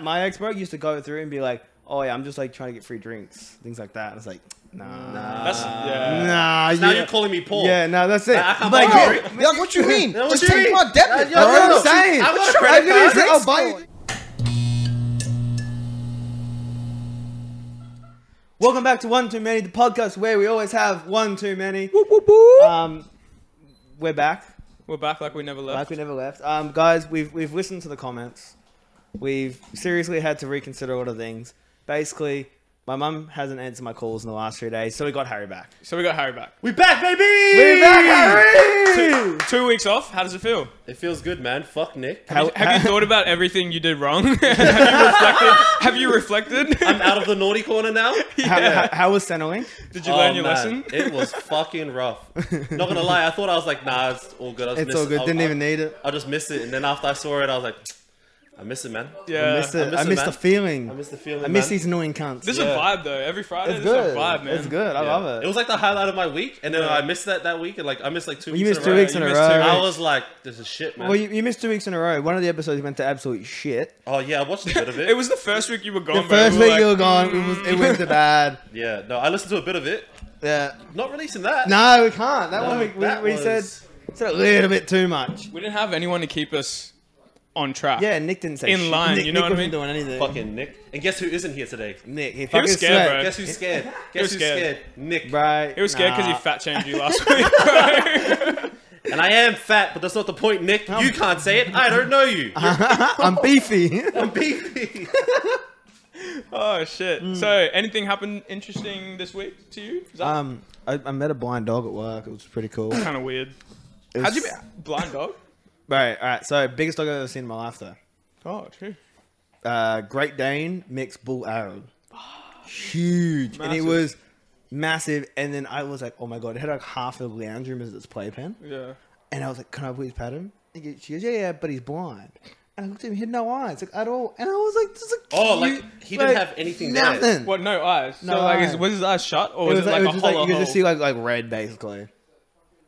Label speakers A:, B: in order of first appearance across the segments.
A: my ex bro used to go through and be like, "Oh yeah, I'm just like trying to get free drinks, things like that." And it's like, nah, nah,
B: That's uh, yeah.
A: nah.
B: Now
A: yeah.
B: you're calling me Paul.
A: Yeah, no, that's it.
B: I- I'm
A: like,
B: all
A: yeah,
B: right.
C: Yo, what you mean?
B: What
C: Just
B: you
C: take
B: mean?
C: my debit,
A: that's
B: Yeah,
C: bro.
A: what I'm
B: no,
A: saying.
B: I want a
A: I
B: credit
A: literally
B: card.
A: said, I'll buy you- Welcome back to One Too Many, the podcast where we always have one too many. Um, we're back,
D: We're back like we never left.
A: like we never left. Um, guys, we've we've listened to the comments. We've seriously had to reconsider a lot of things. Basically, my mum hasn't answered my calls in the last three days, so we got Harry back.
D: so we got Harry back.
B: We back, baby.
A: We're back, Harry.
D: Two weeks off. How does it feel?
B: It feels good, man. Fuck Nick.
A: How-
D: Have you thought about everything you did wrong? have you reflected? Have you reflected?
B: I'm out of the naughty corner now. Did
A: how, how, how was Centrelink?
D: did you
B: Oh,
D: learn your lesson?
B: It was fucking rough. Not gonna lie, I thought I was like, nah, it's all good. I was
A: It's
B: miss-
A: all good.
B: I'll-
A: Didn't
B: I'll-
A: even need it.
B: I just missed it, and then after I saw it, I was like, I miss it, man.
D: yeah.
A: Missed it.
B: uh, miss
A: I
B: it,
A: missed
B: man.
A: the feeling.
B: I miss the feeling.
A: I miss
B: man.
A: these annoying cunts.
D: This
B: Yeah.
D: is a vibe though. Every Friday,
A: it's
D: this
A: good.
D: is a vibe, man.
A: It's good. I
B: Yeah.
A: love it.
B: It was like the highlight of my week, and then I missed that that week, and like I missed like two.
A: you
B: weeks
A: missed
B: in
A: two
B: a row.
A: weeks in
D: You
A: a row.
D: missed two
B: I was like, this is shit, man.
A: Well, you, you missed two weeks in a row. One of the episodes went to absolute shit.
B: oh yeah, I watched a bit of it.
D: It was the first week you were gone.
A: The
D: bro.
A: first
D: Oh, We were
A: week
D: like,
A: you were gone, it, was, it went to bad.
B: yeah, no, I listened to a bit of it.
A: Yeah.
B: Not releasing that.
A: No, we can't. That
B: No,
A: one we, we,
B: that
A: we
B: was-
A: said, said a little bit too much.
D: We didn't have anyone to keep us on track.
A: "Mm." Yeah, Nick didn't say
D: In
A: shit.
D: line,
A: Nick,
D: you know
A: Nick
D: what I
A: wasn't
D: mean?
A: doing anything.
B: Fucking Nick. And guess who isn't here today?
A: Nick, he
D: was
A: fucking
D: scared,
A: sweat.
B: Guess who's scared?
D: He was
B: Guess who's
D: scared.
B: scared? Nick.
A: Right.
D: He was scared because
A: nah.
D: he fat chained you last week. bro.
B: And I am fat, but that's not the point, Nick. You can't say it. I don't know you. You're
A: Uh-huh. I'm beefy.
B: beefy.
D: oh shit. So, anything happened interesting this week to you? Is that
A: um, I, I met a blind dog at work. It was pretty cool.
D: kind of weird?
A: It
D: How'd you
A: was-
D: be blind dog?
A: Right, all right. So, biggest dog I've ever seen in my life, though.
D: Oh, true.
A: uh, Great Dane mixed Bull Arab. Huge. And it
D: Massive.
A: was massive. And then I was like, oh my God, it had like half of the lounge room as its playpen.
D: Yeah.
A: And I was like, can I please pat him? And he- she goes, yeah, yeah, but he's blind. And I looked at him, he had no eyes, like at all. And I was like, this is a
B: Oh,
A: cute-
B: like, he didn't have anything there.
A: Nothing.
D: What? No eyes.
A: No
D: so like,
A: eyes.
D: Is, was his eyes shut or
A: It
D: was
A: was,
D: it,
A: like, it
D: like,
A: was
D: a
A: just like,
D: hollow
A: you could just see
D: hole?
A: like, like red basically.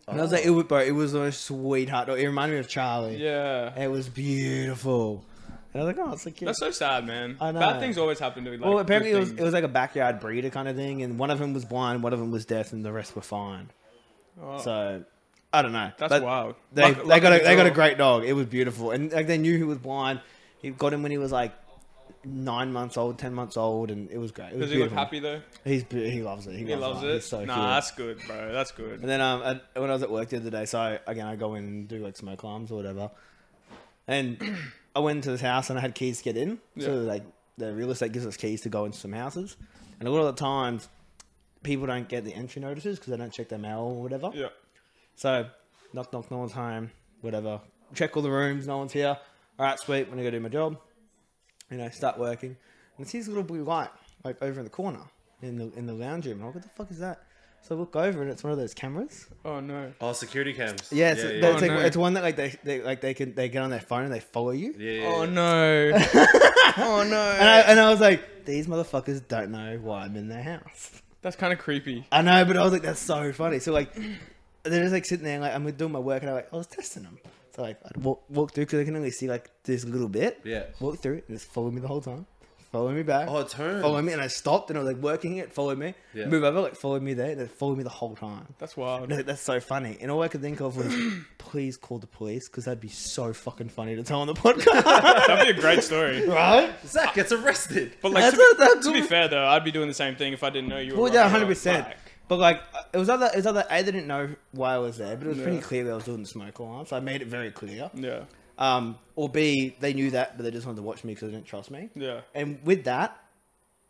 A: And I was like, it was, bro, it was the most sweetheart dog. It reminded me of Charlie.
D: yeah.
A: And it was beautiful. And I was like, oh, it's like cute.
D: That's so sad, man.
A: I know.
D: Bad things always happen to like.
A: well, apparently
D: good
A: it was, it
D: things.
A: was like a backyard breeder kind of thing, and one of them was blind, one of them was deaf, and the rest were fine.
D: Oh,
A: So I don't know.
D: that's
A: But
D: wild.
A: They,
D: Luck-
A: they
D: luck
A: got
D: of
A: a,
D: the
A: they got a
D: draw.
A: great dog. It was beautiful, and like they knew he was blind. He got him when he was like nine months old, ten months old, and it was great. It was
D: Does he look
A: beautiful.
D: happy though?
A: He's be- he loves it. He,
D: He loves it.
A: He's so
D: nah,
A: cute.
D: that's good, bro. That's good.
A: And then um, I, when I was at work the other day, so again I go in and do like smoke alarms or whatever, and I went into this house and I had keys to get in. So
D: Yeah.
A: like the real estate gives us keys to go into some houses, and a lot of the times people don't get the entry notices because they don't check their mail or whatever.
D: Yeah.
A: So knock knock, no one's home, whatever. Check all the rooms, no one's here. All right, sweet. I'm gonna go do my job. You know, start working, and see this little blue light like over in the corner in the in the lounge room. I'm like, what the fuck is that? So I look over and it's one of those cameras.
D: Oh no.
B: Oh, security cams.
A: Yeah, it's,
B: yeah,
A: that's
D: Oh,
A: like,
D: no.
A: it's one that like they, they like they can they get on their phone and they follow you.
B: yeah, yeah,
D: Oh
B: yeah.
D: no. oh no.
A: And I and I was like, these motherfuckers don't know why I'm in their house.
D: that's kind of creepy.
A: I know, but I was like, that's so funny. So like, they're just like sitting there, like I'm doing my work, and I like I was testing them. So like I'd walk, walk through because I can only see like this little bit.
B: Yeah.
A: Walk through it and just follow me the whole time. Follow me back.
B: Oh, it turned.
A: follow me, and I stopped and I was like working it. Follow me.
B: Yeah.
A: Move over, like follow me there, and then follow me the whole time.
D: That's wild.
A: No, that's so funny. And all I could think of was, please call the police because that'd be so fucking funny to tell on the podcast,
D: That'd be a great story.
A: right?
B: Zach gets arrested.
D: But like,
A: That's
D: to, be,
A: a- that's
D: to be
A: a-
D: fair though, I'd be doing the same thing if I didn't know you were.
A: Well, yeah,
D: running
A: hundred
D: around
A: percent.
D: black.
A: But like, it was other, it was other. A, they didn't know why I was there, but it was pretty
D: Yeah.
A: clear that I was doing the smoke alarm, so I made it very clear.
D: Yeah.
A: Um, or B, they knew that, but they just wanted to watch me because they didn't trust me.
D: Yeah.
A: And with that,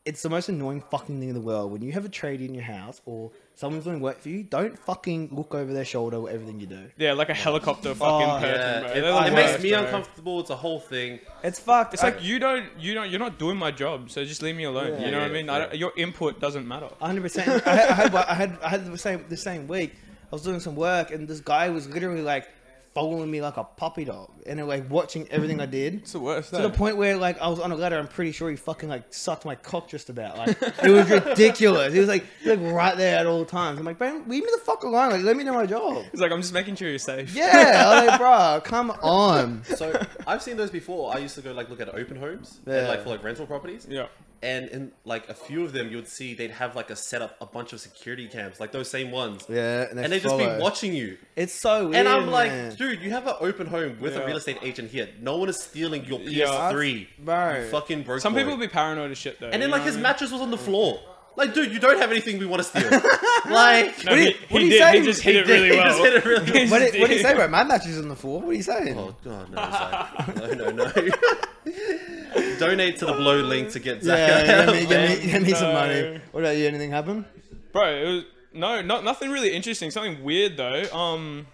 A: it's the most annoying fucking thing in the world. When you have a trade in your house or someone's doing work for you, don't fucking look over their shoulder with everything you do.
D: Yeah, like a helicopter fucking
A: Oh,
D: person,
B: Yeah,
D: bro.
B: Uh, it,
D: They're the
B: it makes
D: worst,
B: me
D: bro.
B: uncomfortable. It's a whole thing.
A: It's fucked.
D: It's like you don't, you don't, you're not doing my job, so just leave me alone.
A: Yeah.
D: you know
B: Yeah,
D: what I mean? I
B: yeah.
D: don't, your input doesn't matter.
A: hundred percent. I had, I had, I had, I had the same the same week. I was doing some work, and this guy was literally like following me like a puppy dog and then, like watching everything I did.
D: It's the worst.
A: To the point where like I was on a ladder, I'm pretty sure he fucking like sucked my cock just about. Like it was ridiculous. He was like he was, like right there at all times. I'm like, man, leave me the fuck alone. Like let me know my job.
D: It's like I'm just making sure you're safe.
A: Yeah, I'm like bro, come on.
B: So I've seen those before. I used to go like look at open homes
A: Yeah.
B: and like for like rental properties.
D: Yeah.
B: And in like a few of them, you would see they'd have like a setup, a bunch of security cams, like those same ones.
A: Yeah, and, they
B: And they'd just be
A: follow.
B: watching you.
A: It's so weird.
B: And I'm like,
A: man.
B: dude, you have an open home with
D: Yeah.
B: a real estate agent here. No one is stealing your
D: Yeah.
B: PS3.
A: bro.
B: You fucking broke
D: Some
B: boy.
D: people would be paranoid as shit though.
B: And then
D: you
B: like
D: know
B: his
D: what I mean?
B: mattress was on the floor. Like, dude, you don't have anything we want to steal. like,
D: No,
A: What do
D: he,
A: you- what
D: he
A: do you
D: did.
A: say?
D: He just hit
B: He
D: it
B: did.
D: really
B: He
D: well.
B: just hit it really well.
A: what,
D: just
A: did, what do you
D: did.
A: say, bro? My match is on the floor. What are you saying?
B: oh god, no, Zach. no, no, no. Donate to the below link to get Zach.
A: yeah, yeah,
B: out
A: give me, give me, give me some
D: No.
A: money. What about you? Anything happen?
D: Bro, it was no, not nothing really interesting. Something weird though. Um,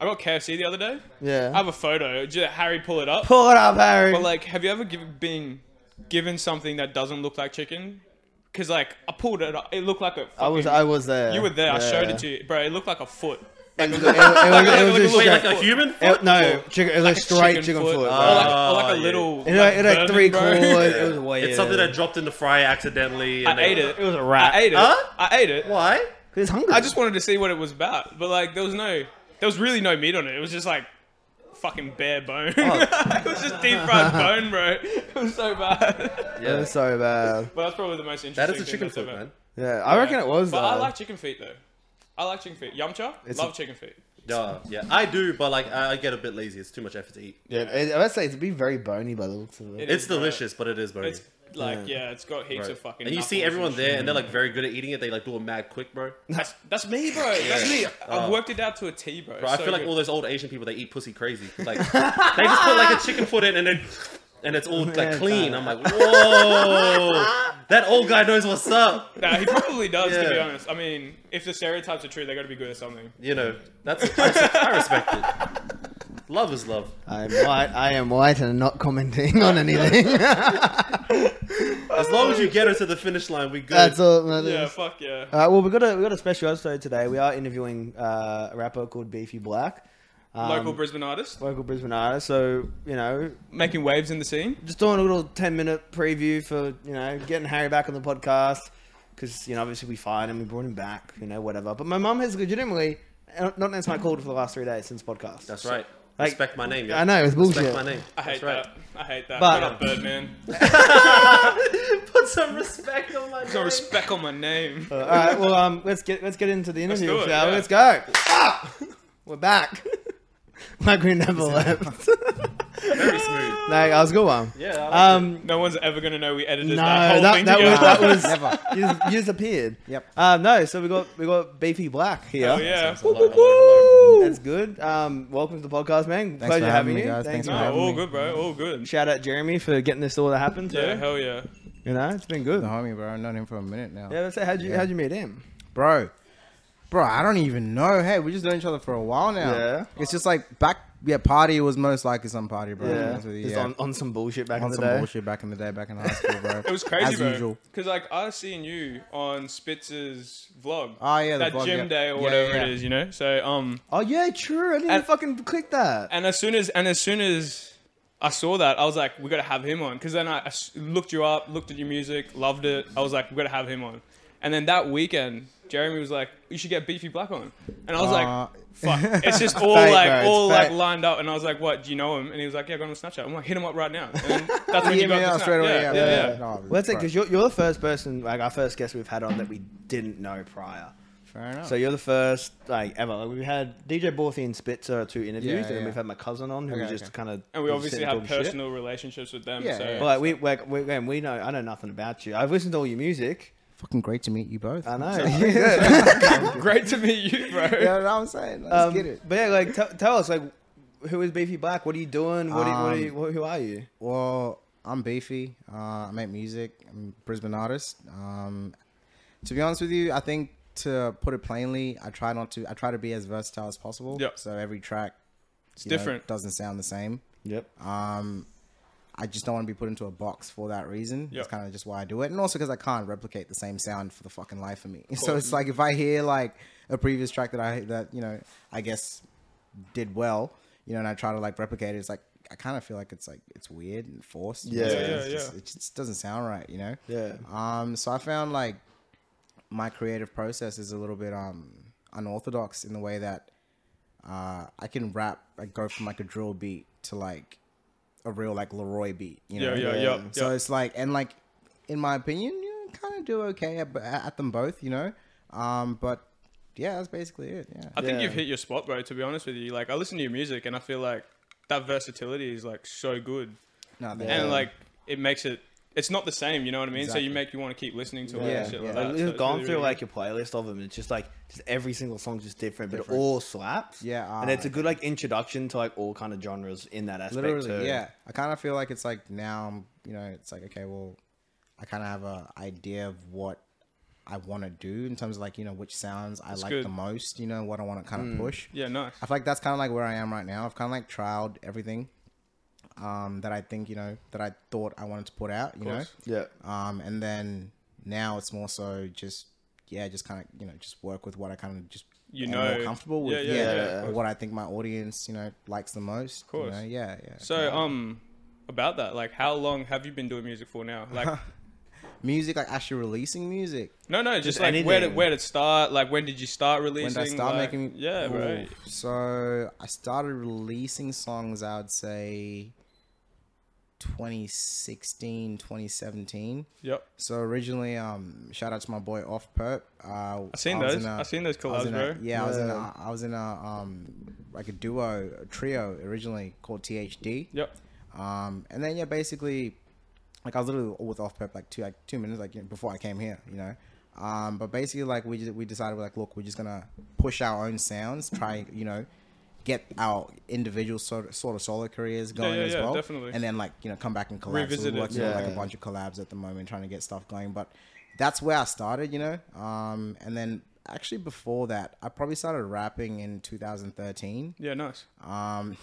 D: I got KFC the other day.
A: Yeah.
D: I have a photo. Did Harry pull it up?
A: Pull it up, Harry.
D: Uh, But like, have you ever given, been given something that doesn't look like chicken? Because like, I pulled it up. It looked like a. Fucking,
A: I was, I was there.
D: You were there. I showed
A: Yeah.
D: it to you, bro. It looked like a foot.
A: It was, it was- it was
D: Like a
A: just
D: little-
B: Wait,
A: straight-
B: like a human?
A: it- no, chicken, it was
D: Like a
A: straight chicken
D: chicken
A: foot.
D: Or
A: bro.
D: like, or like
B: Oh,
D: a
B: yeah.
D: little.
A: it had, it had
D: vermin,
A: three
D: bro.
A: claws. It was weird.
B: It's something that dropped in the fry accidentally. And
D: I
B: they-
D: ate it.
A: It was a rat.
D: I ate it.
B: Huh?
D: I ate it.
B: Why?
A: He was hungry.
D: I just wanted to see what it was about, but like there was no, there was really no meat on it. It was just like fucking bare bone.
B: Oh.
D: it was just deep fried bone, bro. It was so bad.
A: It was so bad.
D: but that's probably the most interesting.
B: That is a
D: thing
B: chicken
D: that's
B: foot,
D: ever-
B: man. uh,
A: Yeah, I reckon it was
D: But
A: though.
D: I like chicken feet though. I like chicken feet. Yamcha,
A: It's
D: love
A: a-
D: chicken feet.
B: Yeah, yeah, I do, but like I I get a bit lazy. It's too much effort to eat.
A: yeah, it, I would say it'd be very bony by the looks of it.
D: It
B: It's
D: is, bro.
B: delicious, but it is bony.
D: It's like
A: Yeah.
D: yeah, it's got heaps
B: Right.
D: of fucking.
B: and you see
D: knuckles
B: everyone
D: and
B: there, and they're like very good at eating it. They like do it mad quick, bro.
D: shit. That's, that's me, bro. That's me. I've worked it out to a T, bro.
B: Oh. Bro, I feel like all those old Asian people they eat pussy crazy. Like they just put like a chicken foot in, and then and it's all
A: Yeah,
B: like clean. I'm like, whoa, that old guy knows what's up.
D: Nah, he probably does, to be
B: Yeah.
D: honest. I mean, if the stereotypes are true, they got to be good at something.
B: You know, that's I, I respect it. Love is love.
A: I am white. I am white and not commenting on anything.
B: As long as you get her to the finish line, we good.
A: That's all. That
D: Yeah,
A: is.
D: fuck yeah.
A: Uh, well, we got a we got a special episode today. We are interviewing uh, a rapper called Beefy Black, um,
D: Local Brisbane artist.
A: local Brisbane artist. So you know,
D: making waves in the scene.
A: just doing a little ten minute preview for you know getting Harry back on the podcast because you know obviously we fired him, we brought him back, you know whatever. But my mum has legitimately uh, not answered my call for the last three days since podcast.
B: That's right.
A: Like-
B: respect my name. Yeah.
A: I know it's
B: Respect
A: bullshit.
B: my name.
D: I hate
B: That's right.
D: that. I hate that.
A: But-
D: But, Put up Birdman. Put
B: Put some respect on my name.
D: some respect on my name.
A: All right, well um, let's get let's get into the interview,
D: do it,
A: shall we?
D: yeah.
A: Let's go. Ah! We're back. like we never left.
B: Very smooth.
A: like I was a good one.
B: Yeah. I like
A: Um,
D: No one's ever gonna know we edited
A: No,
D: that whole
A: that,
D: thing
A: that,
D: together.
A: was, that was
C: Never.
A: you just, you just appeared.
C: Yep.
A: Uh, no, so we got we got beefy black here.
D: oh yeah.
B: it. Hello, hello, hello.
A: That's good. Um, welcome to the podcast, man.
C: Thanks
A: Pleasure
C: for
A: having
C: having me,
A: you.
C: guys. Thanks
D: No,
C: for having
D: all
C: me.
D: good, bro. All good.
A: Shout out Jeremy for getting this all to happen. Too.
D: Yeah, hell yeah.
A: You know, it's been good.
C: The homie, bro. I've known him for a minute now.
A: Yeah, that's it. How'd you how'd you meet him?
C: Bro, bro, I don't even know. Hey, we just known each other for a while now.
A: Yeah.
C: It's just like back, yeah, party was most likely some party, bro. to be
A: Yeah,
C: honest with you,
A: just
C: yeah.
A: on, on some bullshit back
C: On
A: in the
C: some
A: day.
C: bullshit back in the day, back in high school, bro.
D: It was crazy,
C: As
D: bro.
C: usual.
D: Cause like I seen you on Spitzer's vlog.
C: Oh, yeah, the
D: that
C: vlog,
D: gym
C: yeah.
D: day or
C: Yeah,
D: whatever
C: yeah,
D: it
C: yeah.
D: is, you know. So um,
A: Oh yeah, true. I didn't
D: And-
A: fucking click that.
D: and as soon as and as soon as I saw that, I was like, we gotta have him on. Cause then I I s- looked you up, looked at your music, loved it. I was like, we gotta have him on. And then that weekend, Jeremy was like, you should get Beefy Black on. And I was
C: Uh,
D: like, fuck. It's just all
A: fate,
D: like
A: bro, it's
D: all like
A: fate.
D: lined up. And I was like, what? Do you know him? And he was like, yeah, go on Snapchat. I'm like, hit him up right now. And then that's when
C: Yeah,
D: you got
C: yeah,
D: the snap.
C: straight away.
D: yeah, yeah, yeah.
C: No,
A: Well, that's it
C: bro,
A: because you're, you're the first person, like our first guest we've had on that we didn't know prior.
C: Fair
D: Oh.
C: enough.
A: So you're the first like ever. Like, we had DJ Borthy and Spitzer are two interviews,
C: Yeah,
A: and then
C: yeah.
A: we've had my cousin on who
C: Okay,
A: just
C: okay.
A: kind of
D: And we obviously have personal relationships with them.
C: Yeah,
D: so
C: yeah.
A: But like, we like we, again, we know I know nothing about you. I've listened to all your music.
C: Fucking great to meet you both.
A: I know.
D: great to meet you, bro.
C: Yeah, that's what I'm saying. Let's
A: Um,
C: get it.
A: But yeah, like t- tell us like who is Beefy Black? What are you doing? What, are you,
C: Um,
A: what are you, who are you?
C: Well, I'm Beefy. Uh, I make music. I'm a Brisbane artist. Um, to be honest with you, I think to put it plainly, I try not to. I try to be as versatile as possible.
D: Yep.
C: So every track, it's
D: different.
C: doesn't sound the same.
A: Yep.
C: Um, I just don't want to be put into a box for that reason. That's
D: Yep.
C: kind of just why I do it, and also because I can't replicate the same sound for the fucking life of me. So it's like if I hear like a previous track that I that you know I guess did well, you know, and I try to like replicate it. It's like I kind of feel like it's like it's weird and forced.
A: Yeah.
C: It's like,
A: Yeah,
C: it's
D: yeah.
C: Just, it just doesn't sound right, you know.
A: Yeah.
C: Um, so I found like my creative process is a little bit um unorthodox in the way that uh I can rap like go from like a drill beat to like a real like Leroy beat, you know.
D: Yeah, yeah, yeah.
A: Yeah.
D: yeah.
C: So it's like, and like, in my opinion, you kind of do okay at, at them both, you know. Um, but yeah, that's basically it. Yeah.
D: I think
A: Yeah.
D: you've hit your spot, bro. To be honest with you, like I listen to your music and I feel like that versatility is like so good,
C: no, thank
A: Yeah.
D: and like it makes it. It's not the same, you know what I mean. So you
C: Exactly.
D: make you want to keep listening to it
C: Yeah,
D: and shit
C: yeah.
D: like
A: Like,
D: that.
A: we've
D: So it's
A: gone
D: really,
A: through
D: really
A: like your playlist of them. It's just like just every single song's just different, but it
C: Different.
A: all slaps.
C: Yeah,
A: and it's a
C: uh,
A: good like introduction to like all kind of genres in that aspect.
C: literally,
A: too.
C: yeah. I kind of feel like it's like now, I'm, you know, it's like okay, well, I kind of have a idea of what I want to do in terms of like you know which sounds I like
D: good. Mm.
C: the most, you know, what I want to kind of push.
D: yeah, nice.
C: I feel like that's kind of like where I am right now. I've kind of like trialed everything um, that I think you know that I thought I wanted to put out, you know.
D: course.
A: yeah,
C: Um, and then now it's more so just yeah, just kind of you know just work with what I kind of just
D: You
C: am
D: know.
C: more comfortable with,
D: Yeah,
C: yeah,
D: yeah,
A: yeah, of
C: or what I think my audience you know likes the most. Of
D: course.
C: yeah, yeah.
D: So um, about that, like how long have you been doing music for now? Like
C: music, like actually releasing music.
D: no, no,
A: Just
D: just, like where did
A: anything.
D: where did it start? Like when did you start
C: When
D: releasing?
C: did I start
D: like-
C: making?
D: Yeah, bro.
C: Ooh, So I started releasing songs. I would say. 2016 2017
D: Yep.
C: So originally, um, shout out to my boy Off Perp. Uh, I
D: seen
C: was
D: those.
C: in
D: I seen those
C: I was
D: collabs,
C: in a-
D: bro.
C: Yeah, I was in
A: Yeah.
C: a, I was in a um, like a duo, a trio originally called THD.
D: Yep.
C: Um, and then yeah, basically, like I was literally with Off Perp like two like two minutes like you know, before I came here, you know. Um, but basically, like we just, we decided we're like, look, we're just gonna push our own sounds, try you know, get our individual sort of, sort of solo careers going
D: yeah,
C: as
D: yeah,
C: well,
D: definitely.
C: and then like you know come back and collab. So
D: Revisit it.
C: we're working on like
A: Yeah.
C: a bunch of collabs at the moment, trying to get stuff going. But that's where I started, you know. Um, and then actually before that, I probably started rapping in 2013.
D: Yeah, nice.
C: Um,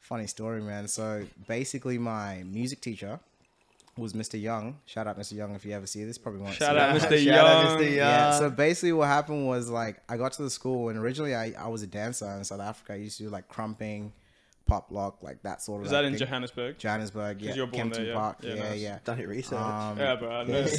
C: funny story, man. So basically, my music teacher was Mr. Young. Shout out, Mr. Young, if you ever see this. Probably won't.
D: Shout
C: see
D: out,
C: it.
D: Mr.
A: Shout out,
D: Young.
A: Mr.
C: Yeah.
A: Young.
C: So basically, what happened was like I got to the school, and originally I, I was a dancer in South Africa. I used to do like crumping, pop lock, like that sort of.
D: Is
C: like,
D: that in
C: thing.
D: Johannesburg?
C: Johannesburg? Yeah.
D: you're born
C: Kempton
D: there, yeah.
C: Park.
D: Yeah,
C: Yeah, yeah.
D: nice.
A: done your research.
C: Um,
D: Yeah, bro. I know.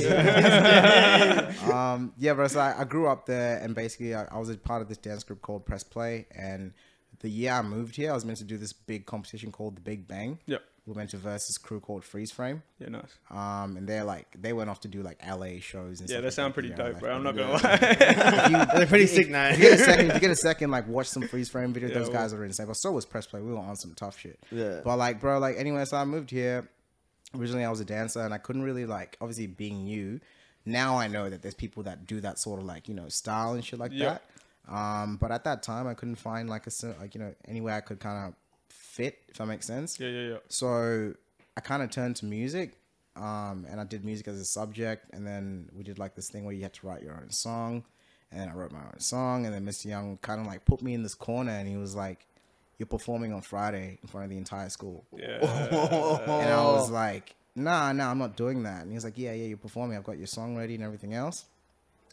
C: um, yeah, bro. So I, I grew up there, and basically, I, I was a part of this dance group called Press Play. And the year I moved here, I was meant to do this big competition called the Big Bang.
D: Yep.
C: We went to versus crew called Freeze Frame.
D: Yeah, nice.
C: Um, and they're like they went off to do like LA shows and
D: Yeah, they
C: stuff like
D: sound
C: that,
D: pretty
C: you know,
D: dope,
C: like,
D: bro. I'm not
C: yeah.
D: gonna lie.
A: They're pretty sick now.
C: If you get a second, if you get a second, like watch some freeze frame video.
D: Yeah,
C: Those guys are insane. But so was press play. We were on some tough shit.
A: Yeah.
C: But like, bro, like anyway, so I moved here. Originally, I was a dancer, and I couldn't really like. Obviously, being new, now I know that there's people that do that sort of like you know style and shit like
D: Yeah.
C: that. Um, but at that time, I couldn't find like a cer- like you know any way I could kind of fit, if that makes sense.
D: Yeah, yeah, yeah.
C: So I kind of turned to music, um, and I did music as a subject, and then we did like this thing where you had to write your own song, and I wrote my own song, and then Mr. Young kind of like put me in this corner, and he was like, "You're performing on Friday in front of the entire school,"
D: Yeah.
C: and I
D: Oh.
C: was like, "Nah, nah, I'm not doing that." And he was like, "Yeah, yeah, you're performing. I've got your song ready and everything else."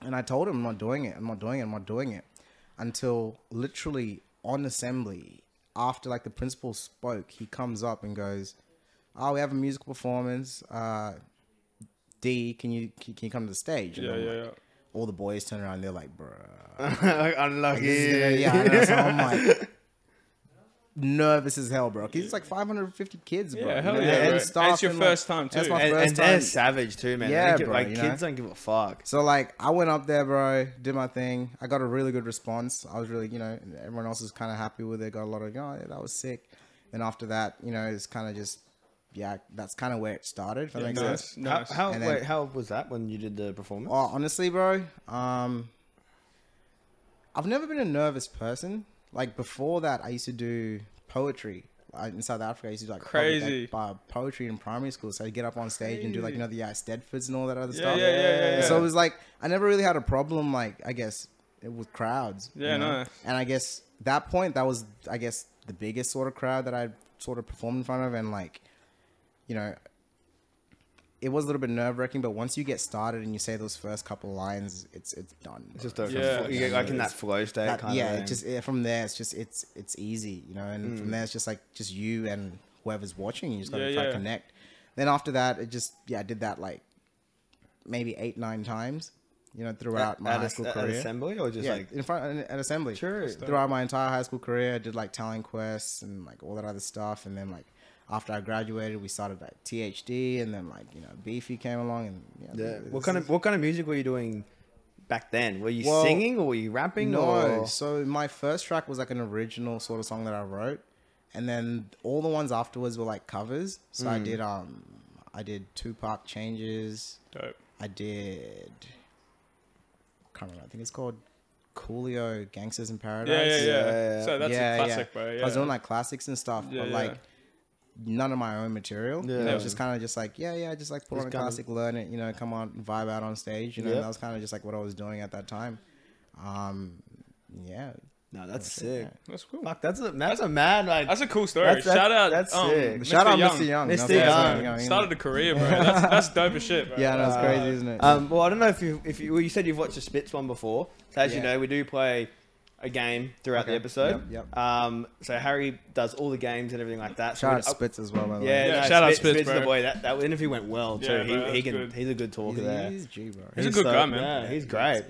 C: And I told him, "I'm not doing it. I'm not doing it. I'm not doing it," until literally on assembly, after like the principal spoke, he comes up and goes, "Oh, we have a musical performance. Uh, D, can you can you come to the stage?" And
D: Yeah,
C: I'm
D: yeah,
C: like-
D: yeah.
C: All the boys turn around. They're like, "Bruh."
A: Unlucky.
C: This is gonna- yeah, I know. So I'm like nervous as hell, bro. Because it's like 550 kids, bro.
D: Yeah,
C: you
D: hell
C: know,
D: yeah, bro. And it's your
C: like,
D: first time,
C: That's
D: too.
C: my
A: and,
C: first
A: and
C: time.
A: they're savage too, man. They
C: Yeah,
A: give-
C: bro,
A: like
C: you
A: kids
C: know?
A: don't give a fuck.
C: So like, I went up there, bro, did my thing. I got a really good response. I was really, you know, and everyone else was kind of happy with it. Got a lot of, oh, yeah, that was sick. Then after that, you know, it's kind of just, yeah, that's kind of where it started. If that makes sense.
D: Nice, nice.
A: How, how
C: And
A: wait,
C: then-
A: how was that when you did the performance?
C: Oh, honestly, bro, um, I've never been a nervous person. Like before that, I used to do poetry I, in South Africa. I used to do like public-
D: Crazy.
C: like, uh, poetry in primary school. So I'd get up on stage and do like you know the yeah, Stedfords and all that other
D: Yeah, yeah,
C: stuff.
D: yeah, yeah, yeah.
C: So it was like I never really had a problem. Like I guess with crowds. you
D: Yeah,
C: know?
D: nice.
C: And I guess that point, that was I guess the biggest sort of crowd that I sort of performed in front of, and like, you know, it was a little bit nerve wracking, but once you get started and you say those first couple lines, it's it's done.
A: It's just a,
D: Yeah.
A: you get like in that flow state
C: That-
A: kind
C: yeah,
A: of
C: it just yeah, from there it's just it's it's easy, you know, and
A: Mm.
C: from there it's just like just you and whoever's watching, you just gotta
D: Yeah,
C: try to
D: yeah.
C: connect. Then after that, it just yeah, I did that like maybe eight nine times, you know, throughout my
A: at,
C: high
A: as-
C: school
A: at
C: career.
A: assembly or just
C: yeah,
A: like
C: in front at assembly.
A: Sure.
C: Throughout my entire high school career, I did like talent quests and like all that other stuff, and then like after I graduated, we started like THD, and then like you know Beefy came along, and yeah.
A: yeah.
C: this
A: what kind
C: is-
A: of what kind of music were you doing back then? Were you
C: Well,
A: singing or were you rapping?
C: No,
A: or?
C: so my first track was like an original sort of song that I wrote, and then all the ones afterwards were like covers. So I did um, I did Tupac changes.
D: Dope.
C: I did. Can't remember. I think it's called Coolio Gangsters in Paradise.
D: Yeah, yeah, yeah.
A: Yeah.
D: So that's
C: yeah,
D: a classic, bro.
C: yeah. I was
D: Yeah.
C: doing like classics and stuff,
D: Yeah,
C: but
D: yeah.
C: like none of my own material. Yeah.
A: Yeah.
C: it was just kind of just like, yeah, yeah, just like put
A: Just
C: on a
A: kinda-
C: classic, learn it, you know, come on, vibe out on stage. You know,
A: Yeah.
C: that was kind of just like what I was doing at that time. Um, yeah.
A: No, that's sick.
D: That's cool.
A: Fuck, that's a that's a mad like.
D: That's a cool story.
A: That's- that's-
D: Shout out.
A: that's
D: um,
A: sick.
D: Mr.
C: Shout out
D: Young.
C: Mr. Young.
A: Mr.
C: you know,
A: Young.
C: you know, you know.
D: Started a career, bro. That's, that's dope as shit, bro.
C: Yeah, that's
A: Uh,
C: crazy, isn't it?
A: Um, well, I don't know if you if you, well, you said you've watched the Spits one before. So as you
C: Yeah.
A: know, we do play a game throughout the
C: Okay.
A: episode.
C: Yep, yep.
A: Um, so Harry does all the games and everything like that.
C: Shout
A: so
C: out
A: we-
C: Spitz as well, by the
A: Yeah,
C: way.
D: Yeah,
A: no,
D: shout out
A: Spitz-
D: Spitz,
A: Spitz is the
D: bro.
A: boy. That, that interview went well too.
D: Yeah, bro, that
A: he, he
D: was
A: can
D: good.
A: he's a good talker there.
C: He's G, bro.
D: He's a good
A: so-
D: guy, man.
A: Yeah, he's
C: Yeah,
A: great.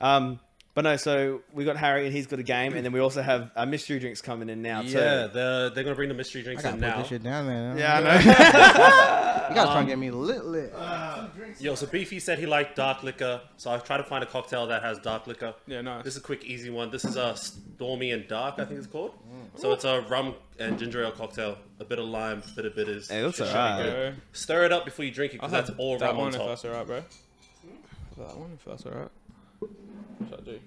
A: Um, but no, so we got Harry and he's got a game, and then we also have uh, mystery drinks coming in now.
B: Yeah,
A: too.
B: the, they're gonna bring the mystery drinks
C: Gotta
B: in
C: put this
B: now.
C: shit down, man.
A: yeah, I know.
C: You guys trying to get me lit, lit.
D: uh,
B: Yo, so Beefy said he liked dark liquor, so I've tried to find a cocktail that has dark liquor.
D: Yeah, nice.
B: This is a quick, easy one. This is a stormy and dark, I think it's called.
C: Mm.
B: So it's a rum and ginger ale cocktail, a bit of lime, bit of bitters.
A: Hey, that's
B: It should be
A: alright.
B: good.
D: Yeah.
B: Stir it up before you drink it,
D: I'll
B: because
D: have
B: that's all
D: that
B: rum on
D: one if
B: top.
D: that's alright, bro. That one if that's alright. What should I do?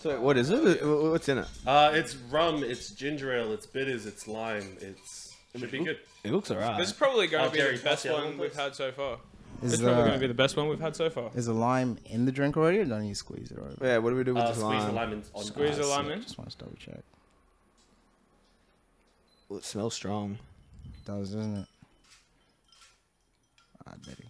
A: so what is it? Wh- What's in it?
B: Uh, it's rum, it's ginger ale, it's bitters, it's lime, it's it should be good.
A: It looks alright.
D: This is probably going
B: Oh,
D: to be
B: Jerry,
D: the best
B: pass the other
D: one
B: one,
D: we've
B: please.
D: had so far. This
C: Is,
D: is probably
C: uh,
D: going to be the best one we've had so far.
C: is the lime in the drink already, or don't you squeeze it already?
A: Yeah, what do we do with
B: Uh,
A: this
B: squeeze the
A: lime?
B: lime in on
D: Squeeze the
B: ice.
D: lime in.
C: Just want to double check.
A: Ooh, It smells strong.
C: does, doesn't it? Ah, baby.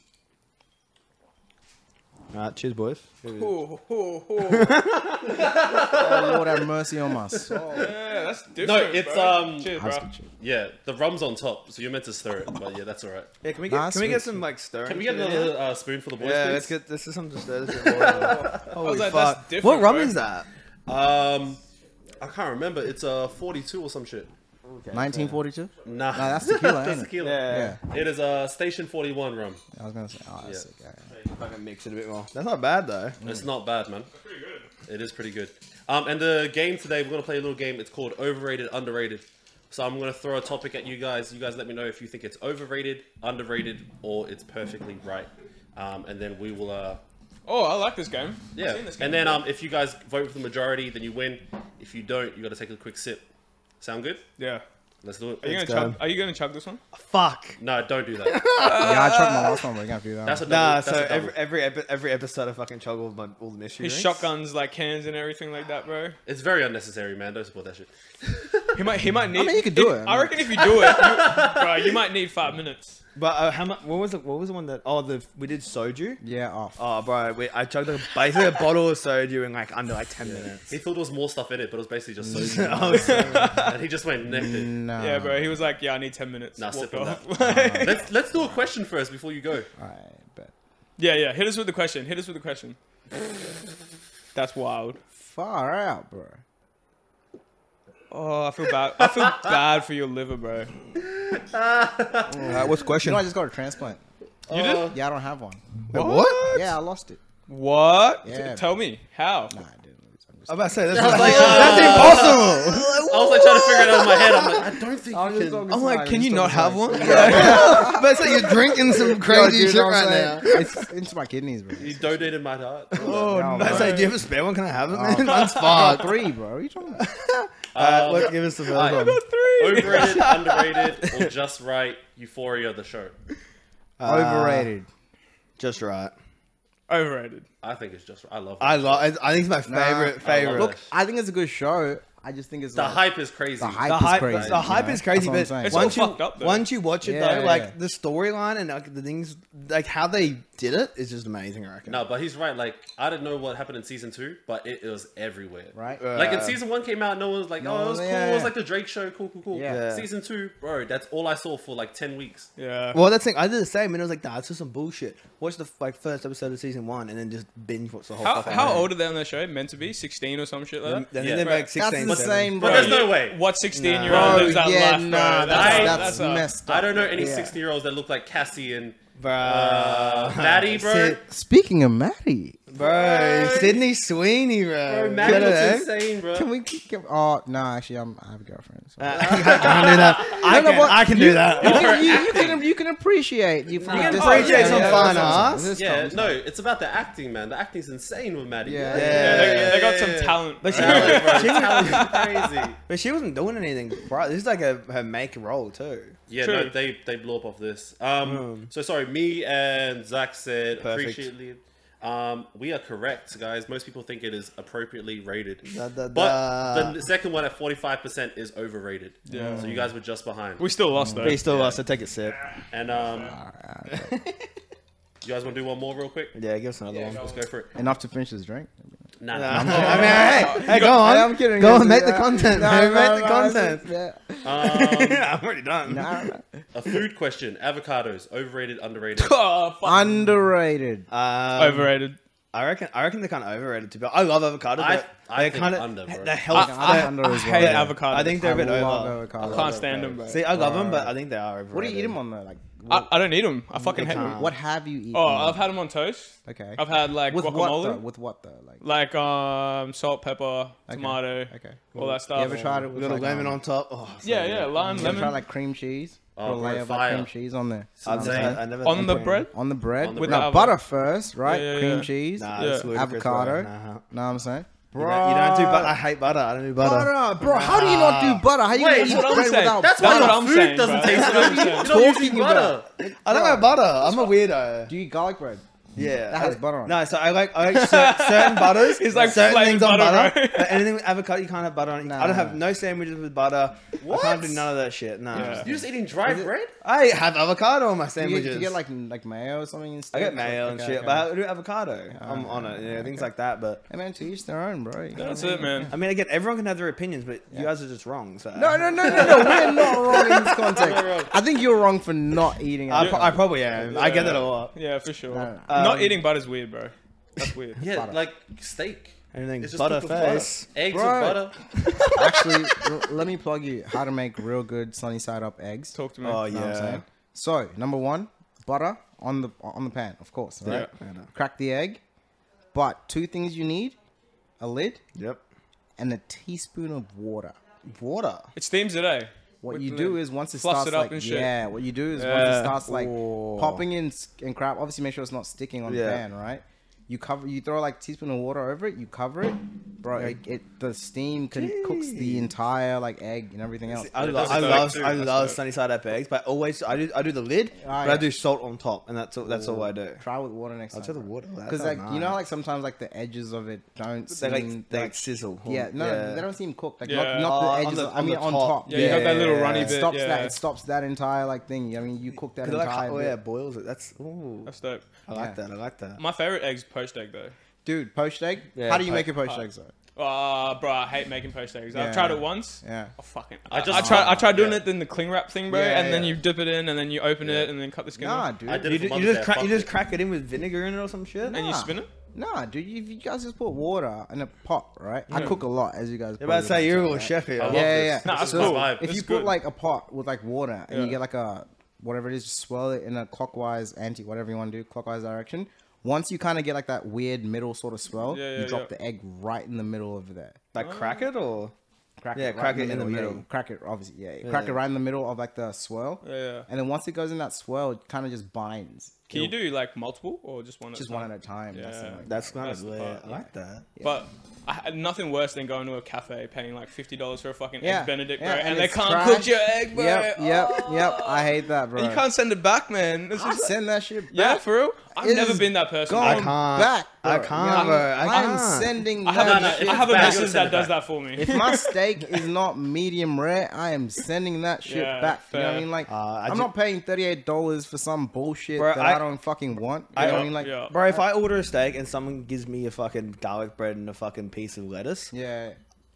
A: All right, cheers, boys.
D: Oh, oh, oh.
C: Oh, Lord have mercy on my soul.
D: yeah, that's different.
B: it's,
D: bro.
B: um,
D: Cheers,
C: That's
D: bro.
C: good shit.
B: Yeah, the rum's on top, so you're meant to stir it, but yeah, that's alright.
A: Yeah, can we get
C: Nah,
A: can we get
C: sweet.
A: some like stirring?
B: Can we get
A: shit in
B: another
A: here?
B: uh, spoon for the boys,
A: Yeah,
B: please?
A: let's get this is something to stir. This is water. Holy
D: like, that's
A: fuck!
D: different,
A: what rum
D: bro.
A: is that?
B: Um, I can't remember. It's uh 42 or some shit.
C: 1942?
B: Nah,
C: Nah, that's tequila,
B: That's
C: ain't it?
B: tequila.
A: Yeah,
C: Yeah.
B: It is uh Station 41 rum.
C: I was going to say, oh, that's sick. Yeah, yeah.
A: fucking mix it a bit more. That's not bad though.
B: It's not bad, man. It is pretty good. Um, and the game today, we're gonna play a little game. It's called Overrated, Underrated. So I'm gonna throw a topic at you guys. You guys let me know if you think it's overrated, underrated, or it's perfectly right. Um, and then we will uh
D: Oh, I like this game. I've
B: yeah.
D: seen this game
B: And then
D: before.
B: um, if you guys vote for the majority, then you win. If you don't, you gotta take a quick sip. Sound good?
D: yeah.
B: Let's do
D: Are
B: it.
D: you gonna
A: Let's
D: chug?
A: go.
D: Are you gonna chug this one?
A: Fuck.
B: No, don't do that.
C: yeah, I chucked my last one, but you're going to do that
B: That's a
C: one.
B: double.
A: Nah,
B: that's
A: so
B: a double.
A: every every epi- every episode I fucking chug all my all the mystery.
D: His
A: drinks.
D: shotguns, like cans and everything like that, bro.
B: It's very unnecessary, man. Don't support that shit.
D: He might, he might need.
C: mean, you could do
D: if-
C: it.
D: I reckon if you do it, you, bro, you might need five minutes.
A: But uh, how much? What was it? What was the one that? Oh, the we did soju.
C: Yeah, off.
A: Oh, bro, we, I chugged like basically a bottle of soju in like under like ten minutes.
B: He thought there was more stuff in it, but it was basically just soju,
A: Oh, so- Mm.
B: and he just went necked it.
C: Nah.
D: yeah, bro. He was like, yeah, I need ten minutes.
B: Nah, sip
D: Walked
B: on
D: off.
B: Let's let's do a question first before you go.
C: All right, but
D: yeah, yeah. Hit us with the question. Hit us with the question. That's wild.
C: far out, bro.
D: Oh, I feel bad. I feel bad for your liver, bro.
A: Uh, what's the
C: You
A: question?
C: know, I just got a transplant.
D: You did
C: Yeah, I don't have one.
A: Wait, what?
C: Yeah, I lost it.
D: what?
C: Yeah.
D: T- Tell me how.
C: Nah, I didn't lose. I'm just
A: I was about to say that's, like,
C: that's impossible.
B: I was like trying to figure it out in my head. I'm like, I don't think.
C: I'm just talking
A: I'm like,
C: smack,
A: can
C: just
A: you
C: talking
A: not have
C: smack.
A: one? but it's like you're drinking some crazy
C: Dude,
A: shit
C: I'm
A: right now.
C: saying, It's into my kidneys, bro.
B: You donated my heart.
C: Oh, no,
A: I
C: bro.
A: say, do you have a spare one? Can I have it, man?
C: Oh.
A: Mine's
C: I got
A: fucked.
C: three, bro. What are you talking about?
A: Uh,
B: Um,
A: look, give us the first one.
B: alright.
D: Three.
B: Overrated, underrated, or just right? Euphoria, the show.
A: Uh,
C: Overrated.
A: Just right.
D: Overrated.
B: I think it's just. I love.
A: I love. I think it's my favorite.
B: I love
A: favorite.
B: it.
C: I think it's a good show. I just think it's
B: The
C: like,
B: hype is crazy.
C: The hype
A: the
C: is
A: hype,
C: crazy. you know?
A: the hype is
C: That's
A: crazy,
C: what I'm
A: but
C: saying.
D: It's all
A: once you
D: fucked up, though.
A: once you watch it
C: Yeah,
A: though,
C: yeah,
A: like
C: yeah.
A: the storyline and like, the things, like how they did it is just amazing. I reckon.
B: No, but he's right. Like I didn't know what happened in season two, but it, it was everywhere.
C: Right.
B: Like in
A: Uh,
B: season one came out, no one was like, "Oh, it was cool."
C: yeah,
B: It was
C: yeah.
B: like the Drake show, cool, cool, cool.
C: Yeah.
A: Yeah.
B: Season two, bro, that's all I saw for like ten weeks.
D: Yeah.
A: Well, that's the thing. I did the same, and I was like, "Nah, it's just some bullshit." Watch the like first episode of season one, and then just binge watch the whole.
D: How,
A: fucking
D: how
A: thing.
D: old are they on that show? Meant to be 16 or some shit like
A: Then,
D: that?
A: then
B: Yeah.
A: they're
D: Right.
A: like
C: That's
A: sixteen.
C: the
A: 17.
C: same,
B: But
C: bro.
B: there's no way.
D: What 16 year
A: Nah.
D: old
A: Bro,
D: lives that
C: yeah,
D: life, bro?
C: nah,
B: that's-
C: that's
D: a-
C: messed
B: I don't know any
C: Yeah.
B: sixteen-year-olds that look like Cassie and
A: Bro,
B: uh, Maddie, bro.
A: Sid-
C: Speaking of Maddie,
A: bro,
B: Bro.
A: Sydney Sweeney, bro.
B: Bro, Maddie
A: Get it, eh?
B: looks insane, bro.
C: can we keep? keep- Oh no, actually, I'm, I have a girlfriend. so-
A: I can't do that. I
C: know
A: can,
C: what-
A: I can do
C: You,
A: that.
C: can, you, you can you can appreciate you
A: You can
C: this-
A: appreciate
D: some
A: fine arts.
C: This is
B: yeah,
C: common
B: no, it's about the acting, man. The acting's insane with Maddie.
C: Yeah.
B: bro.
A: Yeah,
D: they,
A: yeah,
D: they got
B: yeah,
D: some
B: yeah.
D: talent.
A: But she,
D: bro.
B: Talent, bro.
A: she,
B: Talent is crazy.
A: but she wasn't doing anything. Bro, this is like a her make role too.
B: Yeah,
D: True.
B: no, they they blew up off this. Um, so sorry, me and Zach said
A: Perfect.
B: appreciately. Um, we are correct, guys. Most people think it is appropriately rated,
A: Da, da,
B: but
A: da.
B: the second one at forty five percent is overrated.
D: Yeah.
B: So you guys were just behind.
D: we still lost, though.
A: But he still lost. So take a sip.
B: And um, you guys want to do one more real quick?
A: Yeah, give us another one.
B: Let's go for it.
C: Enough to finish this drink.
B: Nah,
A: Nah,
B: nah.
A: I mean, hey, hey, go on.
C: Hey, I'm kidding.
A: Go
C: guys.
A: on, make the
C: Yeah.
A: content,
C: No,
A: man.
C: no,
A: Make the
C: no, it's
A: content.
C: just- yeah.
B: Um,
A: yeah, I'm already done.
C: Nah.
B: a food question: avocados, overrated, underrated.
D: Oh, fuck.
C: Underrated.
A: Um,
D: Overrated.
A: I reckon. I reckon they're kind of overrated. To be, I love avocado.
B: I-
A: but
B: I
A: they're
B: think
A: kind of
B: under, bro.
A: The
D: I,
A: health.
D: I,
A: they're-
C: under
D: I
C: as well.
D: hate
A: Yeah.
D: avocado.
A: I think
C: I
A: they're a bit
C: love
A: over.
C: avocado.
D: can't stand them, bro.
A: See, I love them, but I think they are overrated.
C: What do you eat them on though? Like,
D: I, I don't eat them. I fucking hate them.
A: can't.
C: what have you eaten?
D: Uh, Oh, I've had them on toast.
C: Okay.
D: I've had like
C: with what though?
D: guacamole,
C: With what though? Like,
D: like um salt, pepper, tomato,
C: okay.
D: all that
C: You
D: stuff.
C: ever tried it with
A: Little
C: like,
A: lemon
C: um,
A: on top. Oh, so
D: Yeah,
A: good.
D: yeah, lime,
C: You ever
D: lemon
C: tried like cream cheese?
B: Oh,
C: Or a layer of
B: bro,
C: like, cream
B: fire.
C: cheese on there.
A: I've
B: Insane.
A: never- I never
D: on
A: think
D: the
A: of it.
D: bread.
C: On the bread.
B: the
C: With
D: bread.
C: now, butter first, right?
D: Yeah, yeah,
C: cream
D: yeah.
C: cheese.
A: Nah,
D: Yeah.
A: it's ludicrous, bro.
C: Avocado.
A: Nah.
C: Know what I'm saying?
A: You
C: Bro,
A: don't, you don't do butter. I hate butter. I don't do butter.
C: butter, bro. How do you not do butter? How you
B: Wait,
C: gonna
B: that's
C: eat
B: what I'm
C: bread
D: saying.
C: without
B: That's
D: That's
B: why
D: what
B: your
D: I'm
B: food
D: saying,
B: doesn't
D: bro.
B: taste
D: That's what
B: good.
D: I'm
B: You
D: saying.
B: don't usually
C: Talking
B: butter.
A: I don't have butter. I'm a weirdo.
C: Do you eat garlic bread?
A: Yeah,
C: That has butter on it.
A: No, so I like I like cer- certain butters.
D: It's like
A: certain
D: flaming
A: things on
D: butter,
A: butter.
D: bro.
A: but anything with avocado, you can't have butter on. it.
C: No,
A: I don't
C: no,
A: have
C: no.
A: no sandwiches with butter.
B: What?
A: I can't do none of that shit. No,
D: Yeah.
B: You're just eating dry bread.
A: I have avocado on my
C: Do you,
A: sandwiches.
C: do you get like like mayo or something
A: I
C: instead?
A: get mayo and
C: Okay,
A: shit,
C: okay. Oh,
A: but I do avocado. I'm on it, yeah, things like that. But
C: Hey man, to each their own, bro. You know
D: That's
C: what I
D: it,
C: mean?
D: man.
A: I mean, again, everyone can have their opinions, but you guys are just wrong. So
C: No, no, no, no, no. We're not wrong in this context.
B: wrong.
C: I think you're wrong for not eating.
A: I,
C: it.
A: pro- I probably am. I get that a lot.
D: Yeah, for sure.
C: No, no,
A: Um,
D: Not eating butter's weird, bro. That's weird.
B: Yeah,
C: Butter.
B: like steak.
A: Anything
B: It's just
A: butter
B: cooked with butter.
A: face.
B: Eggs
C: Bro.
B: with butter.
C: Actually, l- let me plug you how to make real good sunny side up eggs.
D: Talk to me.
A: Oh
C: You know what I'm
A: yeah.
C: saying? So number one, butter on the on the pan, of course. Right.
A: Yeah.
C: Crack the egg, but two things you need: a lid
A: Yep.
C: and a teaspoon of water.
A: Water.
D: It steams today.
C: What
D: With
C: you
D: the
C: do
D: lid.
C: is once it
D: Fluffs
C: starts
D: it up
C: like
D: and shit.
C: yeah, what you do is once it
D: Yeah.
C: starts like
A: Ooh.
C: popping in s- and crap. Obviously, make sure it's not sticking on the
A: Yeah.
C: pan, right? You cover, you throw like teaspoon of water over it. You cover it, bro. It, it the steam can, cooks the entire like egg and everything else.
A: I,
B: it
A: lo-
B: does
A: I
B: look
A: love
B: too,
A: I
B: that's
A: love
D: dope.
A: sunny side up eggs, but always I do I do the lid,
C: Ah,
A: but
C: yeah.
A: I do salt on top, and that's all, that's all I do.
C: Try with water next
A: I'll try
C: time.
A: the water. That
C: because like
A: sounds
C: you know,
A: nice.
C: how, like sometimes like the edges of it don't
A: they
C: seem
A: like they
C: like-
A: like sizzle.
C: yeah, no,
A: Yeah.
C: they don't seem cooked. Like
D: Yeah.
C: not, not
A: Oh, on
C: the edges.
A: the-
C: of- I
A: on
C: mean,
A: the
C: on
A: top.
C: top.
D: Yeah, you got that little
A: Yeah.
D: runny
C: It
D: bit.
C: stops
D: yeah.
C: that. It stops that entire like thing. I mean, you cook that
A: They like,
C: entire.
A: oh
C: bit.
A: yeah, boils it. That's ooh,
D: That's dope.
A: I like
C: yeah.
A: that. I like that.
D: My favorite egg's poached egg though.
C: Dude, poached egg.
A: Yeah,
C: How do you
A: po-
C: make your poached eggs though?
D: Ah, bro, I hate making poached eggs.
C: Yeah.
D: I've tried it once.
C: Yeah.
D: Oh, fucking.
B: I
D: I
B: just-
D: just I tried I tried doing
B: Yeah.
D: it in the cling wrap thing, bro,
C: Yeah,
D: and then
C: yeah.
D: you dip it in and then you open it and then cut the skin
C: Nah,
D: off.
C: dude.
B: I did
A: You,
B: it
A: ju-
B: for
A: you
B: Mother's Day.
A: just crack,
B: I
A: you
B: fucked
A: just crack it in with vinegar in it or some shit.
D: And you
C: nah.
D: spin it?
C: Nah, dude. If you guys just put water in a pot, right? I cook a lot, as you guys.
A: You're about to say you're a little chef here. Yeah,
B: I love
C: Yeah, yeah,
B: this.
C: yeah.
B: This
D: Nah,
B: is
D: that's
B: the
D: cool.
B: vibe.
C: If
D: It's
C: you
D: good.
C: put like a pot with like water and you
D: Yeah.
C: get like a whatever it is, just swirl it in a clockwise anti whatever you want to do, clockwise direction. Once you kind of get like that weird middle sort of swirl,
D: Yeah, yeah,
C: you drop
D: yeah.
C: the egg right in the middle of there.
A: Like crack it or
C: Crack
A: Yeah,
C: it right
A: crack
C: in
A: it
C: the
A: in the
C: middle. yeah,
A: middle.
C: you crack it, obviously. Yeah, you crack
A: Yeah.
C: it right in the middle of like the swirl.
D: Yeah, yeah.
C: And then once it goes in that swirl, it kind of just binds.
D: Can you
C: It'll-
D: do like multiple or just one?
C: just
D: at a
C: one
D: time?
C: at a time? That's the
D: Yeah.
C: thing.
A: that's kind
D: That's
A: of
D: the
A: lit.
D: part,
A: I like that.
D: But I had nothing worse than going to a cafe paying like fifty dollars for a fucking
C: Yeah,
D: egg Benedict,
C: yeah,
D: bro,
C: and
D: and, they
C: it's
D: can't
C: trash.
D: cook your egg, bro.
C: Yep, yep,
D: Oh.
C: yep. I hate that, bro.
D: And you can't send it back, man. It's
C: I
D: just,
C: send that shit back.
D: yeah, for real. I've
C: It
D: never
C: is
D: been that person.
C: Gone
D: I,
A: I can't.
C: back.
A: I
C: bro.
A: can't,
C: You know,
A: bro. I
C: I'm
A: can't.
C: sending
D: I have,
C: that
B: No, no,
D: a-
B: if
C: shit
D: I have a
B: back,
C: back.
B: you'll send
D: message that
B: it
D: does
B: back.
D: that for me.
C: If my steak is not medium rare, I am sending that shit
D: Yeah,
C: back. You know what I
D: fair.
C: mean? Like,
A: Uh, I
C: I'm
A: ju-
C: not paying thirty-eight dollars for some bullshit
A: Bro,
C: that I,
A: I-
C: don't fucking want. You
A: I-
C: know what I mean? Like,
D: yeah.
A: Bro, if I order a steak and someone gives me a fucking garlic bread and a fucking piece of lettuce,
C: yeah.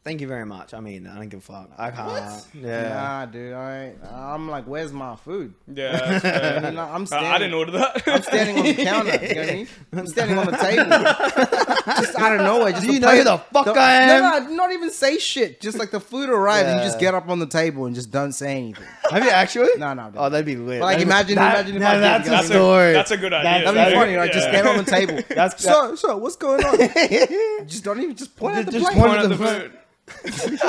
A: thank you very much. I mean, I don't give a fuck. I can't. Yeah.
C: Nah, dude. I, I'm like, where's my food?
D: Yeah, that's
C: You
D: fair.
C: know,
A: Uh,
C: I'm
D: I-
C: standing.
D: I didn't order that.
C: I'm standing on the counter. You know what I mean? I'm standing on the table. just out of nowhere. Just
A: Do you
C: a
A: know
C: plate-
A: who the fuck I
C: No,
A: am?
C: no, not even say shit. Just like the food arrived, and you just
A: Yeah.
C: get up on the table and just don't say anything.
A: Have you actually?
C: No, no, I didn't.
A: Oh, that'd be lit.
C: But, like,
A: That'd be-
C: imagine-
A: that,
C: imagine if
A: no,
C: I did
A: that's,
C: go-
A: a
C: That's a-
A: story.
D: that's a good idea.
C: That'd be
D: Yeah.
C: funny, right? Just
D: Yeah.
C: stand on the table.
A: That's-
C: so, so. What's going on? just don't even just point at the
A: Just
C: plate.
A: point
D: Point
A: at
D: out
A: the
D: the food.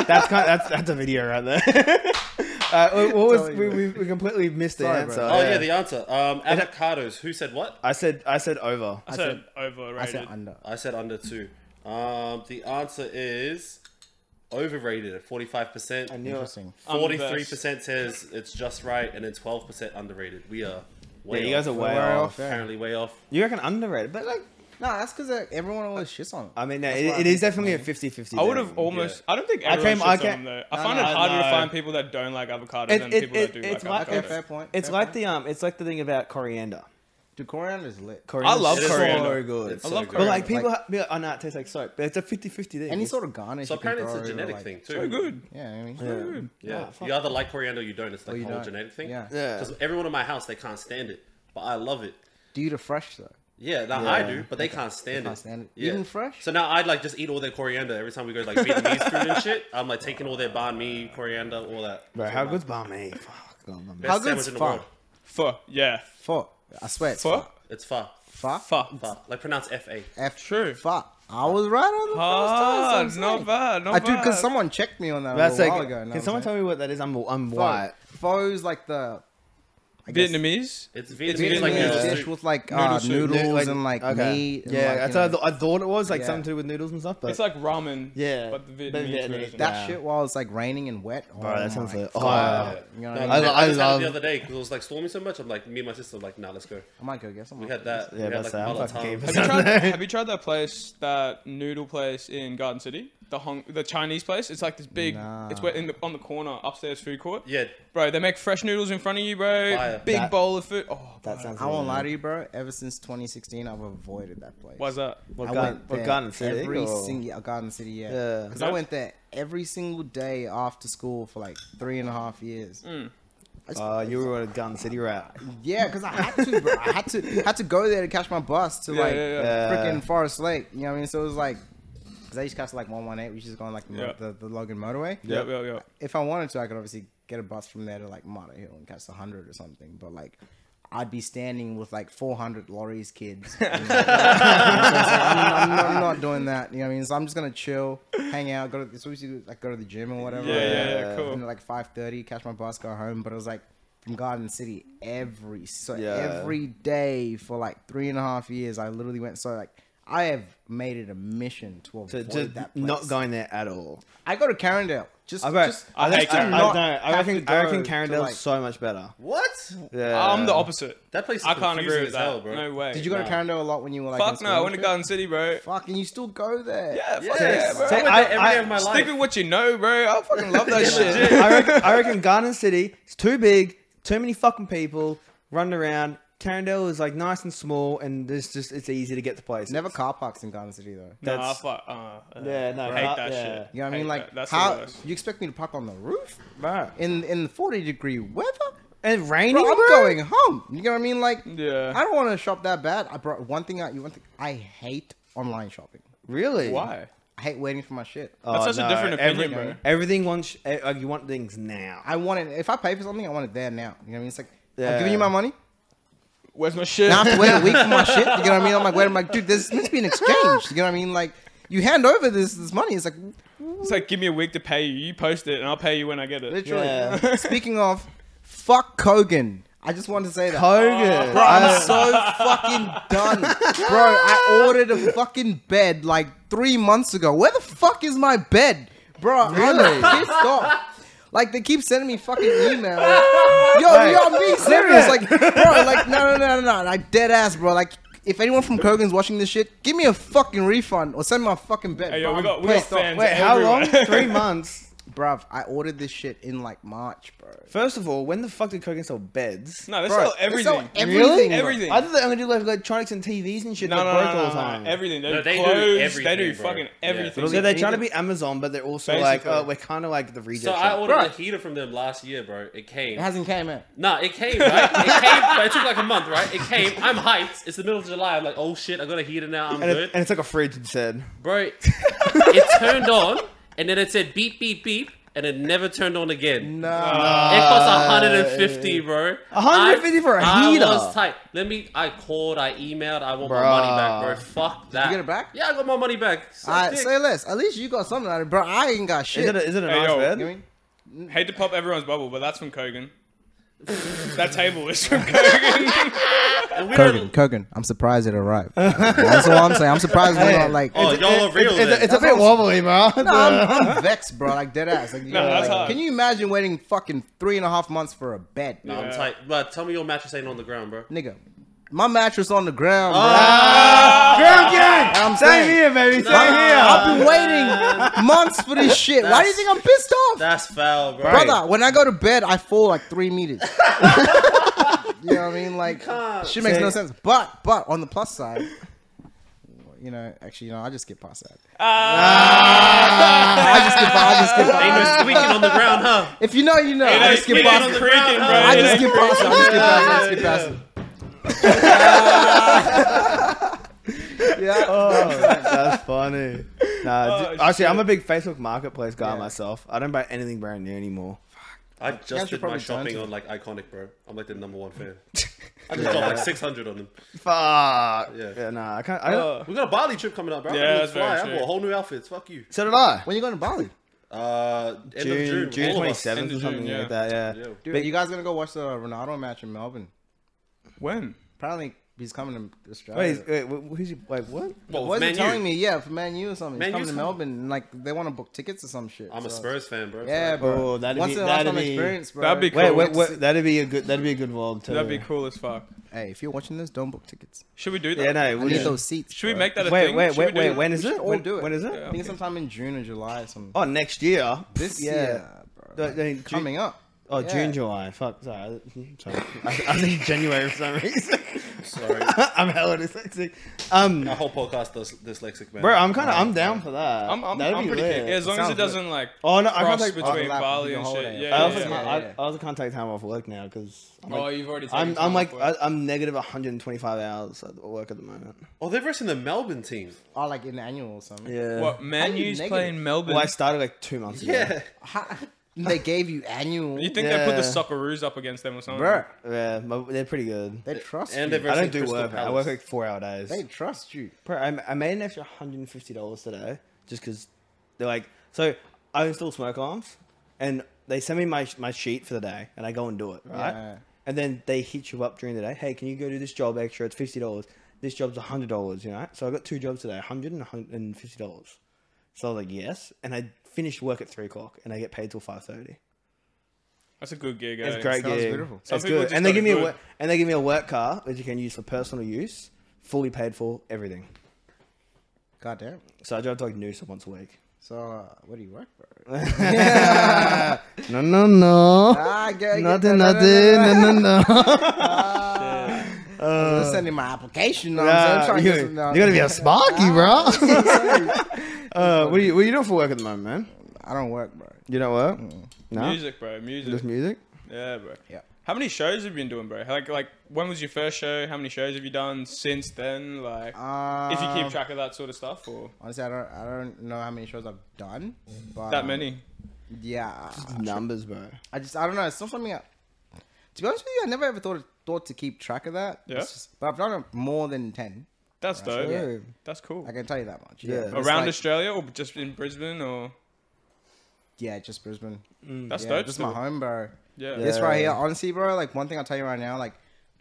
A: that's kind that's that's a video right there. uh, what what was
C: Totally
A: we, we, we completely missed the
C: Sorry, bro.
A: answer?
B: Oh yeah, the answer. Um, avocados. Who said what?
A: I said I said over.
D: I said overrated.
C: I said under.
B: I said under two. Um, the answer is overrated at forty-five percent.
A: I knew it.
C: Interesting.
B: Forty-three percent says it's just right, and then twelve percent underrated. We are way
A: Yeah, you guys are
B: off.
A: way
C: Way
A: off.
C: off.
B: apparently way off.
A: You reckon underrated, but like
C: No, that's because uh, everyone always shits on it.
A: I mean, no,
C: That's
A: it,
C: why I
A: it is
C: think-
A: definitely a 50-50
D: I would
A: thing.
D: have almost. I don't think
A: I
D: everyone
A: came-
D: shits
A: I
D: on
A: ca-
D: them, though. I
C: No,
D: find
C: no,
D: it harder
A: no.
D: to find people that don't like avocados
A: It-
D: than
A: it-
D: people
A: it-
D: that do
A: it's
D: like
A: like
C: Okay,
A: Okay,
D: avocados.
C: fair point.
A: It's
C: fair
A: like
C: point.
A: the um, it's like the thing about coriander.
C: Dude, coriander is lit.
A: Coriander
D: love
A: is
D: coriander.
A: So good.
B: It's I so love good.
A: But like
C: coriander.
A: people, ha- be like, oh no, it tastes like soap. But it's a 50-50 thing.
C: Any
A: It's-
C: sort of garnish.
B: So
C: you can
B: apparently it's
C: throw,
B: a genetic
C: like-
B: thing too.
D: So good.
C: Yeah, I mean,
A: Yeah.
B: Yeah,
A: fuck.
B: you either like coriander or you don't. It's like
C: Or you
B: the whole
C: don't.
B: genetic thing.
C: Yeah.
A: Yeah.
B: Because everyone in my house they can't stand it, but I love it.
C: Do you eat it fresh though?
B: Yeah, now I
A: Yeah.
B: do, but they can't stand
C: can't
B: it.
C: stand it.
B: Yeah.
C: Even fresh?
B: So now I'd like just eat all their coriander every time we go like Vietnamese food and shit. I'm like taking all their banh mi, coriander, all that.
A: Bro, how good's bar me? Fuck. Oh, my
B: Best
A: man.
C: How good's
B: sandwich in the world.
C: pho?
D: Fuck. Yeah.
C: Fuck. I swear it's
D: Fuck.
B: It's pho.
C: Fuck.
D: Fuck.
B: Pho. Like pronounce F A.
C: F
D: True.
C: Fuck. I was right on the
D: Ah,
C: first time.
D: not bad. Not
C: I
D: bad.
C: do because someone checked me on that
A: That's
C: a
A: like.
C: little while ago. and I
A: Can
C: was
A: someone
C: like,
A: tell me what that is? I'm I'm
C: "Pho."
A: white.
C: Pho's like the I guess,
D: Vietnamese.
B: It's Vietnamese,
D: It's
B: like
C: Vietnamese
B: noodle
D: Vietnamese.
C: dish
B: soup.
C: with like uh,
D: Noodle soup.
C: noodles
A: Like-
C: and like
A: okay.
C: meat. and,
A: Yeah,
C: like,
A: that's
C: you
A: what I,
C: know,
A: thought- I thought it was like
C: Yeah.
A: something to do with noodles and stuff. But
D: It's like ramen.
A: Yeah,
D: But the
A: but
D: Vietnamese
A: Vietnamese.
D: version.
C: that
A: Yeah.
C: shit while it's like raining and wet. Oh
A: that sounds
C: my
A: like- oh,
C: God.
A: yeah.
C: You know
B: No,
C: what I
B: I,
C: mean?
A: I
B: I,
A: lo- I
B: just had it
A: love-
B: the other day because it was like storming so much. I'm like, me and my sister, like, nah, let's go.
C: I might go get some.
B: We had that.
A: yeah,
B: we had
A: that's
B: like
A: that. I'm
B: mala
A: fucking game
B: tang.
A: for
D: Have you, tried, have you tried that place, that noodle place in Garden City? The Hong, the Chinese place. It's like this big.
C: Nah.
D: It's where in the, on the corner upstairs food court.
B: Yeah,
D: Bro, they make fresh noodles in front of you, bro.
B: Fire.
D: Big
A: That-
D: bowl of food. Oh,
A: That sounds.
C: I won't lie to you, bro. Ever since 2016, I've avoided that place.
D: Why's that?
A: What
C: I
A: gun?
C: went
A: What
C: there
A: gun? City
C: every
A: or-
C: single yeah, Garden City, yeah.
A: Yeah.
C: Because I
D: Yeah.
C: went there every single day after school for like three and a half years.
D: Mm.
C: I just-
A: Uh, you were a gun city rat.
C: yeah, because I had to, bro. I had to, had to go there to catch my bus to
D: Yeah,
C: like
D: yeah,
A: yeah. Yeah.
C: freaking Forest Lake. You know what I mean? So it was like, because I used to catch like 118, which is going like the,
D: Yeah.
C: the, the Logan Motorway.
D: Yep, yep, yep.
C: If I wanted to, I could obviously get a bus from there to like Mata Hill and catch the 100 or something. But like, I'd be standing with like 400 lorries kids. I'm, I'm not, I'm not doing that. You know what I mean? So I'm just gonna chill, hang out, go to it's obviously like go to the gym or whatever.
D: Yeah, yeah, yeah, cool.
C: And at, like five thirty, catch my bus, go home. But it was like from Garden City every so
A: Yeah.
C: every day for like three and a half years. I literally went so like I have made it a mission to
A: So
C: avoid
A: just
C: that place.
A: not going there at all.
C: I go to Carindale. Just,
A: I bet.
C: just
A: I,
D: hate
A: think- I,
D: Carindale.
A: I,
C: Not
A: don't know. I
C: have
A: reckon.
C: to
A: I reckon
C: go to,
A: Carindale's
C: like-
A: so much better.
B: What?
A: Yeah.
D: I'm the opposite.
B: That place is
D: I can't agree
B: confusing
D: with
B: as
D: that.
B: hell, bro.
D: No way.
C: Did you go to
B: Nah.
C: Carindale a lot when you were like? in
D: Fuck
C: school
D: no, I
C: and
D: went to
C: shit?
D: Garden City, bro.
C: Fuck, and you still go there?
D: Yeah, fuck
B: Yeah,
D: yeah, bro.
A: Say-
B: I went
A: I-
B: there every
A: I-
B: day of my
D: Stick
B: life.
D: with what you know, bro. I fucking love that shit.
A: I reckon, I reckon Garden City is too big, too many fucking people running around. Carindale is like nice and small, and there's just it's easy to get to places.
C: Never car parks in Garden City though.
D: Nah,
A: That's-
D: fuck. Uh, uh,
A: Yeah, no,
D: I hate
A: car-
D: that
A: yeah.
D: shit.
C: You know what I
D: Hate
C: mean? Like,
D: that. that's the
C: how
D: worst.
C: you expect me to park on the roof
A: Bro.
C: in in the forty degree weather?
A: And raining.
C: Bro, I'm
A: bro?
C: going home. You know what I mean? Like,
D: Yeah.
C: I don't want to shop that bad. I brought one thing out. You one thing I hate online shopping.
A: Really?
D: Why?
C: I hate waiting for my shit.
D: That's such a different opinion, bro.
A: Oh, Everything wants eh, like you want things now.
C: I want it. If I pay for something, I want it there now. You know what I mean? It's like I'm
A: Yeah.
C: giving you my money.
D: Where's my shit?
C: Now I have to wait a week for my shit. You know what I mean? I'm like, wait. I'm like, dude, there's meant to be an exchange. You know what I mean? Like, you hand over this this money. It's like
D: It's like give me a week to pay you. You post it, and I'll pay you when I get it.
C: literally.
A: Yeah.
C: Speaking of, fuck Kogan. I just wanted to say that.
A: Hogan.
C: Bro, I'm so fucking done. Bro, I ordered a fucking bed like three months ago. Where the fuck is my bed? Bro,
A: Really?
C: I'm pissed off. Like they keep sending me fucking email. yo, yo, I'm being serious. Like, bro, like no, no, no, no, no. Like dead ass, bro. Like, if anyone from Kogan's watching this shit, give me a fucking refund or send me my fucking bed.
D: Hey,
C: bro,
D: yo, we
C: I'm
D: got, we got
C: pissed off.
D: fans.
A: Wait, how long?
D: everywhere.
A: Three months.
C: Bruv, I ordered this shit in like March, bro.
A: First of all, when the fuck did Kogan sell beds?
D: no, they
C: Bro,
D: sell
C: they
D: everything.
C: sell everything,
A: Really?
C: bro.
D: Everything.
A: I thought they only do like electronics and TVs and shit
D: No,
A: that
D: no,
A: broke
D: no,
A: all the
D: no,
A: time.
D: no, everything. They,
B: No,
D: do
B: they do
D: clothes, They
B: everything,
D: do
B: bro.
D: fucking
B: Yeah.
D: everything.
A: So they're trying to be Amazon, but they're also like,
D: Basically.
A: oh, we're kind of like the reject.
B: So I
A: shop.
B: ordered
C: Bro.
B: a heater from them last year, bro. It came.
C: It hasn't came out.
B: Nah, it came, right? It came, but it took like a month, right? It came. I'm hyped. It's the middle of July. I'm like, oh shit, I got a heater now.
A: and,
B: I'm good.
A: it, and it's like a fridge instead.
B: Bro, it turned on, and then it said beep, beep, beep, and it never turned on again.
C: Nah.
B: It cost 150, bro.
A: 150 for a
B: I
A: heater?
B: I was tight. Let me. I called. I emailed. I want
A: Bruh.
B: my money back, bro. Fuck that.
C: get it back?
B: Yeah, I got my money back. Suck
C: Alright,
B: dick.
C: say less. At least you got something out of it, bro. I ain't got shit.
A: Is it a, is it a
D: Hey,
A: nice
D: yo.
A: bed?
C: You know what I mean?
D: Hate to pop everyone's bubble, but that's from Kogan. that table is from Kogan.
B: And we
C: Kogan,
B: don't-
C: Kogan, I'm surprised it arrived. That's all I'm saying. I'm surprised we're not like.
B: Oh, y'all are real.
A: It's, it's,
B: then.
A: it's a bit wobbly, bro.
C: No, I'm, I'm vexed, bro. Like dead ass. Like, you know,
D: that's
C: like,
D: hard.
C: can you imagine waiting fucking three and a half months for a bed,
B: Nah, I'm tight. But tell me your mattress ain't on the ground, bro.
C: nigga? My mattress on the ground, bro.
A: Girl gang!
C: I'm
A: Ah, Same
C: saying.
A: here, baby. Same
C: I've
A: here.
C: been waiting months for this shit. Why do you
B: That's-
C: think I'm pissed off,
B: That's foul, bro.
C: brother? When I go to bed, I fall like three meters. you know what I mean? Like, shit makes no
A: Say-
C: sense. But, but on the plus side, you know, actually, you know, I just get past that. I just get past. I just get past.
B: Ain't no squeaking on the ground, huh?
C: If you know, you know. I
D: Ain't
C: just
D: no
C: get
D: squeaking
C: past
D: on
C: it.
D: the creaking, bro.
C: I just
D: Ain't
C: get
D: no
C: past it. I just get past it. I just get
B: Yeah,
C: past it. Yeah.
A: Oh, that's funny. Nah,
D: Oh,
A: d- actually,
D: shit.
A: I'm a big Facebook Marketplace guy
C: Yeah.
A: myself. I don't buy anything brand new anymore.
B: I
C: guys
B: just
C: should
B: did my
C: probably
B: shopping
C: turn
B: on like Iconic, bro. I'm like the number one fan. I just got like 600 on them.
A: Fuck.
B: Yeah.
A: Yeah, nah, I can't. I,
D: Uh,
B: We got a Bali trip coming up, bro. I'm
D: Yeah,
B: gonna
D: that's very
B: fly. I
D: true.
B: bought whole new outfits. Fuck you.
A: so did I.
C: When you going to Bali?
B: Uh, end
A: June,
B: of June.
A: June
B: all of
A: twenty
B: us.
A: seventh
D: End
A: or
D: of
A: something
D: June,
A: like that. Yeah.
B: Yeah.
C: Dude, you guys gonna go watch the Ronaldo match in Melbourne?
D: when?
C: Apparently, he's coming to Australia.
A: Wait, is- wait, wh- who's he? Wait, what?
B: Well,
C: What is
B: Man
C: he telling
B: U.
C: me? Yeah, for Man U or something.
B: Man
C: he's coming
B: U's
C: to
B: coming.
C: Melbourne, and like they want to book tickets or some shit.
B: I'm a
C: so-
B: Spurs fan, bro.
C: Yeah,
A: Oh,
C: bro.
A: that'd
C: Once
A: be-
C: in a lifetime
A: that'd be-
C: experience, bro.
D: That'd be
C: Get
D: cool.
A: Wait,
C: to
A: wait,
D: Wait,
A: wait, that'd be a good. That'd be a good world too.
D: That'd be cool as fuck.
C: see- Hey, if you're watching this, don't book tickets.
D: Should we do that?
A: Yeah, no.
C: I
A: we
C: need
A: should-
C: those seats.
D: Should we
C: bro.
D: make that a
A: Wait,
D: thing?
A: wait,
D: Should we
A: wait,
D: do
A: wait.
D: that?
A: When is
C: We
A: it?
C: should all
A: When,
C: do it.
A: when is it?
C: I think it's sometime in June or July or something.
A: Oh, next year.
C: this
A: yeah.
C: year, bro.
A: Like, they- Ju-
C: coming up.
A: Oh,
C: Yeah.
A: June, July. Fuck. Sorry. I- Sorry. I, I think January for some reason.
B: Sorry.
A: I'm hella dyslexic. Um,
B: Our whole podcast is dyslexic, man.
A: bro, I'm kind of I'm down for that.
D: I'm, I'm,
A: That'd
D: I'm
A: be
D: pretty
A: lit.
D: keen. Yeah, as long as it
C: Sounds lit.
D: doesn't like
A: Oh no, I can't
D: cross
A: take. I,
D: between
C: overlap
D: Bali
C: the
D: and
C: whole
D: shit.
C: day.
A: I
D: Yeah, yeah,
A: also,
D: yeah.
A: can't- I,
C: yeah.
A: I also can't take time off work now because I'm
D: Oh,
A: like,
D: you've already. Taken
A: I'm,
D: time
A: I'm
D: off
A: like
D: work.
A: I, I'm negative 125 hours at work at the moment.
B: Oh, they're versing the Melbourne team.
C: Oh, like in the annual or something.
A: Yeah.
D: what? Man
C: How you
D: U's
C: negative?
D: playing Melbourne.
A: Well, I started like two months ago.
B: Yeah.
C: How- they gave you annual.
D: you think they put
A: Yeah.
D: the Socceroos up against them or something?
C: bro?
A: Yeah, my, they're pretty good.
C: They trust
B: And
C: you.
B: they're
A: I
B: Versus
A: don't do
B: Crystal
A: work. I
B: Palace.
A: work like four hour days.
C: They trust you.
A: Bro, I, I made an extra hundred and fifty dollars today just because they're like. So I install smoke alarms, and they send me my my sheet for the day, and I go and do it. Right,
C: Yeah.
A: and then they hit you up during the day. Hey, can you go do this job extra? It's fifty dollars. This job's hundred dollars. You know, so I got two jobs today, hundred and hundred and fifty dollars. So I was like, yes, and I finished work at three o'clock, and I get paid till five thirty.
D: That's a good gig.
A: It's
D: eh?
A: great
C: Sounds
A: gig.
C: beautiful.
D: Some
A: it's
D: people
A: good,
D: just
A: and they
D: got
A: give
D: it
A: me a
D: good.
A: work, and they give me a work car that you can use for personal use, fully paid for everything.
C: God damn.
A: So I drive to like Noosa once a week.
C: So, uh, what do you work for?
A: No, no, no.
C: Ah, get,
A: Nothing, nothing, no, no, no.
C: I'm sending my application. You know what I'm saying?
A: Nah,
C: I'm trying
A: you-
C: to
A: You're
C: get some- uh,
A: gonna be a sparky, bro. Uh, what are you? What are you doing for work at the moment, man?
C: I don't work, bro.
A: You don't work? No,
D: Music, bro. Music.
A: just music.
D: Yeah, bro.
C: Yeah.
D: How many shows have you been doing, bro? Like, like when was your first show? How many shows have you done since then? Like,
A: Uh,
D: if you keep
C: Um,
D: track of that sort of stuff, or
C: Honestly, I don't, I don't know how many shows I've done. But,
D: that
C: um,
D: many?
C: Yeah.
A: Numbers, bro.
C: I just, I don't know. It's not something I, to be honest with you, I never ever thought thought to keep track of that.
D: Yeah.
C: It's just- but I've done more than 10.
D: That's dope.
A: Yeah.
D: That's cool.
C: I can tell you that much.
A: Yeah.
C: but it's
D: Around
C: like-
D: Australia or just in Brisbane or?
C: Yeah, just Brisbane.
D: That's
C: Hmm, yeah,
D: dope.
C: just
D: Mm. still.
C: my home, bro.
D: Yeah.
C: This
A: Yeah.
C: right here, honestly, bro. Like one thing I'll tell you right now, like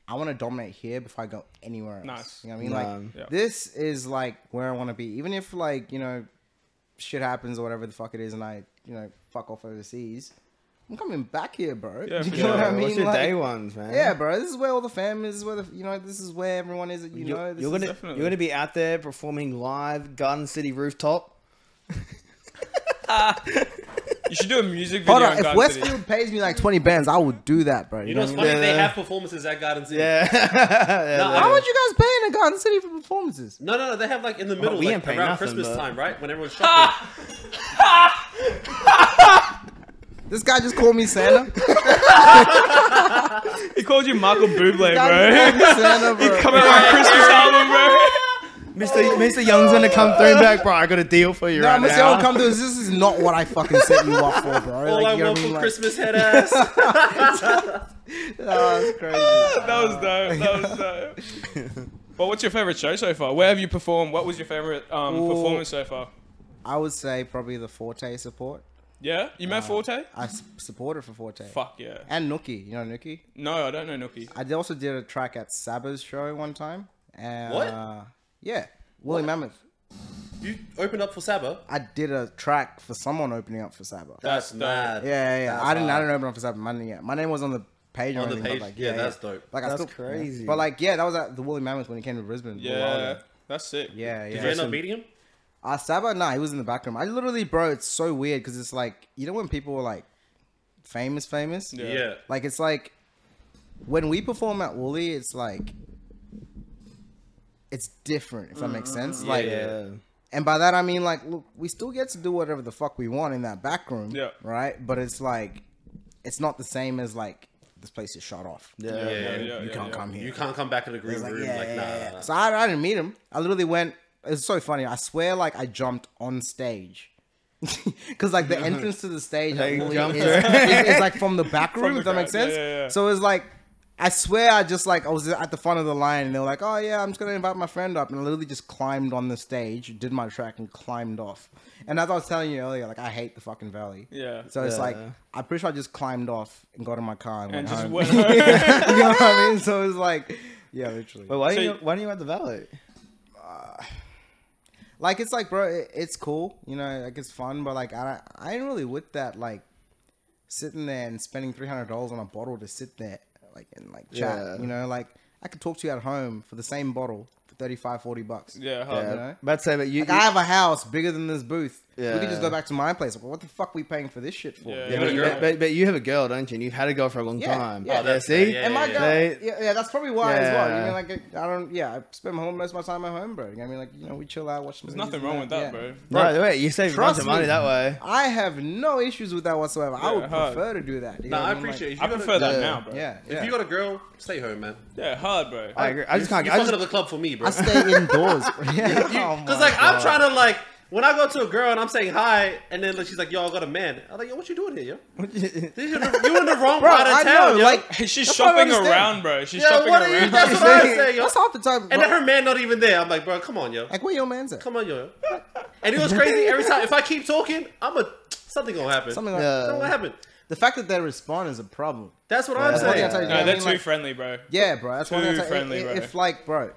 C: I want to dominate here before I go anywhere else.
D: Nice.
C: You know what I mean?
A: Um,
C: Like
D: Yeah.
C: this is like where I want to be. Even if like you know, shit happens or whatever the fuck it is, and I you know fuck off overseas, I'm coming back here, bro.
D: Yeah,
C: you
D: for
C: know what
D: sure.
C: I mean?
A: What's your
C: Like,
A: day ones, man?
C: Yeah, bro. This is where all the fam is. This is where the you know this is where everyone is. That you
A: You're,
C: know, this
A: you're
C: is-
A: gonna
D: definitely-
A: you're gonna be out there performing live Garden City rooftop.
D: You should do a music video.
C: Hold on,
D: in
C: if
D: Garden City.
C: Westfield pays me like 20 bands, I would do that, bro. You,
B: You know
C: know,
B: what's
C: what I
B: funny?
A: Yeah,
B: They
A: yeah.
B: have performances at Garden City.
A: Yeah.
B: No,
A: Yeah,
B: I
C: mean? How
B: would-
C: much you guys paying at Garden City for performances?
B: no, no, no. They have like in the middle,
A: we
B: like,
A: ain't paying
B: around
A: nothing,
B: Christmas
A: but-
B: time, right? When everyone's shopping.
C: This guy just called me Santa.
D: He called you Michael Bublé,
C: Guy
D: bro.
C: just called me Santa, bro.
D: Coming out with a Christmas album, bro.
A: Mr. Mr. Young's gonna come through and be like, bro, I got a deal for you
C: No,
A: right
C: I'm gonna say,
A: now.
C: I'll come to this. This is not what I fucking set you up for, bro.
B: All
C: Like,
B: I
C: you know
B: want
C: what I
B: for
C: mean? Like,
B: Christmas head ass.
C: Oh, that's crazy.
D: That was dope. That was dope. Well, what's your favorite show so far? Where have you performed? What was your favorite um,
C: Ooh.
D: performance so far?
C: I would say probably the Forte support.
D: Yeah, you met Forte?
C: Uh, I s- supported for Forte.
D: Fuck yeah.
C: And Nookie. You know Nookie?
D: No, I don't know Nookie.
C: I did- also did a track at Saba's show one time. And,
B: What?
C: Uh, yeah. Willie Mammoth.
B: you opened up for Saba.
C: I did a track for someone opening up for Saba.
B: That's,
D: dope.
B: mad.
C: Yeah, yeah. yeah.
B: That's
C: I didn't. I
B: hard.
C: didn't open up for Saturday Monday yet. My name was on the page.
B: On
C: or
B: the
C: anything, but
B: page?
C: Like,
B: Yeah, that's dope.
C: Like,
A: That's
C: I still, yeah.
A: crazy.
C: But like, yeah, that was at the Woolly Mammoth when he came to Brisbane. a little while
D: Yeah,
C: ago.
D: that's sick.
C: yeah,
B: Did
C: yeah.
B: you end
C: yeah.
B: up meeting him?
C: Uh, Saba, nah, he was in the back room. I literally, bro, it's so weird because it's like you know when people are like famous, famous.
D: Yeah.
B: Yeah.
C: Like it's like when we perform at Woolly, it's like it's different. If that makes
D: Mm-hmm.
C: sense. Like,
A: yeah.
C: and by that I mean like, look, we still get to do whatever the fuck we want in that back room,
D: Yeah.
C: right? But it's like, it's not the same as like this place is shut off.
A: Yeah.
B: Yeah, yeah,
D: yeah,
C: you
D: yeah,
C: can't
D: yeah.
C: come here.
B: You can't come back in the green
C: It's like,
B: room.
C: yeah,
B: like,
C: yeah,
B: nah.
C: yeah.
B: nah, nah.
C: So I, I didn't meet him. I literally went. It's so funny. I swear, like I jumped on stage. Cause like the entrance to the stage like,
A: you
C: really
A: jumped
C: is,
A: through.
C: is- is, like from the back room,
D: the
C: if that makes
D: crowd.
C: sense.
D: Yeah, yeah, yeah.
C: So it's like, I swear, I just like I was at the front of the line, and they were like, "Oh yeah, I'm just gonna invite my friend up," and I literally just climbed on the stage, did my track, and climbed off. And as I was telling you earlier, like I hate the fucking valley.
D: Yeah.
C: So it's
A: Yeah.
C: like I'm pretty sure I just climbed off and got in my car and,
D: and
C: went
D: just
C: home.
D: went home.
C: you know what I mean? So it's like, yeah, literally.
A: But why
D: So
A: do you
D: you-
A: why do you at the valley?
C: like it's like bro it, it's cool you know like it's fun but like i i ain't really with that like sitting there and spending $300 on a bottle to sit there like and like chat
A: Yeah.
C: you know like i could talk to you at home for the same bottle for 35 40 bucks
D: yeah, hard.
A: Yeah.
C: know?
A: But say, but you,
C: like i have a house bigger than this booth we could just
A: Yeah.
C: go back to my place well, what the fuck we paying for this shit for
D: Yeah.
A: you- yeah,
B: have
A: but,
B: a
A: you-
B: girl.
A: but, but you have a girl, don't you? And you've had a girl for a long
C: Yeah,
A: time.
C: yeah. Oh,
A: yeah
B: that's-
A: see?
B: yeah,
C: And my
B: yeah,
C: God,
A: They-
C: yeah, yeah, that's probably why as well. You
A: Yeah.
C: mean like I don't, yeah, I spend my whole most of my time at home, bro. You know what I mean? Like you know, we chill out, watch. There's
D: Nothing wrong with that, bro.
A: No, wait, you save a bunch
C: trust
A: of money
C: me.
A: that way.
C: I have no issues with that whatsoever. I
D: Yeah,
C: would
D: hard.
C: prefer to do that. You know
B: Nah,
C: what
B: I
C: mean? Like,
B: appreciate it. If
D: I
B: you got a-
D: prefer that
A: Yeah.
D: now, bro.
C: yeah,
B: If
C: yeah.
B: you got a girl, stay home, man.
D: Yeah, hard, bro.
A: I agree. I just can't.
B: You
A: I
B: fucking
A: just,
B: up the club for me, bro.
C: I
B: Because
C: stay indoors. yeah,
B: like I'm trying to like when I go to a girl and I'm saying hi, and then like, she's like, "Yo, I got a man." I'm like, "Yo, what you doing here, yo? You're in the, you in the wrong
C: Bro,
B: part of
C: I
B: town,
C: know,
B: yo."
C: like-
D: She's
C: That's what I
D: shopping
C: understand.
D: around, bro. She's
B: Yeah,
D: shopping
B: what are you-
D: around.
B: that's what I say, yo.
C: That's half the time.
B: and
C: bro.
B: then her man not even there. I'm like, "Bro, come on, yo,
C: like, where your man's at?
B: come on, yo." And it was crazy every time. If I keep talking, I'm a something gonna happen.
C: Something like
A: Yeah.
B: Something gonna happen.
C: the fact that they respond is a problem.
B: That's what I'm
C: That's what I
B: saying.
C: tell you.
D: No, they're
C: I mean,
D: too
C: like-
D: friendly, bro.
C: Yeah, bro. That's one
D: Too
C: thing. I-
D: friendly,
C: if,
D: bro.
C: if like, bro,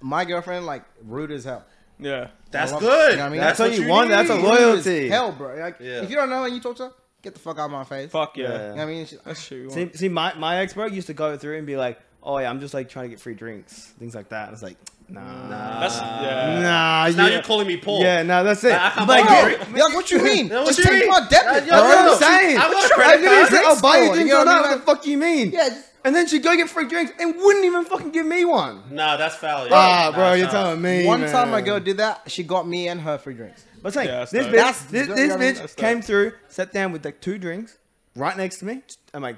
C: my girlfriend like rude as hell.
D: Yeah.
B: That's
C: I love it.
B: good.
C: You know what I mean?
A: That's
B: That's what
A: what
B: you
A: you want,
B: Need.
A: that's what-
C: Rude as
A: Loyalty.
C: hell, bro. Like,
B: Yeah.
C: if you don't know and you talk to her, get the fuck out of my face.
D: Fuck
A: Yeah.
D: yeah.
C: You know what I mean? She-
D: That's true.
A: See, see, my my ex bro used to go through and be like, "Oh yeah, I'm just like trying to get free drinks, things like that." I was like, "Nah, nah,
D: That's
B: uh,
A: nah."
D: yeah.
B: Now
A: yeah.
B: you're calling me Paul.
A: Yeah, no, that's it.
B: I- I-
A: Like,
B: Bro,
A: yeah,
B: Gary.
C: Yeah, what you mean?
B: Yeah, what
C: just
B: you
C: take
B: mean?
C: my debit,
B: Yeah, yeah,
A: that's
C: bro.
A: what I'm
B: no.
A: saying.
B: I want a
A: I
B: credit
A: literally
B: card.
A: said, I'll buy you
C: Score,
A: drinks
C: you know
A: or
C: what I mean?
A: not. What the fuck do you mean?
C: Yeah, just-
A: And then she'd go get free drinks and wouldn't even fucking give me one.
B: Nah, that's foul. yo.
A: Ah,
B: Nah,
A: bro, you're
B: nah.
A: telling me.
C: One
A: man.
C: time my girl did that, she got me and her free drinks.
A: But saying,
D: Yeah, that's
A: this
D: dope.
A: bitch,
C: That's-
A: this,
C: you know
A: this
C: what I mean?
A: bitch
D: That's dope.
A: came through, sat down with like two drinks right next to me. I'm like,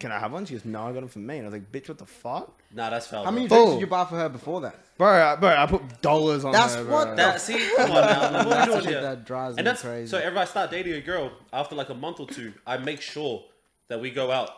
A: can I have one? She goes, no, I got them for me. And I was like, bitch, what the fuck?
B: Nah, that's foul.
C: How
B: bro.
C: many
A: Bro.
C: drinks did you buy for her before that?
A: Bro, I, bro, I put dollars on
C: That's
A: her, bro.
C: what
B: That, see, come on now. Like, what are we
C: That's
B: doing
C: the shit
B: here?
C: that drives me
B: and that's,
C: crazy.
B: So if I start dating a girl after like a month or two, I make sure that we go out.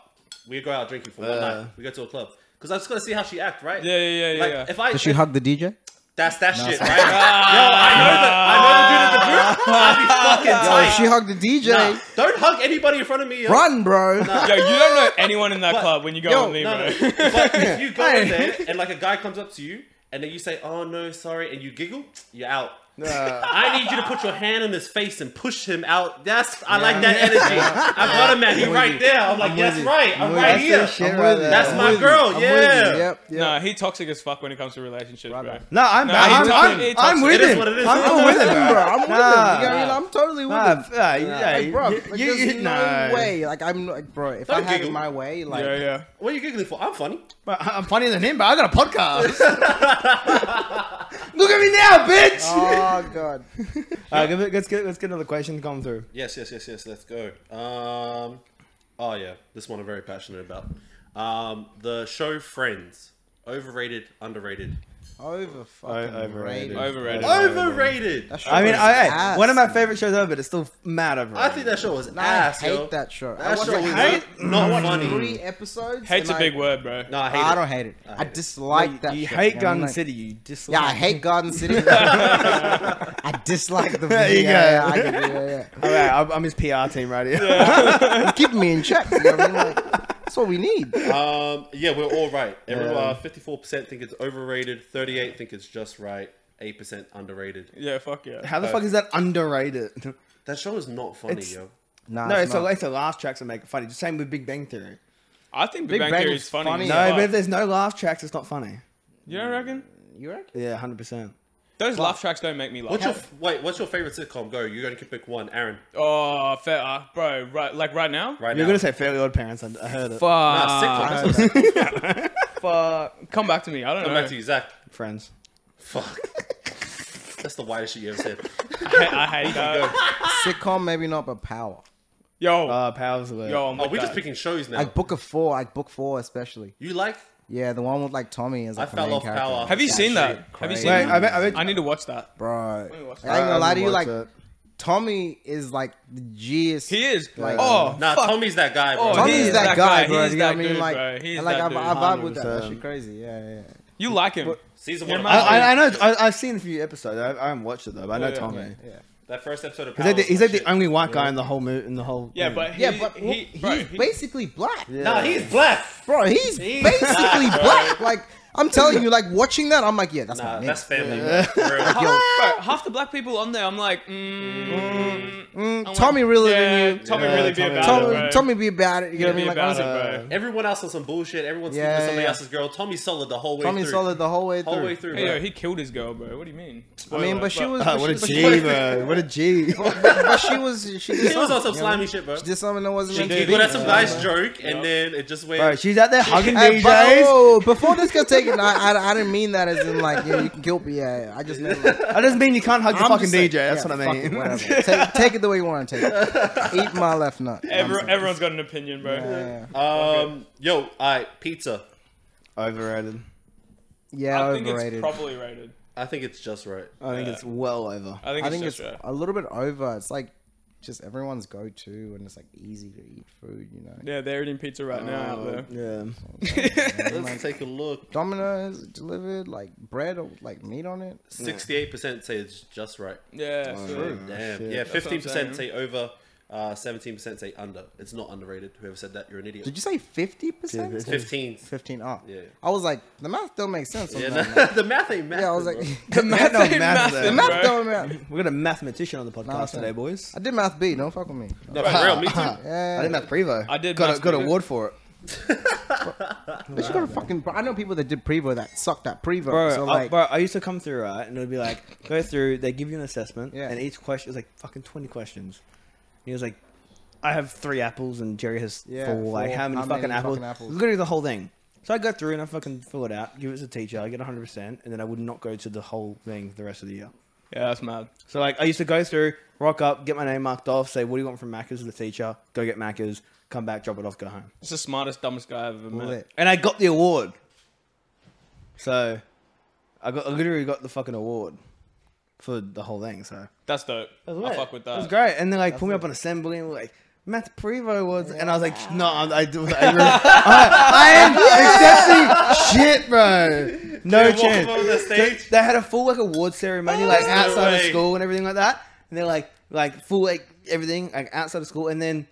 B: We go out drinking for one
A: Uh.
B: night. We go to a club because I just gotta see how she act, right?
D: Yeah, yeah, yeah, yeah,
B: Like
D: yeah.
B: if I,
C: hug the DJ?
B: That's that shit, right? Yo, I know that. I know the dude at the group. I'd be fucking
C: Yo,
B: tight.
C: she hugged the DJ.
B: Nah, don't hug anybody in front of me. yo.
C: Run, bro.
D: Yo, you don't know anyone in that
B: But-
D: club when you go
C: Yo,
D: on leave,
B: No, no.
D: bro.
B: If, like, if you go in
C: Hey.
B: there and like a guy comes up to you and then you say, "Oh no, sorry," and you giggle, you're out.
C: Nah.
B: I need you to put your hand on his face and push him out. That's I like that energy. I got him, man. He
C: with
B: right
C: you.
B: there. I'm like,
C: I'm
B: yes,
C: with you.
B: right. I'm
C: with
B: right
C: you.
B: here.
C: That's the shit
A: I'm
C: right
A: with you.
C: there.
A: That's
C: I'm
A: my
C: with you.
B: girl,
C: I'm with you.
B: yeah.
C: Yep. yep.
D: Nah, he toxic as fuck when it comes to relationships, bro.
A: No, I'm
D: No,
A: I'm,
D: he's
A: I'm,
D: talking-
A: I'm
D: he's
A: with
B: talking. It is
A: him.
B: what it is.
A: I'm
B: Nah,
A: still with him,
C: Bro, I'm with
A: Nah.
C: him. You know, what I mean? I'm totally with
A: Nah,
C: him.
A: f- uh, yeah,
C: Like, bro,
A: you-
C: like,
A: you-
C: there's
A: you-
C: no
A: nah.
C: way. Like, I'm not, like, bro, if I
B: Don't
C: had it
B: giggle.
C: my way, like,
D: Yeah, yeah.
B: What are you giggling for? I'm funny.
A: But I- I'm funnier than him, but I got a podcast. Look at me now, bitch.
C: oh god,
A: All right, let's get let's get another question come through.
B: Yes, yes, yes, yes. Let's go. Um, oh yeah, this one I'm very passionate about. Um, the show Friends. Overrated, underrated.
C: over
A: O-
C: fucking
A: overrated.
C: rated.
D: Overrated.
B: Overrated.
C: That shit
A: I mean,
C: was
A: I, hey,
C: ass.
A: one of my favorite shows ever, but it's still mad over.
B: I think that show was
C: Nah,
B: ass.
C: I hate
B: yo.
C: that show. I
B: That
C: watched
B: show
C: like
B: was
C: eight-
B: not
C: I watched
B: funny.
C: three episodes.
D: Hate's
C: and
D: a big
C: I,
D: word, bro.
B: No, I hate
C: I
B: it.
C: don't hate it. I,
B: hate it.
C: dislike that.
A: you
C: shit,
A: hate
C: man.
A: Garden
C: Like-
A: City. You dislike.
C: Yeah, I hate Garden City. I dislike the.
A: There you
C: yeah, yeah,
A: go.
C: I can do- yeah, yeah.
A: All right, I'm, I'm his PR team right here.
C: Keep me in check. You know what I mean? Like, that's what we need.
B: Um, yeah, we're all right.
A: Yeah.
B: Everyone, fifty-four percent think it's overrated. Thirty-eight think it's just right. Eight percent underrated.
D: Yeah, fuck yeah.
A: How the fuck is that underrated?
B: That show is not funny,
A: It's-
B: yo.
C: Nah,
A: no, it's
C: not.
A: the it's the laugh tracks that make it funny. Just same with Big Bang Theory.
D: I think Big,
C: Big
D: Bang,
C: Bang
D: Theory
C: is
D: is funny.
C: funny
D: as
A: No,
D: fuck.
A: but if there's no laugh tracks, it's not funny.
D: you don't reckon?
C: You reckon?
A: Yeah, hundred percent.
D: Those laugh tracks don't make me laugh.
B: What's your f- wait? What's your favorite sitcom? Go. You're going to pick one, Aaron.
D: Oh, fair, uh, bro. Right, like right now.
B: Right
A: You're
B: now.
A: gonna say Fairly Odd Parents. I, I heard it.
D: Fuck.
B: Nah, sitcom. That's what-
D: fuck. Come back to me. I don't
B: Come
D: know.
B: back to you, Zach.
A: Friends.
B: Fuck. That's the whitest shit you ever said.
D: I, I hate that.
C: Sitcom, maybe not, but Power.
D: Yo,
A: Uh, powers of the
D: yo. I'm
B: Oh,
D: with
B: we're just
D: that.
B: picking shows now.
C: Like Book of Four, like Book Four especially.
B: you like?
C: Yeah, the one with like Tommy as
B: I
C: like the
B: fell
C: main
B: off
C: character.
B: Power.
D: Have you seen that? Have you
C: crazy.
D: seen
A: Wait, I
D: that?
A: bet, I bet,
D: I need to watch that.
C: bro.
D: me watch
C: Like, I ain't gonna lie to you,
A: watch
C: like
A: it.
C: Tommy is like the G's.
D: He is.
C: Like,
D: oh,
B: Nah,
D: fuck.
B: Tommy's that guy, bro.
D: Oh,
C: Tommy's
D: he is
C: that,
D: that
C: guy,
D: guy.
C: bro.
D: He's
C: you know what
D: that
C: I mean?
D: dude,
C: like,
D: bro. He's
C: and, like
D: that
C: I,
D: dude.
C: I vibe with that. That
A: 100%.
C: shit crazy. Yeah, yeah. yeah.
D: you like him?
B: Season
D: Yeah,
B: one.
D: man.
B: I
A: I,
B: liked
A: I, I
B: it.
A: know. I, I've seen a few episodes. I, I haven't watched it though, but I know
D: yeah.
A: Tommy.
C: Yeah.
B: that first episode of
A: He's
B: Power.
A: like the,
B: was
A: he's
B: my
A: like the
B: shit.
A: only white guy in the whole mo- in the whole.
D: Yeah,
A: thing.
D: but he,
C: Yeah, but
D: he,
C: he's
D: bro, he-
C: basically black,
A: Yeah.
B: Nah, he's black.
C: bro. He's
B: He's
C: basically
B: black, bro.
C: black. Like I'm telling you, like watching that, I'm like, yeah, that's
B: Nah, that's
C: my next.
B: family. bro. For real.
C: Yo,
D: bro, half the black people on there. I'm like, mm,
C: mm,
D: I'm
C: Tommy
D: like,
C: really
D: yeah,
C: than you.
D: Tommy
A: Yeah,
D: really
A: Tommy
D: be
A: really
D: about
A: Tommy-
D: it, bro.
C: Tell, tell me be about it. You know what I
D: Be
C: mean? Like,
D: about
C: honestly,
D: it, bro.
B: Everyone else on some bullshit. Everyone's
C: Yeah,
B: sleeping with somebody
C: yeah.
B: else's girl. Tommy's solid the whole way
C: Tommy's
B: through.
C: solid the whole way through.
B: Whole way through.
D: Hey,
B: bro.
D: yo, he killed his girl, bro. What do you mean?
C: I mean, but she was.
A: Ah,
C: but
A: what a
C: she- but
A: G,
C: she-
A: bro. What a G.
C: but she was she did
B: He was on some
C: something. you know what I
B: slimy
C: mean?
B: shit, bro.
C: She did something that wasn't
B: She
C: meant
B: giggled
C: to be.
B: at some guy's joke, and then it just went.
A: Bro, she's out there hugging
C: Hey,
A: DJs.
C: but- oh, before this gets taken, I, I, I didn't mean that as in like yeah, you can kill me. Yeah, I just meant like,
A: That doesn't mean you can't hug your
C: I'm
A: fucking
C: just saying-
A: DJ. That's
C: yeah,
A: what
C: fuck
A: I
C: it,
A: mean.
C: whatever. take, take it the way you want to take it. Eat my left nut. you know what I'm
D: Every,
C: saying?
D: everyone's got an opinion, bro.
C: Yeah,
B: Um, yo, alright, pizza.
A: Overrated.
C: yeah,
D: I think it's
C: overrated.
D: probably rated.
B: I think it's just right.
C: Oh
A: I think
D: Yeah.
A: it's well over.
D: I think it's
C: I think
D: just
C: it's
D: right.
C: a little bit over. It's like just everyone's go-to, and it's like easy to eat food. You know,
D: Yeah, they're eating pizza right now out there.
C: Oh,
A: Yeah.
B: Let's take a look.
C: Domino's delivered like bread or like meat on it.
B: Sixty-eight percent say it's just right.
D: Yeah, so-
C: Oh,
B: Damn.
A: shit.
B: yeah,
D: what I'm
B: fifteen percent say
D: saying.
B: over. uh Seventeen percent say under. It's not underrated. Whoever said that, you're an idiot.
C: Did you say fifty
A: Yeah,
C: percent?
A: it's-
B: Fifteen.
C: 15 up.
B: Yeah.
C: I was like, the math don't make sense. on
B: Yeah,
C: that.
B: no, the math ain't math.
C: Oh yeah, I was like,
A: The math,
D: ain't math,
A: though.
C: the
D: bro.
C: math don't matter.
A: We got a mathematician on the podcast
C: Nah,
A: today, boys.
C: I did math B. Don't fuck with me.
B: no, for real. Me too.
C: Yeah.
A: I did math prevo.
D: I did
A: Got a,
D: maths
A: got an
D: prevo.
A: award for it.
C: But you got a fucking. I know people that did Prevo that sucked at Prevo.
A: Bro,
C: so
A: I,
C: like,
A: bro, I used to come through right, and it would be like go through. They give you an assessment,
C: Yeah.
A: and each question is like fucking twenty questions. And he was like, "I have three apples, and Jerry has
C: Yeah,
A: four. Like
C: four.
A: how many,
C: How
A: fucking,
C: many
A: apples?
C: fucking apples?
A: Literally the whole thing." So I go through and I fucking fill it out, give it to the teacher. I get one hundred percent, and then I would not go to the whole thing the rest of the year.
D: yeah, that's mad.
A: So like I used to go through, rock up, get my name marked off, say, "What do you want from Macca's?" to the teacher, go get Macca's, come back, drop it off, go home.
D: It's the smartest, dumbest guy I've ever met.
C: lit.
A: And I got the award. So I got I literally got the fucking award for the whole thing. So
D: That's dope. I fuck with that.
A: It was great. And they like pulled me up on assembly and were like, Matt Prevo was, and I was like, no, I, I, do- I, really- I, I am
C: shit, bro. No
B: They walk
C: chance.
B: up on the
A: They,
B: stage.
A: they had a full like award ceremony like
B: Oh, No
A: outside of
B: way.
A: school and everything like that, and they're like like full like everything like outside of school, and then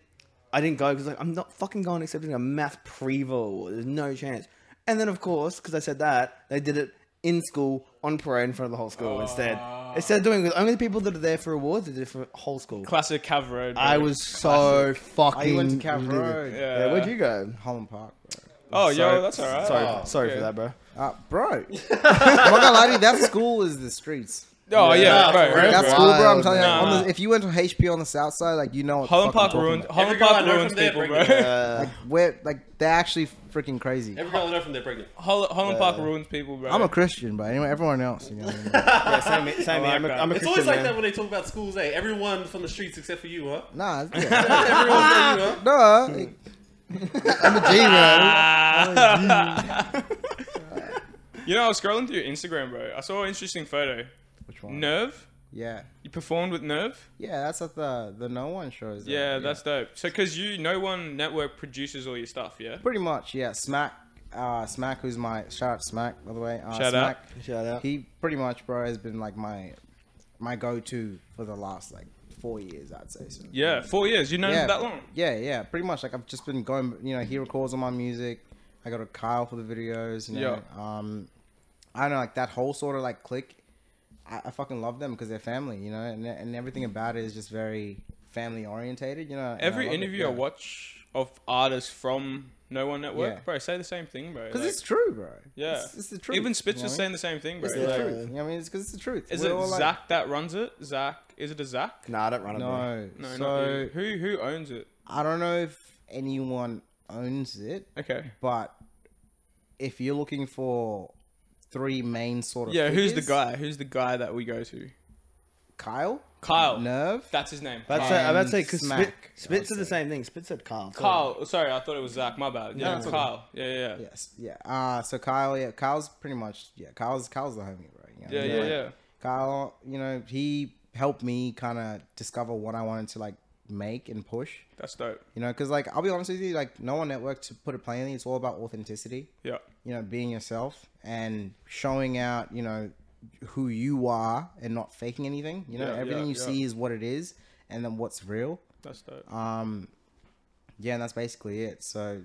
A: I didn't go because like I'm not fucking going accepting a math prevo. award. There's no chance. And then of course because I said that they did it in school on parade in front of the whole school instead. Instead of doing it with only the people that are there for awards, they did it for whole school.
D: Classic Cav Road.
A: I
D: bro.
A: was so fucking.
C: Oh, you went to Cav
A: livid.
C: Road.
D: Yeah.
A: Yeah, where'd you go?
C: Holland Park, bro.
D: Oh,
A: Sorry-
D: yo, that's alright.
A: Sorry,
B: Oh,
A: sorry
D: okay.
A: for that, bro.
C: Uh, bro. I'm not gonna lie to you, that school is the streets.
D: Oh yeah,
B: Nah,
D: bro.
B: for
D: bro.
B: real,
C: That
B: Wild,
C: school, bro. I'm telling you,
D: nah.
C: on the, if you went to HP on the south side, like you know, what the
D: Holland
C: fuck I'm
D: Park
C: talking
D: ruined.
C: about.
D: Holland
B: Every girl I
D: Park
B: know
D: ruins
B: from there,
D: people,
B: bring
D: bro.
A: Uh,
C: Like we're like they're actuy freaking crazy.
B: Every girl I know from there pregnant.
D: Hol- Holland Park ruins people, bro.
C: I'm a Christian, but anyway, everyone else, you know. what I mean?
A: yeah, same, here- same. here.
D: I like
A: I'm, a,
D: that.
A: I'm a
B: It's
A: Christian
B: always like
A: man.
B: that when they talk about schools, eh? Everyone from the streets except for you, huh?
C: Nah, it's- yeah.
B: Everyone from you, huh?
C: nah. like- I'm a G, bro.
D: Ah. you know, I was scrolling through your Instagram, bro. I saw an interesting photo.
C: Which one?
D: Nerve.
C: Yeah,
D: You performed with Nerve.
C: yeah. That's at the the No One shows. uh,
D: Yeah, that's dope. So, because you, No One Network produces all your stuff, yeah?
C: pretty much. Yeah, Smack. Uh, Smack, who's my shout out, to Smack. By the way, uh,
D: Shout
C: Smack,
D: out.
A: Shout out.
C: He pretty much, bro, has been like my my go to for the last like four years, I'd say. So.
D: Yeah, four years. You know
C: yeah,
D: that long.
C: Yeah, yeah, pretty much. Like I've just been going. You know, he records all my music. I go to Kyle for the videos. You know, um, I don't know, like that whole sort of like click. I, I fucking love them because they're family. You know, and and everything about it is just very family orientated. You know,
D: Every interview I watch of artists from No One Network,
C: Yeah.
D: bro, say the same thing, bro.
C: because
D: Like,
C: it's true, bro.
D: yeah.
C: it's, it's the truth.
D: Even Spitz
C: you know
D: was
C: what I mean?
D: saying the same thing, bro.
C: It's the
D: Like,
C: truth. You know what I mean, it's because it's the truth.
D: Is
C: We're
D: it
C: all, like-
D: Zach that runs it? Zach? Is it a Zach?
A: Nah, I don't run it. bro.
C: No.
D: No, not
C: so
D: you. who who owns it?
C: I don't know if anyone owns it.
D: Okay.
C: but if you're looking for three main sort of
D: Yeah, who's the
C: figures,
D: guy? Who's the guy that we go to?
C: Kyle,
D: Kyle.
C: Nerve.
D: That's his name.
A: That's
D: Kyle.
A: it, I'm about to say
C: Um,
A: because Spit,
C: smack,
A: Spit
C: I'd
A: said the
C: say.
A: same thing. Spit said Carl.
D: Kyle. Oh, Sorry, I thought it was Zach. My bad. Yeah,
C: it's okay.
D: Kyle. Yeah, yeah, yeah.
C: yes, yeah. Uh so Kyle, yeah, Kyle's pretty much yeah. Kyle's Kyle's the homie, right? You know what
D: Yeah,
C: I mean?
D: yeah, yeah.
C: Like, Kyle, you know, he helped me kind of discover what I wanted to like make and push.
D: That's dope.
C: You know, because like I'll be honest with you, like no one network to put it plainly, it's all about authenticity.
D: Yeah.
C: you know, being yourself and showing out, you know, who you are and not faking anything. You know,
D: Yeah,
C: everything
D: yeah,
C: you
D: yeah.
C: see is what it is and then what's real.
D: That's dope.
C: Um, yeah, and that's basically it. So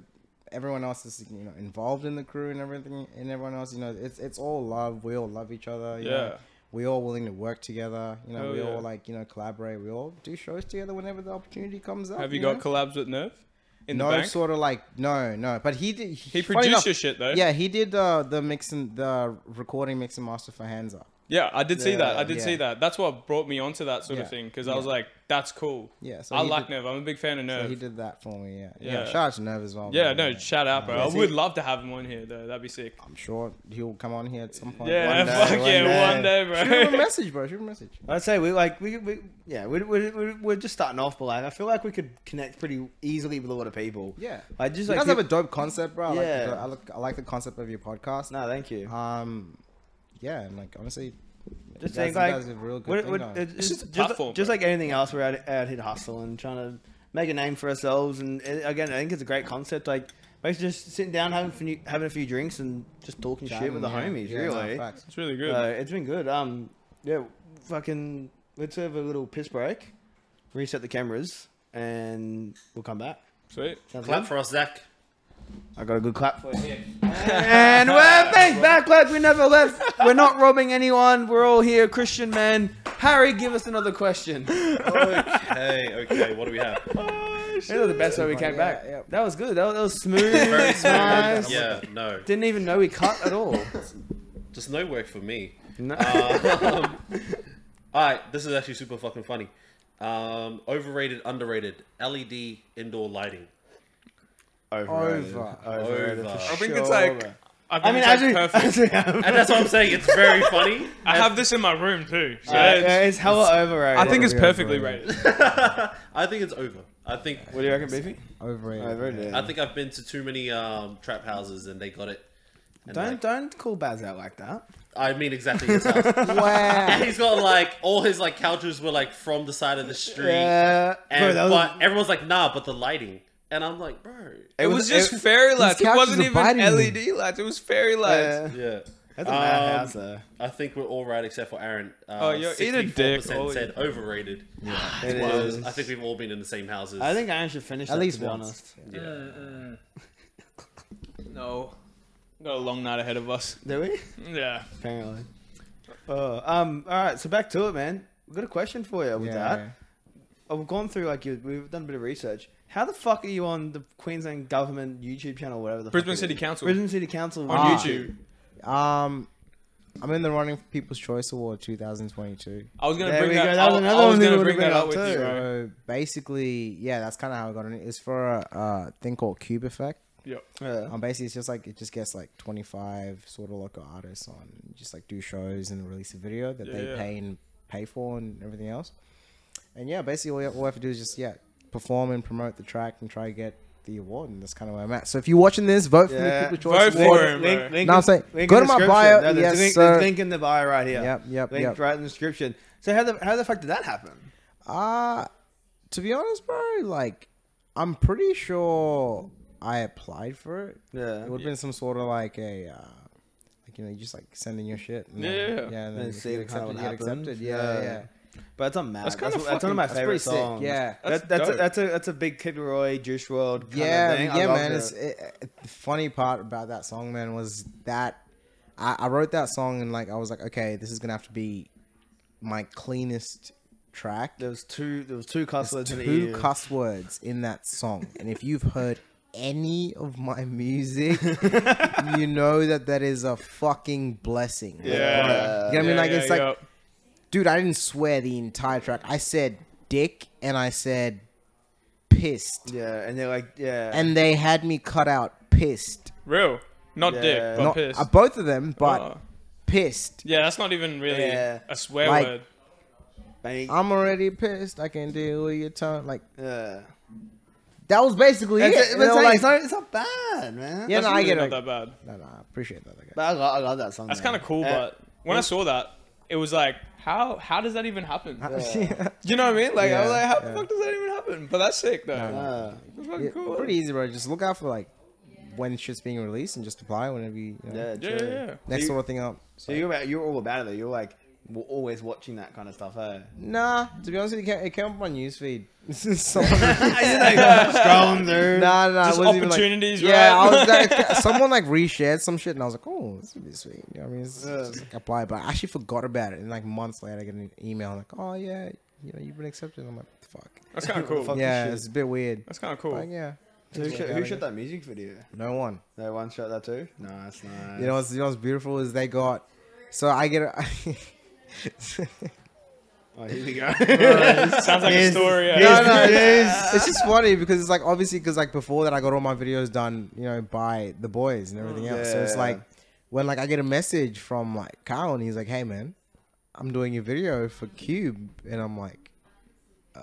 C: everyone else is, you know, involved in the crew and everything and everyone else, you know, it's it's all love. We all love each other. you know.
D: Yeah.
C: We all willing to work together. You know,
D: Hell
C: we
D: yeah.
C: all like, you know, collaborate. We all do shows together whenever the opportunity comes up.
D: Have you
C: know?
D: got collabs with Nerve? In
C: no
D: the bank?
C: sort of like no, no. But he did
D: he
C: funny
D: produced
C: enough-
D: your shit though.
C: yeah, he did uh, the mix and the recording mix and master for Hands Up.
D: Yeah, I did see that.
A: Yeah,
D: I did see
C: yeah.
D: that. That's what brought me onto that sort of
C: Yeah,
D: thing because I
C: yeah.
D: was like, that's cool.
C: Yeah, so
D: I
C: he
D: like
C: did-
D: Nerve. I'm a big fan of Nerve.
C: So he did that for me. Yeah, yeah.
D: Yeah.
C: shout out to Nerve as well.
D: yeah,
C: man.
D: no, shout out, bro.
C: Yeah,
D: I
C: see-
D: would love to have him on here though. That'd be sick.
C: I'm sure he'll come on here at some point.
D: Yeah,
C: One day.
D: fuck
A: one
D: yeah,
A: day.
D: one day, bro.
C: Shoot him a message, bro. Shoot him a message.
A: I'd say we like we, we yeah we we we we're just starting off, but like I feel like we could connect pretty easily with a lot of people.
C: Yeah,
A: I just
C: you
A: like
C: guys have a dope concept, bro. I like the-
A: Yeah.
C: I, look, I like the concept of your podcast.
A: no, thank you.
C: Um, yeah, and like honestly,
A: Just
C: you guys-
A: saying,
C: you
A: like,
C: guys have real good
A: what,
C: thing
A: what,
C: going.
A: it's
D: It's just a
A: just,
D: platform,
A: just
D: bro.
A: like anything else, we're out, out here hustling, trying to make a name for ourselves. And uh, again, I think it's a great concept. Like, basically just sitting down, having a few, having a few drinks, and just talking shit with the
C: Yeah.
A: homies.
C: Yeah, no,
A: really,
C: facts.
D: It's really good.
A: Uh, it's been good. Um, yeah, fucking. Let's have a little piss break, reset the cameras, and we'll come back.
D: Sweet.
A: Sounds
B: Clap
A: good.
B: for us, Zach.
A: I got a good clap for you. here. and we're back, back like we never left. We're not robbing anyone. We're all here, Christian men. Harry, give us another question.
B: Okay, okay. What do we have?
A: That was the best way we came
C: Yeah,
A: back.
C: yeah.
A: That was good. That was, that was smooth.
B: Very smooth.
A: Nice.
B: Yeah, no.
A: Didn't even know we cut at all.
B: Just no work for me.
A: No.
B: Um, all right, this is actually super fucking funny. Um, overrated, underrated, LED indoor lighting.
A: Overrated.
C: Over.
A: Overrated
B: Over.
A: for
D: I think
A: sure.
D: it's like. I, think
A: I mean,
D: it's
A: actually,
D: like perfect.
A: actually
B: And that's what I'm saying. It's very funny.
D: I have this in my room too. So
A: yeah,
D: it's-
A: it's hella overrated.
D: I think it's
C: Yeah,
D: perfectly
C: bro.
D: rated.
B: I think it's over. I think
A: What do you reckon, Beefy?
C: Overrated.
A: Overrated.
B: I think I've been to too many um, trap houses and they got it. And
A: Don't
B: like-
A: don't call Baz out like that.
B: I mean exactly his house.
C: Wow.
B: and he's got like all his like couches were like from the side of the street.
A: Yeah,
B: And
A: bro, that was-
B: but everyone's like, nah, but the lighting. And I'm like, bro.
D: It was, just fairy lights. It
C: couches
D: wasn't
C: are
D: even
C: biting me.
D: LED lights. It was fairy lights.
A: Yeah.
B: Yeah.
A: That's a
B: Um,
A: madhouse, though.
B: I think we're all right except for Aaron. Uh,
D: Oh, you're either dick
B: 64%
D: or-
B: said overrated.
A: It
B: Because
A: is.
B: I think we've all been in the same houses.
A: I think uh, Aaron should finish.
C: At
A: that,
C: least
A: to be
C: once.
A: honest.
D: No. Got a long night ahead of us.
A: Do we?
D: Yeah.
A: Apparently. Oh, um. All right. So back to it, man. We've got a question for you with that.
C: yeah.
A: I've gone through like you, we've done a bit of research. How the fuck are you on the Queensland government YouTube channel, whatever the fuck
D: Brisbane
A: it
D: City
A: is?
D: Council.
A: Brisbane City Council
D: On
A: Ah.
D: YouTube.
C: Um, I'm in the running for People's Choice Award 2022.
D: I was gonna
A: There
D: bring
A: we
D: that.
A: go. That
D: I,
A: was
D: I
A: another
D: was
A: one we
D: gonna
A: would've
D: bring that
A: brought
D: up with
A: up
D: you.
A: too.
D: Right?
C: So basically, yeah, that's kind of how I got on it. It's for a uh, thing called Cube Effect.
A: Yeah.
C: Um, basically, it's just like it just gets like 25 sort of local artists on, just like do shows and release a video that they
D: Yeah.
C: pay and pay for and everything else. And yeah, basically, all you, all I have to do is just yeah perform and promote the track and try to get the award, and that's kind of where I'm at. So if you're watching this, vote for
A: Yeah.
C: me, People's
D: Vote
C: Choice
D: for
C: Award.
D: him. bro.
C: No, I'm
A: in-
C: saying,
A: link
C: go
A: in
C: to my
A: description. No,
C: bio.
A: there's
C: Yes,
A: a link,
C: sir.
A: there's a link in the bio right here.
C: Yep, yep,
A: Link
C: yep.
A: right in the description. So how the how the fuck did that happen?
C: Uh to be honest, bro, like I'm pretty sure I applied for it. It
A: Yeah.
C: would have been some sort of like a uh like you know, you just like send in your shit. And
D: Yeah.
C: Then, yeah, and then
A: And
C: if
A: see
C: you get
A: what kind of
C: accepted, you
A: what
C: get
A: happened.
C: accepted. Yeah, yeah.
A: But it's on mad. That's,
D: That's kinda
A: what- that's one of my
C: fucking-
A: favorite
C: that's pretty sick,
A: songs.
C: yeah.
A: That's
D: That's
A: that, that's, a,
D: dope.
A: that's a that's a big Kid Roy, Juice World kind
C: Yeah,
A: of thing. I
C: yeah,
A: love
C: man.
A: it.
C: It's, it, it- the funny part about that song, man, was that I, I wrote that song and like I was like, okay, this is gonna have to be my cleanest track.
A: there was two there was two cuss words in the E
C: two
A: EU.
C: cuss words in that song. And if you've heard any of my music, you know that that is a fucking blessing. Like,
D: Yeah.
C: You know what I mean?
D: Yeah,
C: Like, it's
D: yeah,
C: like,
D: yeah.
C: dude, I didn't swear the entire track. I said dick and I said pissed.
A: Yeah, and they're like yeah.
C: And they had me cut out pissed.
D: real, not
A: Yeah.
D: dick, but
A: Not-
D: pissed.
C: Uh, both of them, but
D: Oh.
C: pissed.
D: yeah, that's not even really
A: Yeah.
D: a swear
C: Like-
D: word.
A: Mate,
C: I'm already pissed. I can deal with your tone. Like,
A: yeah.
C: that was basically
A: That's
C: it.
A: it,
C: And
A: that's
C: they were
A: it,
C: like-
A: it's, not, it's not bad, man.
C: Yeah,
D: That's
C: no, I
D: really
C: get
D: not
C: it.
D: that bad.
C: No, no, I appreciate that. I guess.
A: But I love, I love that song.
D: That's kind of cool,
A: Uh,
D: but when I saw that, it was like, how how does that even happen?
C: Yeah.
D: you know what I mean? Like I was
C: Yeah,
D: like, how the
C: yeah.
D: fuck does that even happen? But that's sick though.
A: Uh,
D: It's fucking
C: Yeah,
D: cool.
C: Pretty easy, bro. Just look out for like when shit's being released and just apply whenever you. you know,
A: yeah,
D: Yeah,
A: true.
D: yeah, yeah.
C: Next
A: You-
C: sort of thing up.
A: So you're about, you're all about it. Though. You're like we're always watching that kind of stuff. eh? Hey,
C: Nah, to be honest with you, it came, it came up on newsfeed. Someone-
A: scrolling through.
C: nah, nah, it
D: Just
C: wasn't even, like-
D: opportunities,
C: yeah, I
D: right?
C: was like, someone like reshared some shit, and I was like, oh, this would be sweet. You know what I mean, it's
A: Yeah.
C: just, like, apply, but I actually forgot about it, and like months later, I get an email like, oh yeah, you know, you've been accepted. I'm like, what the fuck.
D: That's kind of
A: What the
D: cool.
A: fuck?
C: yeah,
A: shit.
C: it's a bit weird.
D: That's kind of
C: But
D: cool.
C: yeah,
A: So who,
C: Just
A: shot,
C: look
A: who
C: out, I
A: shot
C: guess.
A: that music video?
C: No one.
A: No one shot that too. No, that's nice.
C: You know what's you know what's beautiful is they got. So I get. A,
A: oh, here we go.
D: Sounds like a story. Yeah.
C: no, no, it is. It's just funny because it's like obviously because like before that I got all my videos done, you know, by the boys and everything else. So it's
A: Yeah.
C: like when like I get a message from like Kyle and he's like, "Hey man, I'm doing your video for Cube," and I'm like, uh,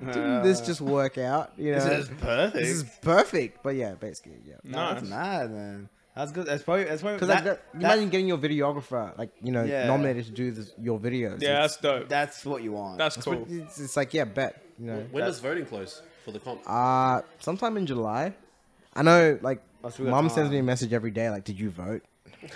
C: "Didn't this
A: Uh,
C: just work out?" You know,
A: this is perfect.
C: This is perfect. But yeah, basically, yeah.
A: no, that's
D: Nice.
A: mad, man. That's good. That's probably that's probably
C: Because
A: that,
C: like that,
A: that-
C: imagine getting your videographer, like you know,
A: Yeah.
C: nominated to do this, your videos.
D: Yeah, that's dope.
A: that's what you want.
D: That's
C: it's,
D: cool.
C: it's, it's like yeah, bet you know.
B: When does voting close for the comp?
C: Uh, sometime in July. I know, like,
A: Oh, so we got
C: mom sends
A: time.
C: me a message every day, like, did you vote?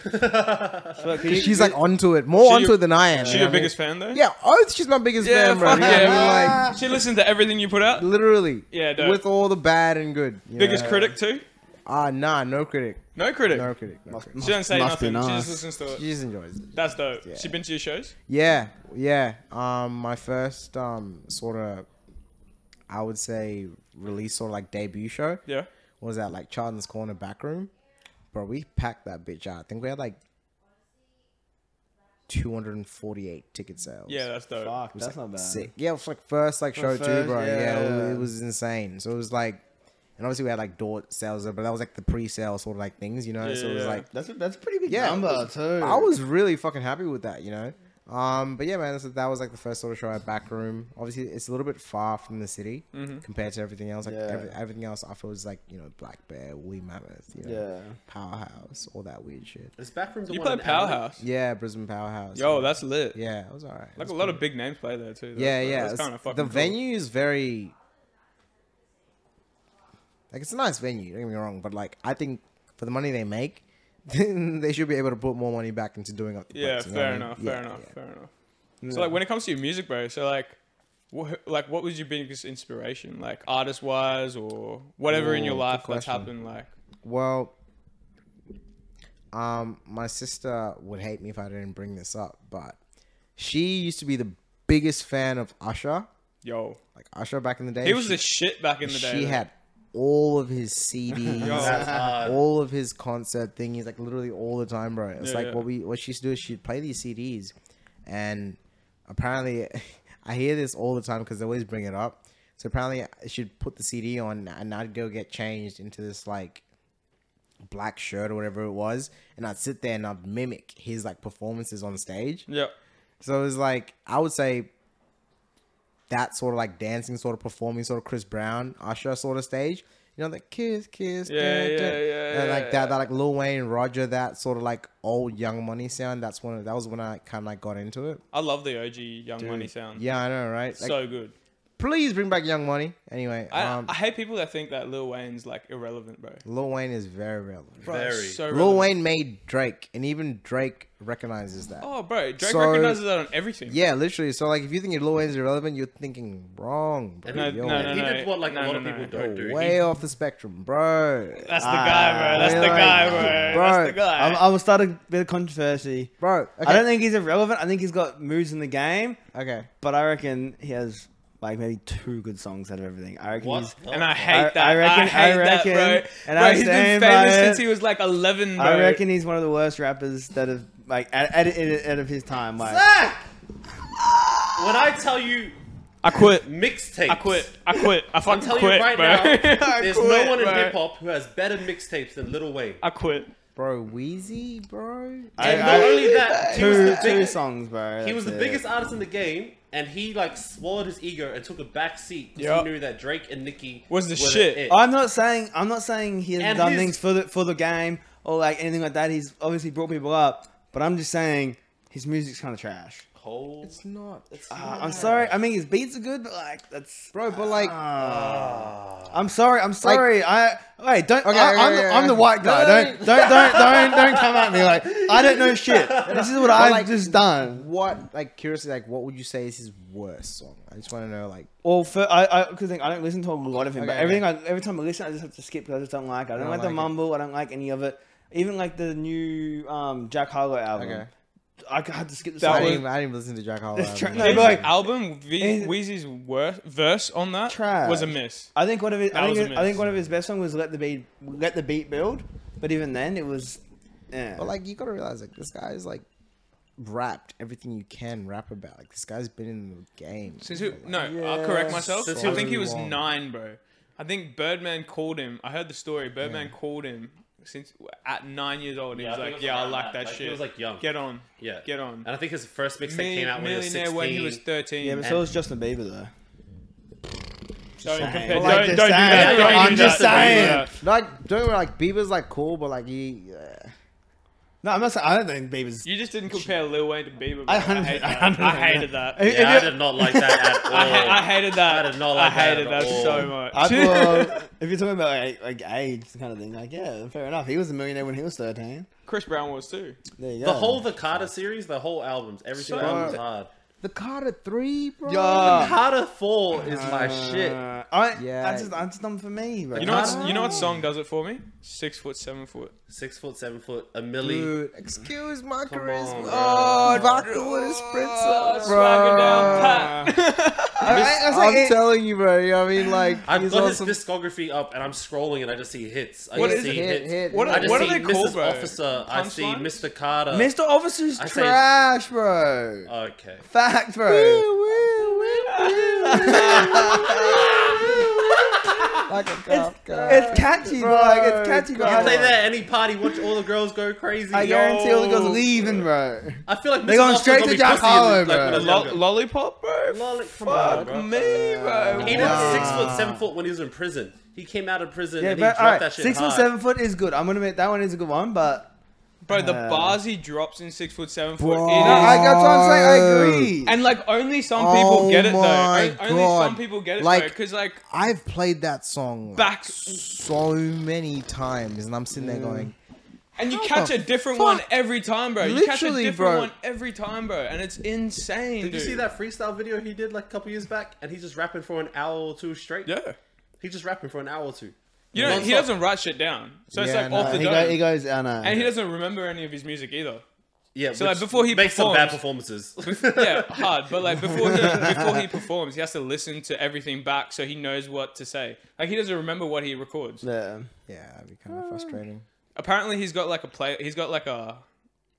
A: So, can you-
C: She's like onto it, more
D: She
C: onto
D: your-
C: it than I am.
D: She
C: you
D: your
C: know what I
D: biggest fan though?
C: mean? Yeah, oath, she's my biggest
D: Yeah,
C: fan, bro.
D: fuck
C: You know what I mean?
D: yeah. She listens to everything you put out.
C: Like, literally.
D: Yeah, dope.
C: With all the bad and good. you
D: Biggest
C: know?
D: critic too?
C: Ah, nah, no critic.
D: No critic.
C: No critic. No critic.
D: She doesn't say
A: Must be
D: nothing. She
A: nice.
D: just listens to it.
C: She just enjoys it.
D: That's dope.
C: Yeah.
D: She been to your shows?
C: Yeah, yeah. Um, my first, um, sort of, I would say, release or like debut show.
D: Yeah.
C: was that like Charlton's Corner back room, bro. We packed that bitch out. I think we had like 248 ticket sales.
D: Yeah, that's dope.
A: fuck,
C: It was,
A: that's
C: like,
A: not bad.
C: Sick. Yeah, it was like first like show too,
A: first,
C: bro. Yeah, it, was,
A: yeah.
C: it was insane. So it was like, and obviously we had like door sales, but that was like the pre-sale sort of like things, you know. so it was
D: Yeah.
C: like,
A: That's a, that's a pretty big
C: Yeah,
A: number too.
C: I was really fucking happy with that, you know. Um, but yeah, man, so that was like the first sort of show at back room. Obviously, it's a little bit far from the city compared to everything else. Like
A: Mm-hmm. Yeah.
C: every, everything else, I feel is like you know Black Bear, Woolly Mammoth, you know,
A: yeah.
C: Powerhouse, all that weird shit.
B: Is backroom the
D: You
B: one
D: play
B: in Adelaide?
D: Powerhouse.
C: Yeah, Brisbane Powerhouse.
D: Yo,
C: man.
D: that's lit.
C: yeah, it was alright.
D: Like a lot of big names play there too. That's,
C: yeah, yeah.
D: That's
C: it's-
D: kind of fucking
C: the
D: cool.
C: venue is very Like it's a nice venue. Don't get me wrong, but like I think for the money they make, then they should be able to put more money back into doing up. the
D: Yeah,
C: place, you know
D: fair
C: what I mean?
D: enough,
C: Yeah,
D: fair enough,
C: yeah.
D: fair enough. So like when it comes to your music, bro, so like what like what was your biggest inspiration? Like artist wise or whatever in your
C: Ooh, good
D: life that's
C: question.
D: happened, like
C: Well, um, my sister would hate me if I didn't bring this up, but she used to be the biggest fan of Usher.
D: yo.
C: Like Usher back in the day,
D: He was
C: she,
D: the shit back in the day.
C: she
D: though.
C: had all of his CDs,
B: That's hard.
C: all of his concert thingies, like literally all the time, bro. It's
D: Yeah,
C: like
D: yeah.
C: what we what she used to do is she'd play these CDs, and apparently, I hear this all the time because they always bring it up. So apparently, she'd put the CD on, and I'd go get changed into this like black shirt or whatever it was, and I'd sit there and I'd mimic his like performances on stage.
D: Yep.
C: So it was like I would say that sort of like dancing, sort of performing, sort of Chris Brown, Usher sort of stage. You know, like kiss, kiss,
D: Yeah,
C: da, da.
D: yeah, yeah,
C: and like
D: yeah,
C: that, that like Lil Wayne, Roger, that sort of like old Young Money sound. That's when that was when I kind of like got into it.
D: I love the OG Young Money sound.
C: Yeah, I know, right?
D: Mm-hmm.
C: Like,
D: so good.
C: please bring back Young Money. Anyway,
D: I,
C: um,
D: I hate people that think that Lil Wayne's like irrelevant, bro.
C: Lil Wayne is very relevant.
D: Bro, it's
B: Very.
D: so
C: Lil
D: relevant.
C: Wayne made Drake, and even Drake recognizes that.
D: Oh, bro, Drake
C: So-
D: recognizes that on everything.
C: Yeah, literally. So like, if you think Lil Wayne's irrelevant, you're thinking wrong. Bro.
B: And he-
D: No, no,
C: Yo,
D: no,
B: and he
D: no,
B: did what like a
D: no,
B: lot
D: no,
B: of
D: no.
B: people don't do. He-
C: way off the spectrum, bro.
D: That's the guy, bro. That's the
C: really?
D: guy, bro. That's the
C: Bro,
D: guy.
A: Ah, I'm, I'm starting a bit of controversy.
C: Bro, okay.
A: I don't think he's irrelevant. I think he's got moves in the game,
C: Okay,
A: but I reckon he has like maybe two good songs out of everything. I reckon
B: What?
A: he's.
B: the
D: And I
B: fuck?
D: hate
A: I-
D: that. I
A: I reckon-
D: hate
A: I reckon-
D: that, bro.
A: and
D: bro,
A: I'm
D: he's been
A: staying by
D: famous
A: it.
D: since he was like 11, bro.
A: I reckon he's one of the worst rappers that have like out, out, out, out of his time. Like,
B: Zach! When I tell you
D: I quit.
B: mixtapes,
D: I quit. I quit. I
B: I'm
D: fucking
B: telling
D: quit,
B: you right
D: bro.
B: now,
D: I
B: there's
D: quit,
B: no one in
D: bro.
B: hip hop who has better mixtapes than Lil Wayne.
D: I quit.
C: bro, Wheezy, bro.
A: I-
B: And
A: I-
B: not only that, he was
A: two
B: the
A: two
B: biggest,
A: songs, bro.
B: he was the
A: That's it.
B: biggest artist in the game, and he like swallowed his ego and took a back seat because
D: Yup.
B: he knew that Drake and Nicki
D: Was the
B: were
D: shit. Ah.
B: it.
A: I'm not saying I'm not saying he hasn't
B: And
A: done
B: his-
A: things for the for the game or like anything like that. He's obviously brought people up, but I'm just saying his music's kind of trash.
B: Whole-
C: It's not,
B: it's
A: Uh,
B: not
A: I'm
B: that.
A: sorry. I mean, his beats are good, but like that's
C: bro. But like,
A: I'm sorry. I'm sorry. I wait. Don't.
C: Okay,
A: I,
C: okay,
A: I'm,
C: okay,
A: the, I'm the
C: okay.
A: white guy.
C: No, no,
A: Don't. Don't. Don't. Don't. Don't come at me like I don't know shit. This is what I've
C: like-
A: just done.
C: what? Like, curiously, like, what would you say is his worst song? I just want to know, like,
A: Well, for, I I because I don't listen to a lot of him, but
C: Okay,
A: everything I every time I listen, I just have to skip because I just don't like. It. I don't,
C: don't
A: like,
C: like
A: the
C: it.
A: mumble. I don't like any of it. Even like the new um, Jack Harlow album.
C: Okay.
A: I had to skip the
D: That
C: I
A: song.
D: was-
C: didn't, even, I didn't even listen to Jack Harlow.
A: It's tra-
C: album.
A: no,
D: His
A: but like-
D: album, v-
A: Is-
D: Weezy's wor- verse on that
A: Trash.
D: was a miss.
A: I think one of his,
D: That
A: I
D: was a
A: think, I
D: miss.
A: think one of his best songs was "Let the Beat Let the Beat Build," but even then it was. Yeah.
C: But like, you gotta realize, like, this guy's like rapped everything you can rap about. Like, this guy's been in the game.
D: Since he, no, I'll
A: Yeah,
D: correct myself.
B: Since
D: I
B: he
D: think
C: was
D: he was
C: wrong.
D: nine, bro. I think Birdman called him. I heard the story. Birdman called him since at nine years old. He
B: Yeah,
D: was
B: I think
D: like,
B: it was
D: "Yeah, I
B: around
D: like
B: that.
D: that
B: Like, he
D: shit."
B: was, like, young.
D: Get on.
B: Yeah,
D: Get on.
B: And I think his first mixtape
D: Mil-
B: came out when he was 16.
D: millionaire when he was thirteen.
A: yeah, but so was Justin Bieber though.
D: Sorry,
A: saying.
D: compared-
A: But like
D: don't,
A: just
D: don't do
A: saying.
D: that. Don't
A: I'm
D: do
A: just
D: that. Don't do
A: saying.
D: that.
C: Like, don't worry, like, Bieber's like cool, but like, he. Uh,
A: No, I'm not saying. I don't think Bieber's.
D: You just didn't compare Lil Wayne to Bieber. bro.
A: I
D: I,
A: hundred-
D: hate
A: I
D: that.
A: hundred-
D: I hated that.
A: If-
D: I,
A: if
B: Yeah, I
A: you-
B: did not like that at all.
D: ha- I hated that.
B: I did not like
D: I
B: that
D: hated
B: at
D: that,
B: all.
D: so much.
A: I, well, if you're talking about like, like age kind of thing, like yeah, fair enough. He was a millionaire when he was 13.
D: Chris Brown was too.
A: There you go.
B: The whole The Carter series, the whole albums, every single
C: So-
B: album's hard.
C: the Carter Three, bro.
A: Yeah.
B: Carter 4 is my
A: Uh,
B: shit.
A: I,
C: Yeah.
A: that's just that's done for me, bro.
D: You know, what's,
B: Ah.
D: you know what song does it for me? Six foot, seven foot.
B: Six foot, seven foot, a milli.
C: Dude, excuse my charisma.
B: bro.
C: Oh, vodka with a
B: Oh,
C: spritzer, bro.
A: I, I, I was
C: I'm
A: like, it-
C: telling you, bro. You know what I mean? Like,
B: I've
C: he's
B: got
C: on
B: his
C: some
B: discography up and I'm scrolling and I just see hits. I
D: What
B: just
D: is
B: see
D: it?
C: Hit,
B: hits.
C: hit.
D: What
B: I
D: are,
B: just
D: what
B: see
D: are they
B: Mrs.
D: called, bro?
B: Officer. I see
D: Punchlines?
B: Mr. Carter.
A: Mr. Officer's
B: I say-
A: trash, bro.
B: Okay.
A: Fact, bro.
C: like a cop car.
A: It's catchy, bro. Like it's catchy, bro.
B: Play that at any party, watch all the girls go crazy.
A: I
B: Yo.
A: guarantee all the girls leaving, bro.
B: I feel like
A: They
B: Mrs.
A: going
B: Officer
A: straight
B: got
A: to
B: me
A: Jack
B: pussy in,
A: Harlow,
B: like,
A: bro.
B: when I was
D: Lo-
B: younger.
D: lollipop, bro.
B: Lolly- come on,
D: Fuck
B: bro.
D: me, bro.
B: Even
C: Wow.
B: six foot, seven foot when he was in prison. He came out of prison
A: Yeah,
B: and he
A: but
B: dropped
A: all right,
B: that shit
A: six
B: hard.
A: foot seven foot is good. I'm gonna admit that one is a good one, but
D: Bro, the bars he drops in six foot seven foot.
C: Bro.
D: it is-
C: No,
A: I, that's what I'm saying. I
C: Oh.
A: agree.
D: and like only some
C: Oh
D: people get it though.
C: my
D: O- Only some
C: God.
D: people get it
C: Like-
D: because like
C: I've played that song like,
D: Back-
C: so many times, and I'm sitting there going,
D: and you
C: How
D: catch
C: the
D: a different
C: fuck?
D: one every time, bro. you catch a
C: Literally,
D: different
C: bro.
D: one every time, bro, and it's insane.
B: Did you
D: dude.
B: see that freestyle video he did like a couple years back? And he's just rapping for an hour or two straight.
D: Yeah.
B: He's just rapping for an hour or two.
D: You know, he
B: Non-stop.
D: doesn't write shit down, so it's
C: Yeah,
D: like
C: no,
D: off the
A: he,
D: dome.
A: go, he goes, uh, I know.
D: and he doesn't remember any of his music either.
B: Yeah.
D: So, like,
B: which
D: before he
B: makes some bad performances.
D: yeah, hard. But like before he, before he performs, he has to listen to everything back so he knows what to say. Like he doesn't remember what he records.
A: Yeah.
C: "Yeah, that'd be kind of frustrating."
D: Apparently, he's got like a play. He's got like a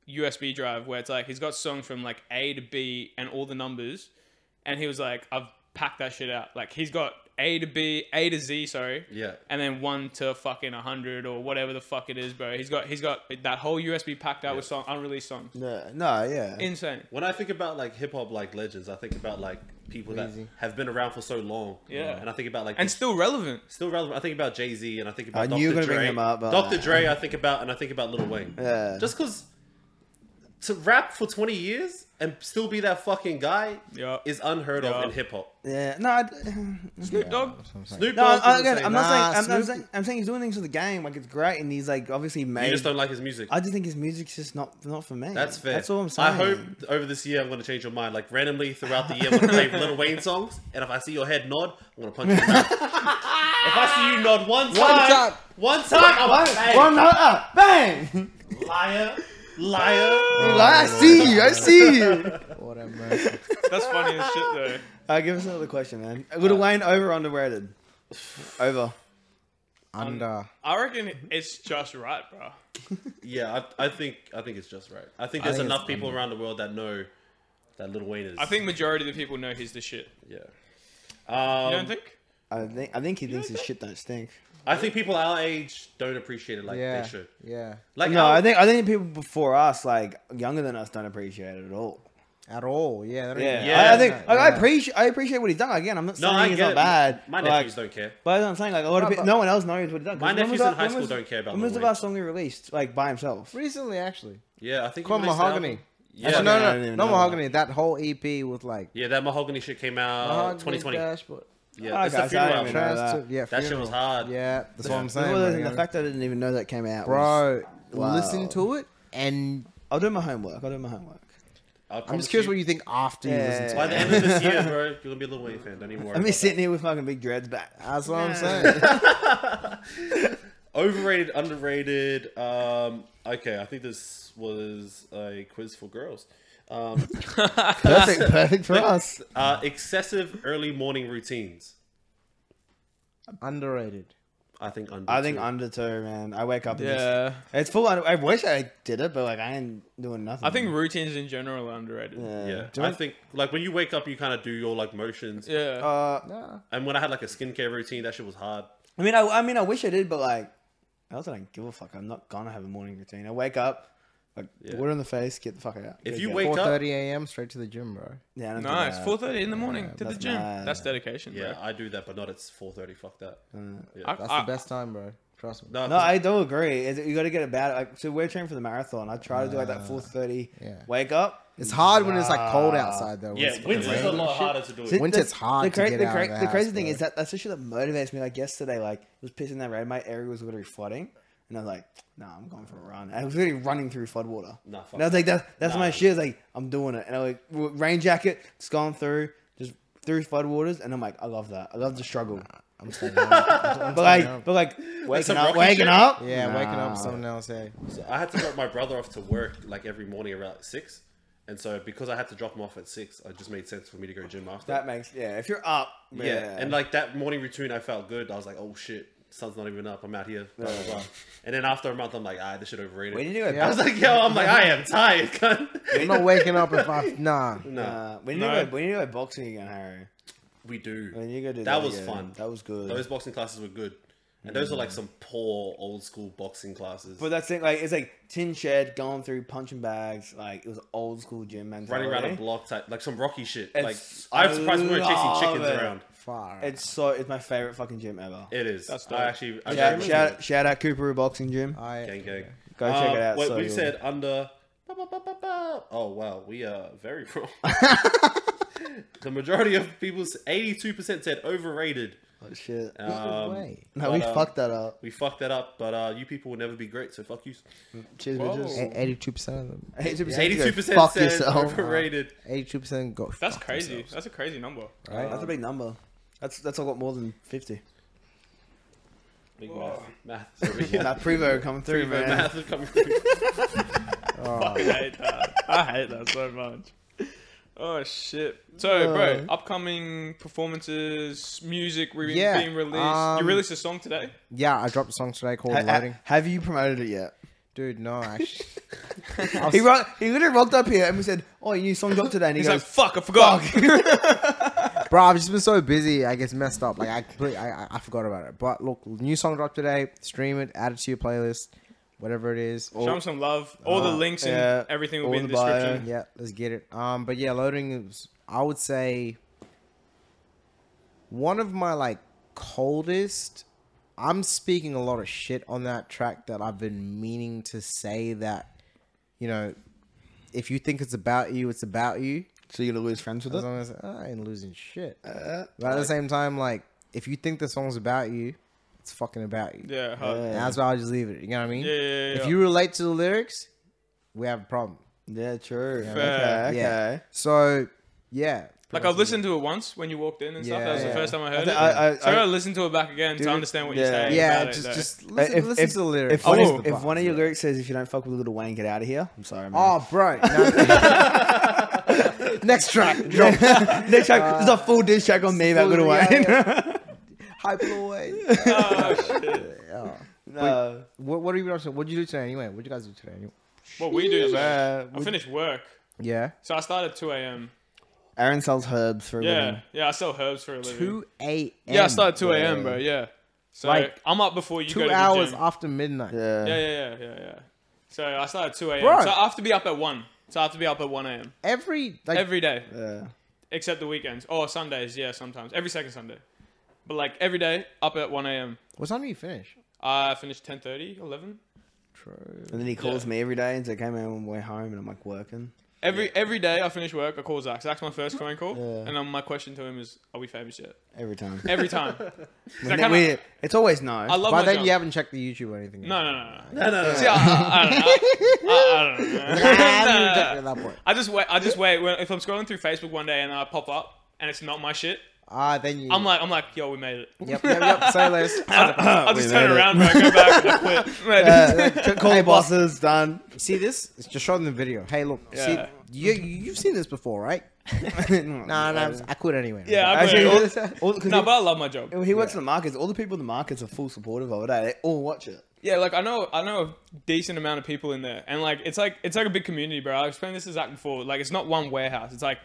D: USB drive where it's like he's got songs from like A to B and all the numbers. And he was like, I've packed that shit out. Like he's got A to B, A to Z, sorry.
B: Yeah.
D: And then one to fucking hundred or whatever the fuck it is, bro. He's got he's got that whole USB packed out with song unreleased songs.
A: Yeah. No, yeah.
D: Insane.
B: When I think about like hip hop like legends, I think about like people that have been around for so long.
D: Yeah.
B: And I think about like
D: And still relevant.
B: still relevant. I think about Jay Z and I think about
A: I
B: Dr.
A: knew you were gonna
B: Dre.
A: bring him up, but-
B: Dr. Dre, I think about and I think about Lil Wayne.
A: Yeah.
B: Just because to rap for 20 years and still be that fucking guy
D: Yeah.
B: is unheard
D: Yeah.
B: of in hip hop.
A: yeah. No, I,
D: Snoop Dogg.
B: Snoop
A: No,
B: Dogg
A: I,
B: is
A: again,
B: insane.
A: I'm not
C: Nah,
A: saying I'm, I'm
C: Snoop-
A: saying I'm saying he's doing things for the game. Like it's great, and he's like obviously made.
B: You just don't like his music.
A: I just think his music's just not not for me.
B: That's fair.
A: That's all I'm saying.
B: I hope over this year I'm going to change your mind. Like randomly throughout the year, I'm going to play Little Wayne songs, and if I see your head nod, I'm going to punch you. in the mouth. if I see you nod one time, one time,
C: time.
B: I'm
A: One,
B: like, hey,
A: one note up, bang!
B: liar, liar.
A: like, I see you, I see you.
C: What a mercy.
D: That's funny as shit though.
A: Alright, give us another question, man. Little Wayne over or underrated? Over.
C: Under.
D: I reckon it's just right, bro.
B: Yeah, I, I think I think it's just right. I think
C: I
B: there's
C: think
B: enough
C: it's
B: people around the world that know that Little Wayne is.
D: I think majority of the people know he's the shit.
B: yeah.
D: You
B: Um,
D: don't think?
A: I think I think he thinks his shit don't stink.
B: I think people our age don't appreciate it like
C: Yeah.
B: they should.
C: Yeah.
B: Like
A: No,
B: our-
A: I think I think people before us, like younger than us, don't appreciate it at all.
C: At all. Yeah. that don't
A: Yeah,
C: even-
B: Yeah.
A: I, I think
C: Yeah.
A: like, I appreciate I appreciate what he's done. Again, I'm not
B: no,
A: saying
B: I
A: he's
B: get
A: not
B: it.
A: bad.
B: My
A: like-
B: nephews don't care.
A: But I'm saying, like, a lot of
C: No,
A: people,
C: but-
A: no one else knows what he does.
B: My
A: When was
B: nephews
A: the-
B: in high
A: when
B: school
A: was-
B: don't care about
A: When was the
B: Lil Wayne.
A: last song he released, like, by himself?
C: Recently, actually.
B: Yeah, I think he
C: Called
B: released an album.
C: Mahogany.
B: Yeah,
C: Actually,
A: I
C: no,
A: don't
C: no,
A: even
C: no,
A: know
C: Mahogany. That whole EP with like.
B: Yeah, that mahogany shit came out
C: Mahogany
B: 2020.
C: Dashboard.
B: Yeah,
A: Ah,
B: it's
A: guys,
B: the funeral
A: I
B: album.
A: don't even know
C: Trans-
A: that.
C: yeah,
B: That shit was
C: funeral.
B: hard.
C: Yeah, that's what I'm saying.
A: Well,
C: man.
A: the fact that I didn't even know that came out. was-
C: Bro,
A: Wow.
C: listen to it and
A: I'll do my homework. I'll do my homework.
B: I'm
C: I'm just curious what you think after you
A: Yeah.
C: listen to it.
B: By the end of this year, bro, you're gonna be a Lil Wayne fan. Don't even worry.
A: I'm
B: about
A: just sitting here with fucking big dreads back.
C: That's what I'm saying.
B: that. Overrated, underrated. Um, okay, I think this was a quiz for girls. Um,
A: Perfect, perfect for us.
B: uh, excessive early morning routines.
C: Underrated.
B: I think under.
A: I think
B: two.
A: under two, man. I wake up. And just, it's full. on- I wish I did it, but like I ain't doing nothing.
D: I think routines in general are underrated. Yeah.
B: Yeah,
A: Do
B: I
A: I-
B: think like when you wake up, you kind of do your like motions.
A: uh,
C: Nah.
B: And when I had like a skincare routine, that shit was hard.
A: I mean, I, I mean, I wish I did, but like, I also don't give a fuck. I'm not gonna have a morning routine. I wake up, like water in the face, get the fuck out.
B: If
A: Go
B: you
A: get-
B: wake up,
C: 4:30 a.m. straight to the gym, bro.
A: Oh, yeah, I don't do
D: Nice.
A: that.
D: Four thirty in the morning to the
A: that's
D: gym.
A: mad.
D: That's dedication,
B: yeah,
D: bro.
B: I do that, but not at four thirty. Fuck that.
D: I,
C: That's
B: Ah.
D: I-
C: the best time, bro. Trust me.
B: No,
A: No, I do agree. It's- You got to get it bad. Like, so we're training for the marathon. I try to do like that four thirty.
C: yeah.
A: Wake up.
C: It's hard when it's like cold
A: Nah.
C: outside though. when it's
B: yeah,
C: fucking
B: winter's a
C: raining.
B: lot harder to do it.
A: See,
C: Winter's
A: that's-
C: hard to
A: cra-
C: get
A: the,
C: out
A: cra-
C: of the
A: the crazy
C: house,
A: thing
C: bro.
A: is that that's the shit that motivates me. Like yesterday, like it was pissing that rain. My area was literally flooding, and I was like, "Nah, I'm going for a run." And I was literally running through flood water.
B: Nah, fuck
A: and I was like, "That's that's
B: Nah.
A: my shit." I was like, "I'm doing it," and I like w- rain jacket, just going through, just through flood waters, and I'm like, "I love that. I love the struggle."
C: I'm staying up.
A: But like,
C: up.
A: but like
B: some
A: waking up,
B: rocky
A: waking
B: shit.
A: up,
C: Yeah, waking
A: Nah.
C: up with something else. Hey,
B: So I had to drop my brother off to work like every morning around six, and so because I had to drop him off at six, it just made sense for me to go gym after.
A: That makes yeah. If you're up,
B: yeah. and like that morning routine, I felt good. I was like, oh shit, sun's not even up. I'm out here. Blah, blah, blah. And then after a month, I'm like, ah, this shit overrated.
A: when did you go?
C: Yeah.
B: I was like, yo, I'm like, I am tired, cunt.
C: I'm not waking up if I nah.
B: no,
A: uh, when you
D: No.
A: go, when you go boxing again, Harry.
B: we do.
A: When you go do
B: That was
A: again,
B: fun.
A: That was good.
B: Those boxing classes were good, and those are like some poor old school boxing classes.
A: But that's it. Like it's like tin shed going through punching bags. Like it was old school gym mentality.
B: Running around a block type, like some rocky shit. like
A: It's-
B: I'm
A: I
B: surprised we weren't chasing
A: love
B: chickens
A: it.
B: around.
C: Far.
A: It's so it's my favorite fucking gym ever.
B: It is.
D: That's dope.
B: I actually, I
A: Shout,
B: actually
A: shout, shout out Cooper Boxing Gym.
C: I
B: gang gang.
A: Go check
B: Um,
A: it out.
B: Wait,
A: so
B: we
A: you'll-
B: said under. ba, ba, ba, ba, ba. Oh wow, we are very wrong. the majority of people, eighty-two percent, said overrated.
A: Oh, shit.
B: Um,
C: way.
A: no, we
B: but, um,
A: fucked that up.
B: We fucked that up, but uh, you people will never be great, so fuck you.
A: Cheers,
D: Whoa.
A: bitches.
C: Eighty-two percent of them.
A: 82%.
B: Eighty-two
A: go
B: percent
A: Fuck
B: said
A: yourself.
B: overrated.
C: Eighty-two percent go.
D: That's
C: fuck
D: crazy.
C: themselves.
D: That's a crazy number.
A: Right, that's a big number. That's that's a lot more than fifty.
B: Big
D: Whoa.
B: math, math. Sorry, yeah.
A: that Prevo coming through,
B: But
A: man.
B: math is coming through.
C: Oh.
D: I hate that. I hate that so much. Oh shit! So, bro, upcoming performances, music re-
C: Yeah,
D: being released.
C: um,
D: you released a song today.
C: Yeah, I dropped a song today called
A: Ha- ha-
C: Loading.
A: have you promoted it yet?
C: Dude, no, actually. I was-
A: He ro- he literally rocked up here and we said, "Oh, your new song dropped today," and he
D: He's like,
A: goes,
D: "Fuck, I forgot."
C: bro, I've just been so busy. I guess messed up. Like I, completely, I, I- I forgot about it. But look, new song dropped today. Stream it. Add it to your playlist. Whatever it is.
D: Show him some love. All the
C: Uh,
D: links and
A: yeah,
D: everything will
A: all
D: be in the
A: the bio.
D: description.
C: Yeah, let's get it. Um, but yeah, loading is I would say one of my like coldest. I'm speaking a lot of shit on that track that I've been meaning to say that, you know, if you think it's about you, it's about you.
A: "So you're gonna lose friends with
C: As
A: it?"
C: long as I ain't losing shit.
A: Uh,
C: But at the same time, like if you think the song's about you, it's fucking about you.
D: Yeah, hard.
A: Yeah.
C: And that's why I just leave it. You know what I mean?
D: Yeah, yeah, yeah,
C: If
D: yeah.
C: you relate to the lyrics, we have a problem.
A: yeah, true.
D: Fair.
A: Okay, okay.
C: Yeah. So yeah.
D: like I've listened to it once when you walked in and stuff. That was
C: Yeah.
D: the first time I
A: I
D: heard
A: think
D: it.
A: I- I-
D: so I
A: I-
D: gotta listen to it back again
A: Dude,
D: to understand what
A: yeah.
D: you're saying.
C: Yeah,
D: about it,
C: just
D: though.
C: just listen,
A: Uh, if,
C: listen
A: if-
C: to the lyrics.
A: If one,
D: Oh.
A: of, if one of your lyrics says, "If you don't fuck with Little Wayne, get out of here," I'm sorry, man.
C: oh, bro. no. Next track. Drop.
A: Next track, there's a full diss track on me about
C: full-
A: Little Wayne.
C: yeah, Hype away.
D: Oh, shit.
C: Yeah.
A: no,
C: What, what are you up to? What did you do today anyway? What did you guys do today? Anyway?
D: What we do is
A: man.
D: I finished work,
C: Yeah.
D: so I started at two a.m.
A: Aaron sells herbs for a
D: Yeah,
A: living.
D: yeah, I sell herbs for a living.
C: Two a.m.
D: Yeah, I started two a.m., bro. Yeah, so
C: Like,
D: I'm up before you go
C: Two
D: to
C: hours
D: the gym.
C: after midnight.
A: Yeah,
D: Yeah, yeah, yeah, yeah, yeah. So I start at two a.m.
C: Bro.
D: So I have to be up at one. So I have to be up at one a.m.
C: Every like
D: every day
A: yeah.
D: except the weekends or Sundays. Yeah, sometimes every second Sunday, but like every day up at one a.m.
C: what time do you finish?
D: I finish 10:30, 11.
C: True.
A: And then he calls
D: Yeah.
A: me every day and says, "Okay, man, we're home," and I'm like working.
D: Every every day I finish work, I call Zach. Zach's my first phone call,
A: Yeah.
D: and um, my question to him is, "Are we famous yet?"
A: Every time.
D: Every time. 'Cause I,
A: And
D: kinda-
A: then we- it's always no.
D: I love
C: By
D: my
C: then
D: job.
C: you haven't checked the YouTube or anything.
D: No, no, no, no.
B: No, no, no.
D: See, I, I, I don't know. I, I don't know.
C: I haven't checked
D: No, no,
C: it
D: no.
C: at that point.
D: I just wait. I just wait. When, if I'm scrolling through Facebook one day and I pop up and it's not my shit,
C: Ah, then you.
D: I'm like, I'm like, yo, we made it.
C: yep, yep, yep. Say less.
D: I'll
A: We
D: just
A: made
D: turn
A: it.
D: around, bro. Go back. I quit. Man,
A: Uh, call
C: Hey,
A: the
C: boss.
A: bosses, done.
C: See this? It's Just show them the video. Hey, look.
D: Yeah.
C: See, you, you've seen this before, right? Nah, nah. I quit anyway.
D: Yeah, I
A: Actually,
D: quit.
A: all, all, 'cause
D: no,
A: he-
D: but I love my job.
A: Well, he works in the markets. All the people in the markets are full supportive of it. eh? They all watch it.
D: Yeah, like I know, I know a decent amount of people in there, and like it's like it's like a big community, bro. I explained this to Zach before. Like it's not one warehouse; it's like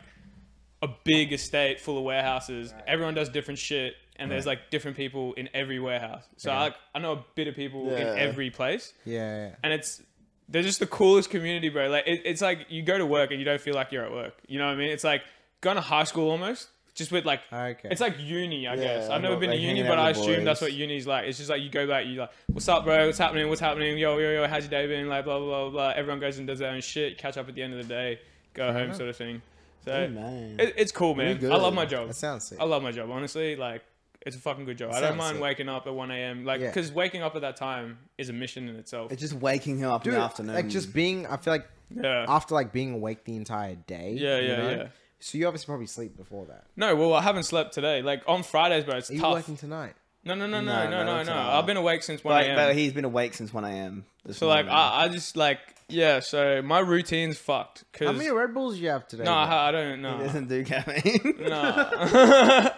D: a big estate full of warehouses. Everyone does different shit, and there's like different people in every warehouse. So I like I know a bit of people
A: Yeah.
D: in every place,
C: Yeah. yeah.
D: and it's they're just the coolest community, bro. Like it, it's like you go to work and you don't feel like you're at work. You know what I mean? It's like going to high school almost, just with like
C: Okay.
D: it's like uni, I guess.
A: Ah, I'm
D: I've never
A: not,
D: been to
A: like,
D: uni,
A: hanging
D: but
A: out
D: I
A: with
D: assume that's
A: boys.
D: what uni's like. It's just like you go back, you like, what's up, bro? What's happening? What's happening? Yo, yo, yo, how's your day been? Like blah blah blah blah. Everyone goes and does their own shit. You catch up at the end of the day, go home, sort of thing. So
A: man.
D: it, it's cool, man.
A: Really
D: I love my
A: good.
D: job.
C: that sounds sick.
D: I love my job, honestly. Like, it's a fucking good job. I don't
C: sounds
D: mind
C: sick.
D: waking up at 1 a.m. Like,
C: Yeah.
D: because waking up at that time is a mission in itself.
A: It's just waking him up
C: Dude,
A: in the afternoon.
C: like just being. I feel like
D: yeah.
C: after like being awake the entire day.
D: Yeah,
C: you
D: yeah,
C: know?
D: yeah.
C: So you obviously probably sleep before that.
D: no, well, I haven't slept today. Like, on Fridays, bro, it's
C: Are you
D: tough.
C: working tonight?
D: No, no, no,
A: No,
D: no, no,
A: no,
D: no,
A: that's
D: no.
A: all right.
D: I've been awake since 1
A: But,
D: a.m.
A: but he's been awake since 1 a.m. this
D: So like
A: morning.
D: I, I just like yeah. So my routine's fucked. Cause
C: How many Red Bulls you have today?
D: no,
C: bro?
D: I, I don't
A: He
D: know.
A: doesn't do caffeine.
D: No,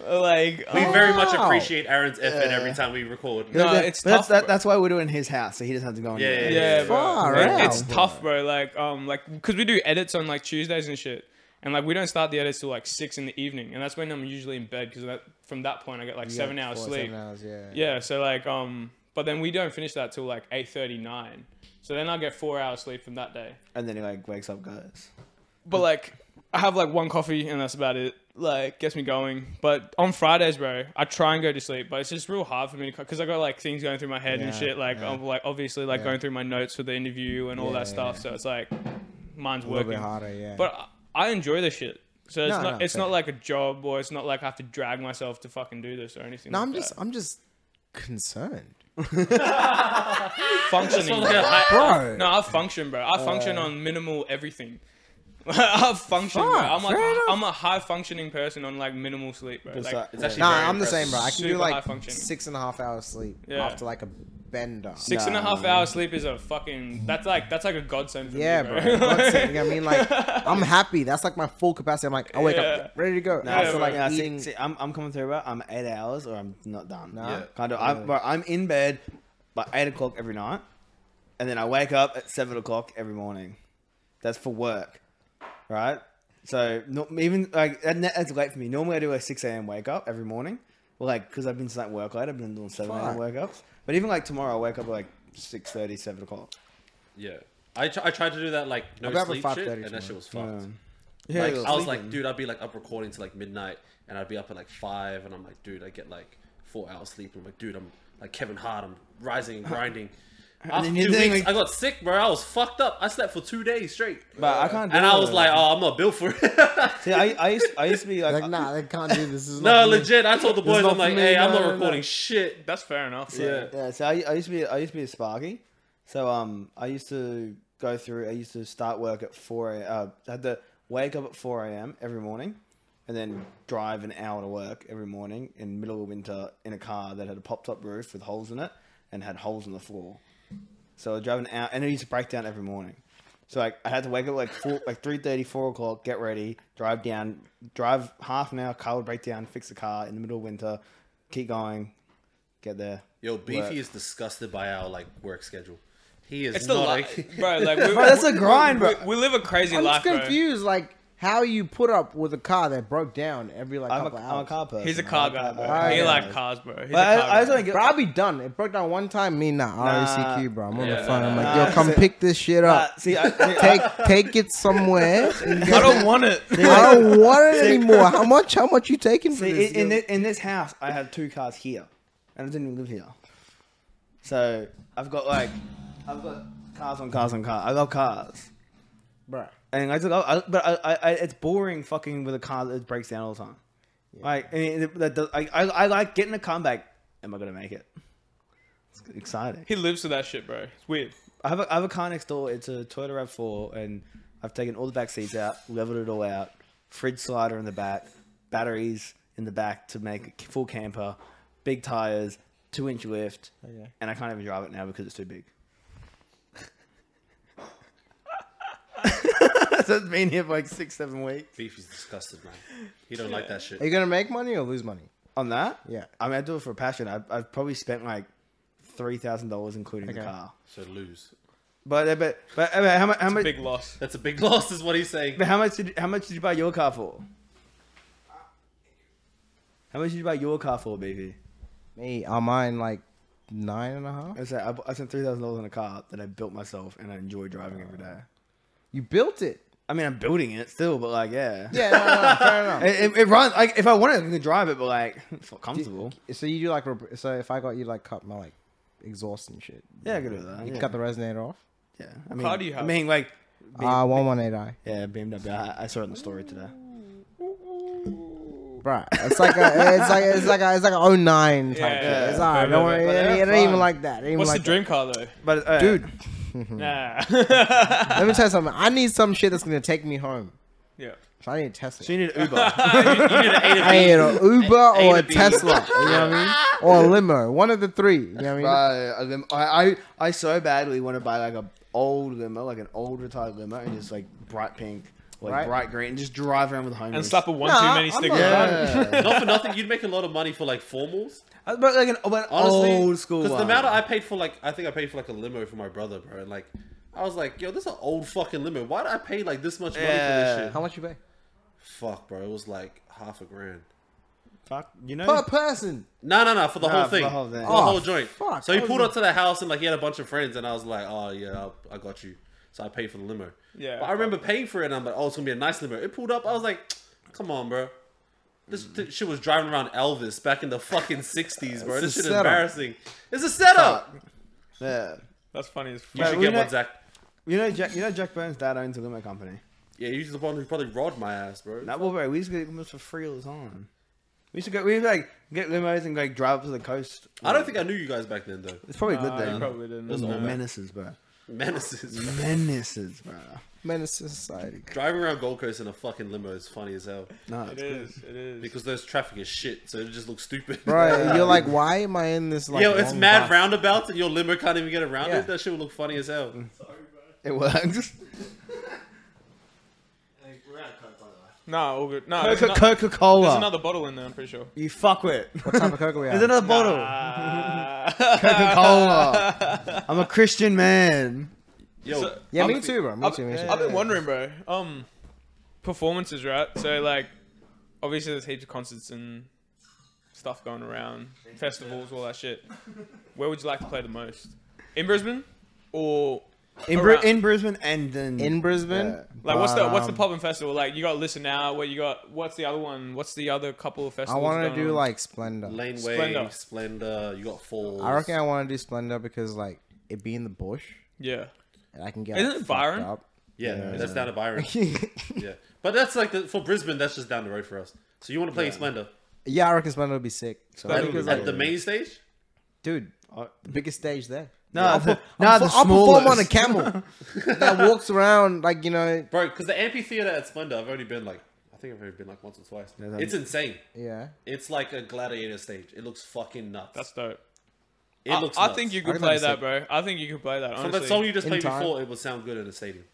D: like
B: We
D: um,
B: very much
C: Wow.
B: appreciate Aaron's effort every time we record.
D: No,
A: But
D: it's
A: but that's,
D: tough,
A: that,
D: bro.
A: that's why we're doing his house, so he doesn't have to go in
B: Yeah,
A: there.
B: yeah, yeah.
D: yeah, bro.
C: Far
D: It-
C: out,
D: it's
C: bro.
D: tough, bro. Like um, like because we do edits on like Tuesdays and shit, and like we don't start the edits till like six in the evening, and that's when I'm usually in bed because from that point I get like
C: You got
D: seven hours
C: four,
D: sleep.
C: Seven hours, yeah.
D: Yeah, so like um, but then we don't finish that till like eight thirty nine. So then I get four hours sleep from that day.
A: And then he like wakes up, goes.
D: But like, I have like one coffee and that's about it. like gets me going. But on Fridays, bro, I try and go to sleep, but it's just real hard for me because I got like things going through my head and
C: Yeah,
D: shit. Like
C: yeah.
D: I'm like obviously like
C: Yeah.
D: going through my notes for the interview and all
C: Yeah,
D: that stuff.
C: yeah.
D: So it's like mine's
C: a little
D: working.
C: bit harder, yeah.
D: But I- I enjoy the shit. So it's
C: No,
D: not
C: no,
D: it's
C: fair.
D: not like a job or it's not like I have to drag myself to fucking do this or anything.
C: no,
D: like
C: I'm just
D: that.
C: I'm just concerned,
D: functioning. bro.
C: bro.
D: No, I function, bro. I function on minimal everything. I function. bro.
C: Fuck,
D: I'm like
C: fair enough.
D: I'm a high functioning person on like minimal sleep, bro.
A: It's
D: Like,
A: like-
B: It's actually
C: Nah,
B: very
C: I'm the same,
B: impressive.
C: bro. I can do
D: Super high
C: like
D: functioning.
C: six and a half hours sleep
D: Yeah.
C: after like a bender.
D: Six and a
C: Nah.
D: half hours sleep is a fucking. That's like that's like a godsend for
C: Yeah,
D: me,
C: bro.
D: bro.
C: That's it, you know what I mean, like, I'm happy. That's like my full capacity. I'm like, I wake
D: Yeah.
C: up ready to go.
A: Nah, so
D: Yeah,
C: After
D: bro.
A: like,
C: like
A: nah, see-
C: eating,
A: see, I'm, I'm coming through, bro. I'm eight hours or I'm not done.
C: Nah.
B: Yeah.
A: Kind of. I'm, bro, I'm in bed by eight o'clock every night, and then I wake up at seven o'clock every morning. That's for work, right? So not even like that, that's late for me. Normally I do a six a.m. wake up every morning, well, like because I've been to like work late. I've been doing seven a.m.
C: Fuck.
A: wake ups. But even like tomorrow, I wake up at like 6.30, 7 o'clock.
B: Yeah. I, tr- I tried to do that like no
C: I'll grab a
B: sleep
C: 5:30
B: shit, and that
C: tomorrow.
B: shit was fucked.
A: Yeah,
B: like,
A: you're
B: I was
A: sleeping.
B: like, dude, I'd be like up recording to like midnight, and I'd be up at like five, and I'm like, dude, I get like four hours sleep. I'm like, dude, I'm like Kevin Hart, I'm rising and grinding. After
A: then
B: two
A: you're
B: weeks,
A: doing, like-
B: I got sick, bro. I was fucked up. I slept for two days straight,
A: But I can't do
B: and I
A: it.
B: was like, oh, I'm not built for it.
A: See, I, I, used, I used to be
C: like, nah, they can't do this. this is
B: no,
C: not me.
B: legit. I told the boys,
C: not
B: I'm
C: for
B: like,
C: me,
B: hey, I'm
C: no,
B: not
C: no, no."
B: recording shit.
D: That's fair enough.
B: Yeah.
D: Yeah.
A: Yeah, so I, I used to be I used to be a sparky, so um I used to go through. I used to start work at four. A, uh, I had to wake up at four a.m. every morning, and then drive an hour to work every morning in middle of winter in a car that had a pop top roof with holes in it and had holes in the floor. So I drove an hour, and I used to break down every morning. So like I had to wake up like four, like three thirty, four o'clock, get ready, drive down, drive half an hour, car would break down, fix the car in the middle of winter, keep going, get there.
B: Yo, Beefy
A: Work.
B: is disgusted by our like work schedule. He is
D: It's the
B: not. a-
D: life, bro. Like, we,
A: Bro, that's a grind,
D: we-
A: bro.
D: We, live a crazy
C: I'm
D: life,
C: just
D: bro.
C: confused, like how you put up with a car that broke down every like
A: I'm a,
C: couple hours.
A: I'm a car person.
D: He's a car guy, bro.
C: Oh,
D: he
C: yeah.
D: like cars, bro. He's a
A: But I,
D: car
A: I
D: guy.
A: just don't get.
C: Bro, I'll be done. It broke down one time. Me, nah,
A: Nah.
C: RECQ, bro. I'm on
B: Yeah,
C: the phone. I'm
B: nah,
C: like,
A: nah.
C: yo, come
A: Nah,
C: pick this shit
A: Uh,
C: up.
A: see, I, see,
C: Take take it somewhere.
D: I don't want it.
C: I don't want it anymore. How much? How much you taking for
A: see,
C: this?
A: in, in,
C: yo?
A: this, in this house, I have two cars here, and I didn't even live here. So I've got like, I've got cars on cars on cars. I love cars,
C: Bro.
A: and I just love. I, but I, I, I, it's boring fucking with a car that breaks down all the time. Like, I, mean, it- that does- I, I, I like getting a car and be like, Am I gonna make it? It's exciting.
D: He lives for that shit, bro. It's weird.
A: I have, a, I have a car next door. It's a Toyota Rav4, and I've taken all the back seats out, leveled it all out, fridge slider in the back, batteries in the back to make a full camper, big tires, two inch lift,
C: Okay.
A: and I can't even drive it now because it's too big. so it's been here for like six, seven weeks.
B: Beefy's disgusted, man. He don't like that shit.
C: Are you gonna make money or lose money?
A: On that,
C: Yeah.
A: I mean, I do it for a passion. I've, I've probably spent like three thousand dollars including the
C: Okay.
A: car.
B: So lose.
A: But but but I mean, how much? How much?
D: Big loss.
B: That's a big loss, is what he's saying.
A: But how much did how much did you buy your car for? How much did you buy your car for, baby?
C: Me, are mine like nine and a half?
A: I was like, I, bu- I spent three thousand dollars on a car that I built myself and I enjoy driving every day.
C: You built it.
A: I mean, I'm building it still, but like, yeah,
C: Yeah, no, no, no, fair enough.
A: It, it, it runs. Like, if I wanted, I could drive it, but like, it's not comfortable.
C: So you do like rep- so if I got you like cut my like exhaust and shit.
A: yeah, I could do that.
C: You
A: Yeah.
C: cut the resonator off.
A: yeah. I mean,
D: car do you
A: I
D: have?
A: mean, like, B-
C: Uh one one eight I.
A: yeah, BMW. I, I saw it in the story today.
C: Bruh. It's like a it's like it's like a it's like a 09 type
D: Yeah,
C: shit.
D: yeah,
C: it's
D: yeah.
C: alright, don't worry.
A: But
C: It
A: they're
C: ain't, it ain't even
A: fun.
C: like that. It ain't even
D: What's
C: like
D: the dream car though?
A: But uh,
C: Dude.
D: Nah.
C: that. Let me tell you something. I need some shit that's gonna take me home.
D: yeah.
C: So I need a Tesla.
A: so you need an Uber.
C: I need an Uber or
B: A
C: a
B: to B.
C: Tesla. You know what I mean? Or a limo. One of the three. You know what I mean?
A: Right, a lim- I, I I so badly want to buy like a old limo, like an old retired limo, and just like bright pink, like
C: Right.
A: bright green, and just drive around with homies.
D: And slap a one
C: Nah,
D: too many
C: I'm
D: sticker.
C: not-
D: on it.
A: yeah,
B: Not for nothing, you'd make a lot of money for like formals.
A: Uh, but like an, but an
B: Honestly,
A: old school
B: Because
A: one.
B: the amount I paid for, like, I think I paid for like a limo for my brother, bro. And like, I was like, yo, this is an old fucking limo. Why did I pay like this much money for
A: Yeah.
B: this shit?
C: How much you pay?
B: Fuck, bro. It was like half a grand.
A: Fuck, you know,
C: Per person.
B: No, no, no, for the
A: Nah,
B: whole
A: for the
B: thing.
A: whole thing.
B: For the
C: Oh,
B: whole joint.
C: fuck.
B: So he
C: That
B: pulled
C: was-
B: up to the house and like he had a bunch of friends, and I was like, oh yeah, I'll, I got you. So I paid for the limo.
D: Yeah.
B: But I remember paying for it, and I'm like, oh, it's gonna be a nice limo. It pulled up. I was like, come on, bro. This t- shit was driving around Elvis back in the fucking 60s, bro. This
C: It's a
B: shit is
C: setup.
B: embarrassing. It's a setup.
A: Yeah.
D: That's funny as
B: You
D: fuck.
A: Mate,
B: should
A: we
B: get
A: know-
B: one, Zach.
A: You know, Jack. You know, Jack Burns' dad owns a limo company.
B: Yeah, you're the one who probably robbed my ass, bro.
A: That well, bro, we used to get limos for free all the time. We used to go. We used to, like get limos and like drive up to the coast.
B: I don't think I knew you guys back then, though.
A: it's probably
D: Nah,
A: good
D: you
A: then.
D: probably didn't.
A: Those
D: Nah.
A: were menaces, bro.
B: Menaces. bro.
A: Menaces, bro.
C: Menace to society.
B: Driving around Gold Coast in a fucking limo is funny as hell
A: No, it's
D: It
A: good.
D: is. It is.
B: because there's traffic is shit, so it just looks stupid.
C: Bro, you're like, why am I in this like?
B: Yo, it's
C: long
B: mad
C: bus?
B: roundabouts and your limo can't even get around
C: Yeah. Mm.
B: it. That shit would look funny as hell.
A: it works.
D: Nah, all good. Nah, there's,
A: Coca
D: ano-
A: Coca
D: there's
A: Cola.
D: another bottle in there. I'm pretty sure.
A: You fuck with.
C: What type of cocoa we
A: There's
C: have?
A: another bottle. Coca Cola. I'm a Christian man.
B: Yo,
D: So-
C: Yeah, me
D: I'm-
C: too, bro. Me
D: I've,
C: too. Me too.
D: I've been wondering, bro. Um, performances, right? So like, obviously there's heaps of concerts and stuff going around, festivals, all that shit. Where would you like to play the most? In Brisbane, or
A: In, Bru-
D: Alright.
A: in Brisbane and then
C: in Brisbane.
A: Yeah.
D: like what's the what's the
C: um,
D: pub and festival like? You got Listen Now. Where you got what's the other one? What's the other couple of
C: I
D: festivals?
C: want to
D: going
C: do
D: on?
C: like Splendor.
B: laneway,
D: Splendor.
B: Splendor. you got falls.
C: I reckon I want to do Splendor because like it be in the bush
D: yeah.
C: and I can get.
D: Isn't
C: like,
D: it
C: fucked
D: Byron?
C: Up.
B: yeah,
C: Yeah.
B: that's down to Byron.
C: yeah,
B: yeah, but that's like the, for Brisbane, that's just down the road for us. So you want to play in Splendor
C: I reckon Splendor would be sick. So
D: Splendor
B: at,
D: would be
C: because,
B: at
C: like,
B: the main stage?
C: dude,
A: Oh.
C: the biggest stage there.
A: No,
C: I'll,
A: the-
C: per-
A: no,
C: I'll,
A: the
C: per- I'll perform on a
A: smallest.
C: camel that walks around like you know.
B: Bro, because the amphitheater at Splendor, I've only been like, I think I've only been like once or twice.
A: Yeah, that-
B: it's insane.
C: Yeah,
B: It's like a gladiator stage. It looks fucking nuts.
D: That's dope.
B: it
D: I,
B: looks.
D: I
B: nuts.
D: think you
C: I
D: could
C: can
D: play that,
C: understand.
D: bro. I think you could play that.
B: From
D: Honestly.
B: that song you just
C: In
B: played
C: time.
B: before, it would sound good in a stadium.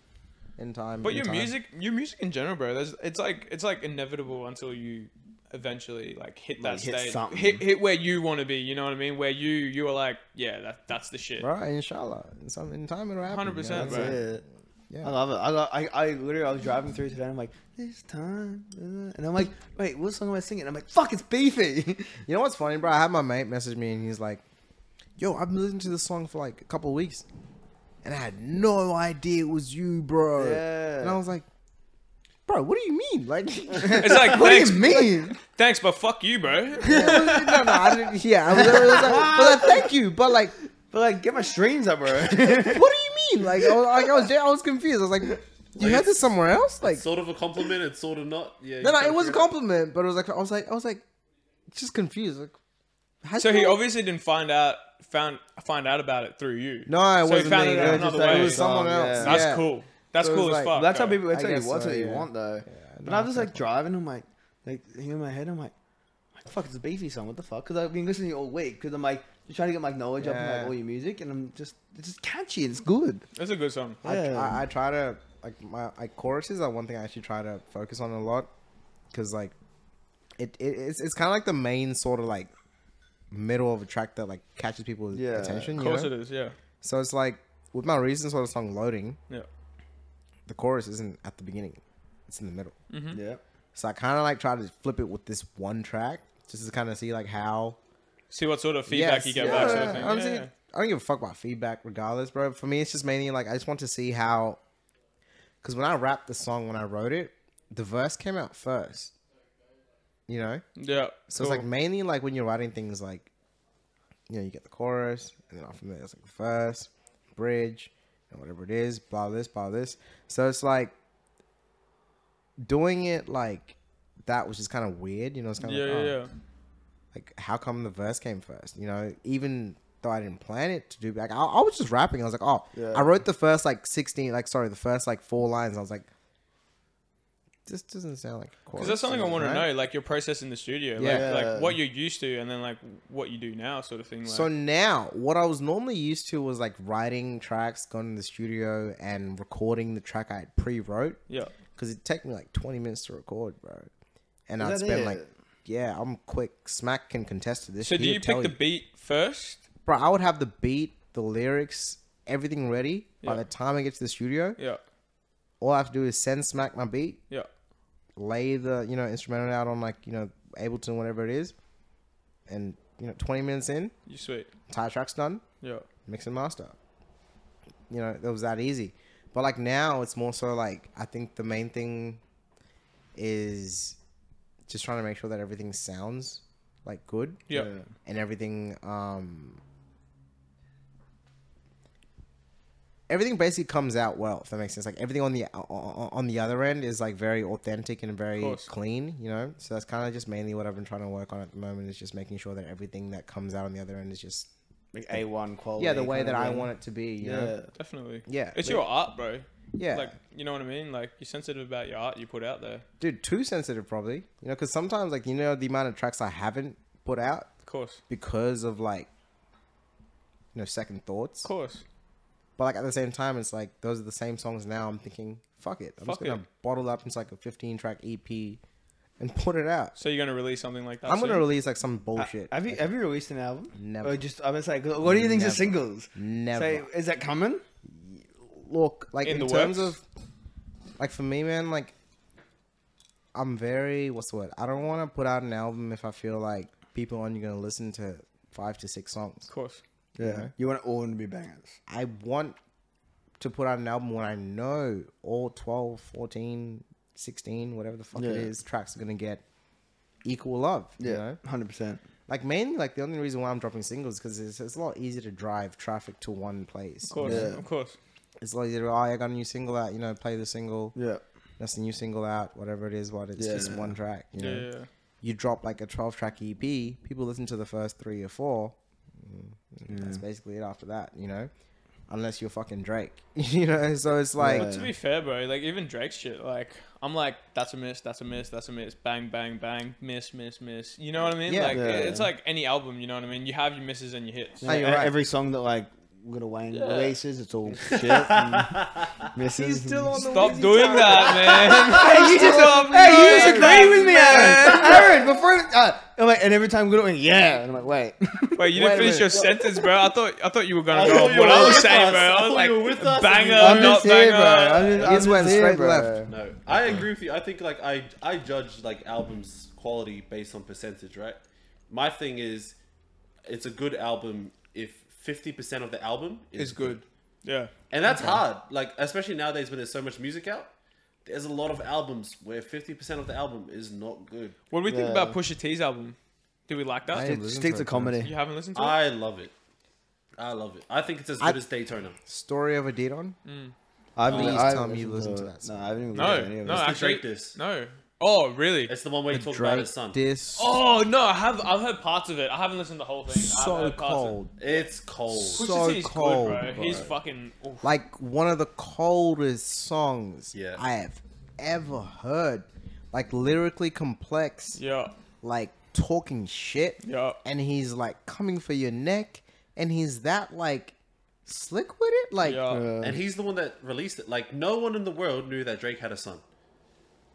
C: in time.
D: But
C: in
D: your
C: time.
D: music, your music in general, bro. There's, it's like it's like inevitable until you eventually like hit that
A: Like, hit
D: stage,
A: something.
D: hit hit where you want to be. You know what I mean? Where you you are like, yeah, that that's the shit.
C: Right, inshallah. In, some, in time it'll happen.
D: 100%,
C: you know?
D: bro.
A: That's it.
C: Yeah.
A: I love it. I, love, I I literally I was driving through today. I'm like, this time, uh," and I'm like, wait, what song am I singing? And I'm like, fuck, it's Beefy.
C: You know what's funny, bro? I had my mate message me and he's like, Yo, I've been listening to this song for like a couple weeks. And I had no idea it was you, bro.
A: Yeah.
C: And I was like, Bro, what do you mean? Like,
D: It's like
A: what do
D: thanks,
A: you mean?
D: thanks, but fuck you, bro.
C: no, no, I didn't. Yeah, I was, I was like, but like, thank you. But like,
A: but like, get my streams up, bro.
C: what do you mean? Like, I was, like, I was, I was confused. I was like, You heard this somewhere else? Like,
B: Sort of a compliment, it's sort of not. Yeah.
C: no,
B: you
C: no,
B: gotta
C: it was a
B: figure out-
C: compliment, but it was like, I was like, I was like, just confused. Like, how'd
D: So
C: you
D: he
C: know?
D: obviously didn't find out found find out about it through you.
C: No, it
D: So he
C: wasn't
D: found
C: me.
D: it
C: It,
D: out
C: was
D: another
C: just like- it
D: way.
C: was someone
A: Yeah.
C: else.
D: that's
C: yeah.
D: cool. That's
C: So it
D: cool
C: was
D: as
C: like-
D: fuck.
A: That's how
D: bro.
A: people. That's
C: I
A: how you
C: guess
A: what's
C: so,
A: what you
C: yeah.
A: want though. but
C: no,
A: I was just
C: fair
A: like driving. I'm like, like in my head, I'm like, what the fuck is a Beefy song? What the fuck? Because I've been listening all week. Because I'm like just trying to get my knowledge up on
C: Yeah.
A: like all your music, and I'm just it's just catchy. It's good.
D: That's a good song.
C: I,
A: Yeah.
C: I, I try to like my like choruses are one thing I actually try to focus on a lot because like it, it it's, it's kind of like the main sort of like middle of a track that like catches people's
A: Yeah.
C: attention.
D: Of
C: You
D: course
C: know?
D: it is. Yeah,
C: So it's like with my recent sort of song loading,
D: yeah.
C: the chorus isn't at the beginning; it's in the middle.
D: Mm.
A: Yeah.
C: So I kind of like try to flip it with this one track just to kind of see like how
D: See what sort of feedback
C: Yes,
D: you get
C: yeah,
D: back. Sort
C: yeah,
D: of thing.
C: I'm
D: Yeah,
C: saying-
D: yeah.
C: I don't give a fuck about feedback, regardless, bro. For me, it's just mainly like I just want to see how, because when I rapped the song when I wrote it, the verse came out first. You know,
D: Yeah.
C: so it's like
D: cool.
C: mainly like when you're writing things like, you know, you get the chorus, and then after that it's like the verse, bridge, and whatever it is, blah this, blah this. So it's like doing it like that was just kind of weird. You know, it's kind of
D: yeah,
C: like,
D: yeah,
C: oh,
D: yeah.
C: like how come the verse came first you know even though i didn't plan it to do like i, I was just rapping i was like oh
A: Yeah.
C: i wrote the first like 16 like sorry the first like four lines i was like this doesn't sound like a
D: Because that's something I want to
C: right?
D: know, like your process in the studio,
C: Yeah.
D: like,
A: Yeah.
D: like what you're used to, and then like what you do now, sort of thing. Like,
C: so now what i was normally used to was like writing tracks going in the studio and recording the track i had pre-wrote
D: yeah,
C: because it take me like 20 minutes to record bro and
A: Is
C: i'd
A: that
C: spend
A: it?
C: like yeah i'm quick smack can contest to this
D: So do
C: He'll
D: you
C: tell
D: pick the beat first?
C: bro, I would have the beat, the lyrics, everything ready by
D: Yeah.
C: the time I get to the studio.
D: Yeah,
C: All I have to do is send smack my beat,
D: yeah,
C: lay the you know instrumental out on like you know Ableton, whatever it is, and you know twenty minutes in,
D: you sweet.
C: entire track's done,
D: Yeah,
C: mix and master. You know it was that easy, but like now it's more so like I think the main thing is just trying to make sure that everything sounds like good
D: Yeah.
C: and everything um everything basically comes out well if that makes sense like everything on the o- o- on the other end is like very authentic and very
D: course.
C: clean you know so that's kind of just mainly what i've been trying to work on at the moment is just making sure that everything that comes out on the other end is just
A: Like A one quality.
C: yeah the way
A: kind
C: that
A: of
C: i
A: thing.
C: want it to be you
A: Yeah.
C: know
D: Definitely.
C: Yeah,
D: It's
C: like-
D: your art, bro.
C: yeah
D: Like, you know what I mean? Like, you're sensitive about your art you put out there.
C: dude too sensitive probably you know because sometimes like you know the amount of tracks i haven't put out
D: Of course.
C: because of like you know second thoughts
D: Of course.
C: but like at the same time it's like those are the same songs now i'm thinking fuck it i'm just
D: Fuck
C: gonna bottle up into like a 15 track ep and put it out
D: So you're going to release something like that
C: i'm gonna
D: soon?
C: release like some bullshit
A: Have you have you released an album?
C: Never.
A: Or just I'm just like, what do you think of
C: Never.
A: singles?
C: never
A: So is that coming?
C: look like in,
D: In the
C: terms
D: works?
C: of like for me man like i'm very what's the word i don't want to put out an album if i feel like people aren't gonna listen to five to six songs
D: Of course.
A: Yeah. You want it all to be bangers.
C: I want to put out an album when I know all 12, 14, 16, whatever the fuck
A: Yeah.
C: it is, tracks are going to get equal love. You
A: Yeah.
C: know?
A: Hundred percent.
C: Like, mainly, like, the only reason why I'm dropping singles because it's, it's a lot easier to drive traffic to one place.
D: Of course.
A: Yeah.
D: Of course.
C: It's a lot easier to, oh, I got a new single out, you know, play the single.
A: Yeah.
C: That's the new single out, whatever it is, what it's
A: Yeah.
C: just one track. You
D: Yeah.
C: know?
D: yeah, yeah.
C: You drop like a 12 track EP, people listen to the first three or four. Mm, That's basically it after that, you know? Unless you're fucking Drake, you know? So it's like,
A: Yeah.
D: To be fair, bro, like even Drake's shit, like I'm like that's a miss, that's a miss, that's a miss, bang, bang, bang, miss, miss, miss. You know what I mean?
C: Yeah.
D: like
A: Yeah.
D: it's like any album, you know what I mean? You have your misses and your hits.
A: No,
C: you're right.
A: e-, Every song that like Little Wayne
D: Yeah.
A: releases, it's all shit. And misses.
C: He's still on the
D: Stop
C: Wheezy
D: doing
C: time.
D: that, man.
A: Hey, you just,
D: Stop
A: hey, you
D: doing
A: just
D: that,
A: agree with me, Aaron. Aaron, before uh, I'm like, and every time Little Wayne, yeah, and I'm like, wait,
D: Wait, you didn't
C: Wait a
D: finish your
C: minute.
D: sentence, bro. I thought I thought you were gonna
B: I
D: go
B: thought
D: off
B: you
D: what
B: were
D: I was
B: with
D: saying,
B: us.
D: bro.
B: I
D: I
B: thought
D: was like
B: you were with us and
D: banger,
B: you-
A: I'm
D: not
A: just here, bro.
D: banger.
A: I'm just, I'm
C: He's
A: just
C: went
A: here,
C: straight
A: bro.
C: left.
B: No, I agree with you. I think like I I judge like albums quality based on percentage, right? My thing is, it's a good album if fifty percent of the album is,
D: It's good. Yeah.
B: and that's hard. Like especially nowadays when there's so much music out, there's a lot of albums where fifty percent of the album is not good.
D: What do we think
A: Yeah.
D: about Pusha T's album? Did we like that?
C: I-
A: Stick, stick to comedy.
D: you haven't listened to it?
B: I love it. I love it. I think it's as good
C: I-
B: as Daytona.
C: Story of a Adidon.
A: I've,
C: Please
A: I've
C: tell me you
A: listened
C: listened to
A: it.
C: that
A: No, I haven't even listened to any
D: no,
A: of
D: no,
A: it.
B: the
D: actually,
B: Drake diss.
D: no. Oh, really?
B: It's the one where he talked about
C: Drake
B: his son.
C: diss.
D: Oh no, I have. I've heard parts of it. I haven't listened to the whole thing. I've
C: so
D: heard parts of it.
C: cold.
B: It's cold.
D: Pusha
C: So
D: T's
C: cold,
D: good, bro. He's
C: bro.
D: fucking. oof.
C: Like one of the coldest songs
B: Yeah.
C: I have ever heard. Like lyrically complex,
D: Yeah,
C: like talking shit.
D: yeah.
C: And he's like coming for your neck. And he's that like slick with it. Like,
D: Yeah.
A: Uh,
B: And he's the one that released it. Like no one in the world knew that Drake had a son.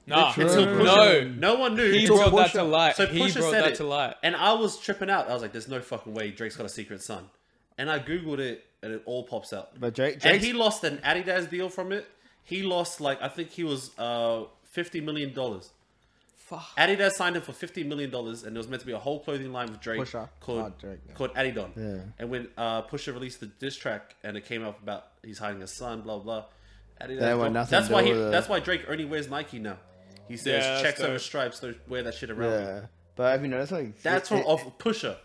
D: Nah,
A: It's
B: Ah, Until
A: True.
D: no.
B: Pusha- no one knew.
D: He
B: until
D: brought
B: Pusha-
D: that to light.
B: So
D: he
B: Pusha
D: brought
B: said
D: that
B: it,
D: to light.
B: and I was tripping out. I was like, "There's no fucking way Drake's got a secret son." And I googled it, and it all pops out.
A: But Drake,
B: and
A: Drake's,
B: he lost an Adidas deal from it. He lost like I think he was uh fifty million dollars.
D: Fuck.
B: Adidas signed him for fifty million dollars, and there was meant to be a whole clothing line with Drake
C: Pusha.
B: called
C: Oh, Drake, yeah.
B: called Adidon.
A: Yeah.
B: And when uh, Pusha released the diss track, and it came up about he's hiding his son, blah blah. Adidas
A: They want
B: dropped-
A: nothing
B: that's
A: to
B: why
A: do
B: he,
A: with it.
B: that's why Drake only wears Nike now. He says
D: Yeah, that's
B: checks over
D: dope.
B: stripes, don't wear that shit around.
A: yeah. But have you noticed like
B: That's
A: hi-
B: from off Pusha.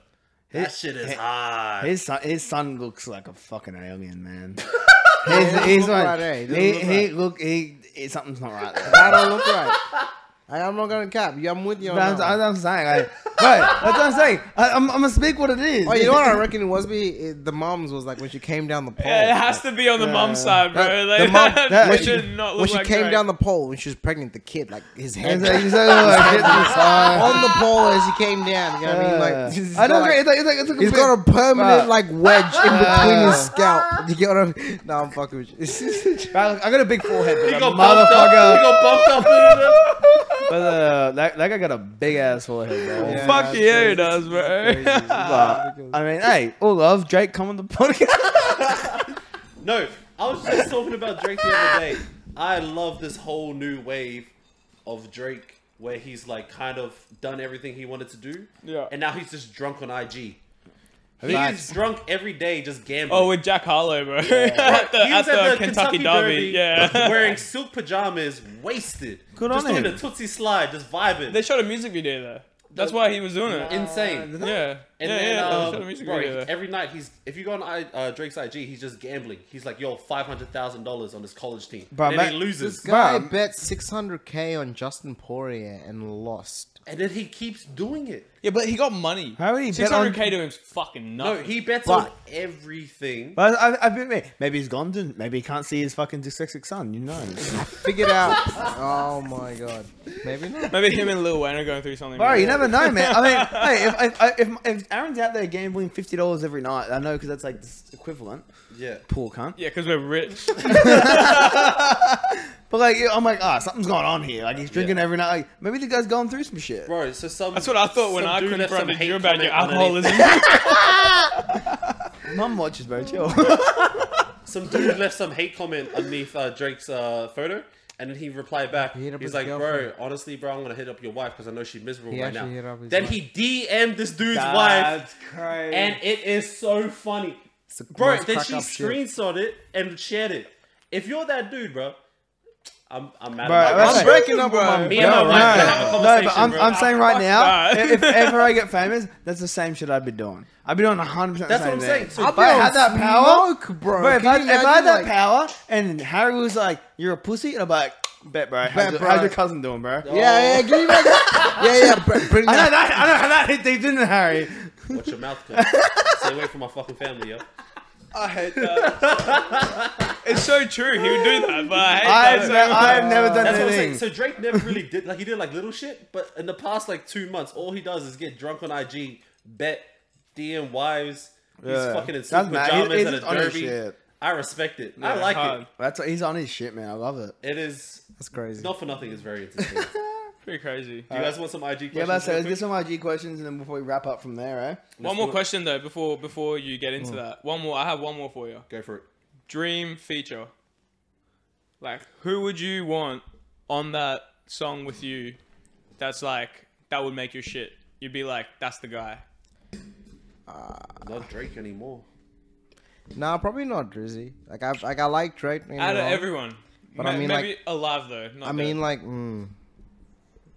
B: That shit is hot.
A: His son, his son looks like a fucking alien, man. he's he's
C: look
A: like,
C: right, eh? He doesn't
A: he,
C: look
A: he
C: right.
A: look, he, he- something's not right there.
C: I don't look right. I, I'm not gonna cap. You, I'm with you on
A: But I'm,
C: that one.
A: I'm, I'm saying, like, but that's what I'm saying. I, I'm, I'm gonna speak what it is.
C: Oh, you know what I reckon it was me? It, the moms was like when she came down the pole.
D: Yeah, it has to be on the mum side, bro.
C: That-
D: like,
C: the mom-
D: that
A: that-
C: when
A: It
C: she,
D: should not look
C: when she
D: like
C: came
D: Drake.
C: down the pole when she was pregnant, the kid like his head
A: It's like, it's like, oh, shit, this song.
C: on the pole as he came down. You know what I mean? Like,
A: Yeah.
C: he's
A: I know,
C: got,
A: it's
C: like,
A: like, it's like, it's like
C: he's
A: big-
C: got a permanent
A: Bruh.
C: like wedge in between
A: Yeah.
C: his scalp. You get what I'm? No, I'm fucking with you.
A: Bruh, look, I got a big forehead,
B: he
A: but a
B: got bumped up. He
A: motherfucker.
B: got bumped up. in the-
A: But uh, that, that guy got a big ass forehead, bro.
D: Fuck
C: Yeah, that's
D: yeah,
C: crazy.
D: he does, bro.
A: But, I mean, hey, all love, Drake, come on the podcast.
B: No, I was just talking about Drake the other day. I love this whole new wave of Drake where he's like kind of done everything he wanted to do.
D: Yeah.
B: And now he's just drunk on IG. He's
C: Facts.
B: drunk every day, just gambling.
D: Oh, with Jack Harlow, bro. at the,
B: He was
D: at the, Kentucky, Derby. Yeah.
B: wearing silk pajamas, wasted.
A: Good
B: just
A: on
B: doing
A: him.
B: a Tootsie slide, just vibing.
D: they shot a music video there. That's why he was doing it.
B: Insane.
A: Uh,
D: yeah.
B: and
D: yeah,
B: then,
D: yeah,
B: um,
D: they shot a music
B: bro,
D: video there.
B: every night he's if you go on I, uh, Drake's IG, he's just gambling. He's like, yo, five hundred thousand dollars on this college team,
A: Bro,
B: and
A: man,
B: then he
C: This
B: loses,
C: guy
A: Bruh.
C: bet 600k on Justin Poirier and lost.
B: and then he keeps doing it.
D: Yeah, but he got money.
A: How would he bet on-
D: 600k to him's fucking
B: No,
D: nothing.
B: he bets on
A: But-
B: everything.
A: But I, I, I think maybe he's gone. didn't- Maybe he can't see his fucking dyslexic son. You know.
C: Figured out. oh my god. Maybe not.
D: Maybe him and Lil Wayne are going through something.
A: Bro,
D: really
A: you never know, man. I mean, hey, if, if- if, if, if Aaron's out there gambling fifty dollars every night, I know because that's like the equivalent.
B: yeah,
A: Poor cunt.
D: Yeah, because we're rich.
A: But like, I'm like, ah, something's going on here. Like he's drinking every night. Like, maybe the guy's going through some shit.
B: bro. So some.
D: That's what I thought when
B: some
D: I
B: dude left some
D: confronted
B: hate
D: you about your
B: comment underneath-
D: alcoholism.
A: Mum watches, bro. Chill.
B: some dude left some hate comment underneath uh, Drake's uh, photo, and then he replied back.
C: He hit up
B: he's
C: his
B: like,
C: girlfriend.
B: "Bro, honestly, bro, I'm gonna hit up your wife because I know she's miserable
C: He
B: right now."
C: actually hit up his
B: then
C: wife.
B: he DM'd this dude's wife,
A: crazy.
B: and it is so funny,
C: It's the
B: bro.
C: most
B: Then
C: crack
B: she
C: up shit.
B: screenshot it and shared it. If you're that dude, bro, I'm I'm mad.
A: Bro,
B: at my
A: that's-
C: I'm
B: wife.
C: breaking up with my
B: Me and my
A: no,
B: wife can have a
A: no, no, but
B: conversation,
A: I'm,
B: bro.
A: I'm saying right
D: Fuck
A: now,
D: that.
A: if ever I get famous, that's the same shit I'd be doing. I'd be doing 100% the
B: That's what
A: same
B: I'm
A: thing.
B: saying. So
A: if
B: I'll
A: I
B: be
A: had
C: on
A: that power,
C: smoke, bro.
A: bro if,
C: Can
A: I,
C: you
A: if I had
C: imagine,
A: that
C: like-
A: power and Harry was like, you're a pussy, and I'm like, bet, bro. How's,
C: Bet,
A: your,
C: bro.
A: how's your cousin doing, bro?
C: Yeah, yeah, give me that. Yeah, yeah, br- bring
A: I know
C: that.
A: that. I know how that hit deep, didn't it, Harry?
B: Watch your mouth, cunt. Stay away from my fucking family, yo.
D: I hate that. it's so true. He would do that, but I hate that.
A: I've,
D: so
A: ne- I've never done
B: That's what I'm saying.
A: anything.
B: So Drake never really did like he did like little shit, but in the past like two months, all he does is get drunk on IG, bet, DM wives. He's
A: Yeah.
B: fucking in suit
A: That's mad. He-
B: pajamas
A: he's
B: and a
A: just on his
B: derby.
A: shit.
B: I respect it. I
D: Yeah,
B: like
D: hard.
B: it.
A: That's he's on his shit, man. I love it.
B: It is
C: That's crazy.
B: not for nothing. It's very interesting. Do
D: Pretty crazy.
B: you guys want some IG questions?
A: Uh, Yeah, but I say,
B: real
A: let's
B: quick?
A: get some IG questions and then before we wrap up from there, eh?
D: One
B: do
D: more
B: it.
D: question though before before you get into that. One more. I have one more for you.
B: Go for it.
D: Dream feature. Like, who would you want on that song with you? That's like that would make your shit. You'd be like, that's the guy.
B: Not Drake anymore.
C: Nah, probably not Drizzy. Like I, like I like Drake. don't get me
D: Out of
C: wrong.
D: everyone.
C: But I
D: Ma-
C: mean,
D: maybe alive though. Not
C: I mean,
D: dead.
C: like, mm,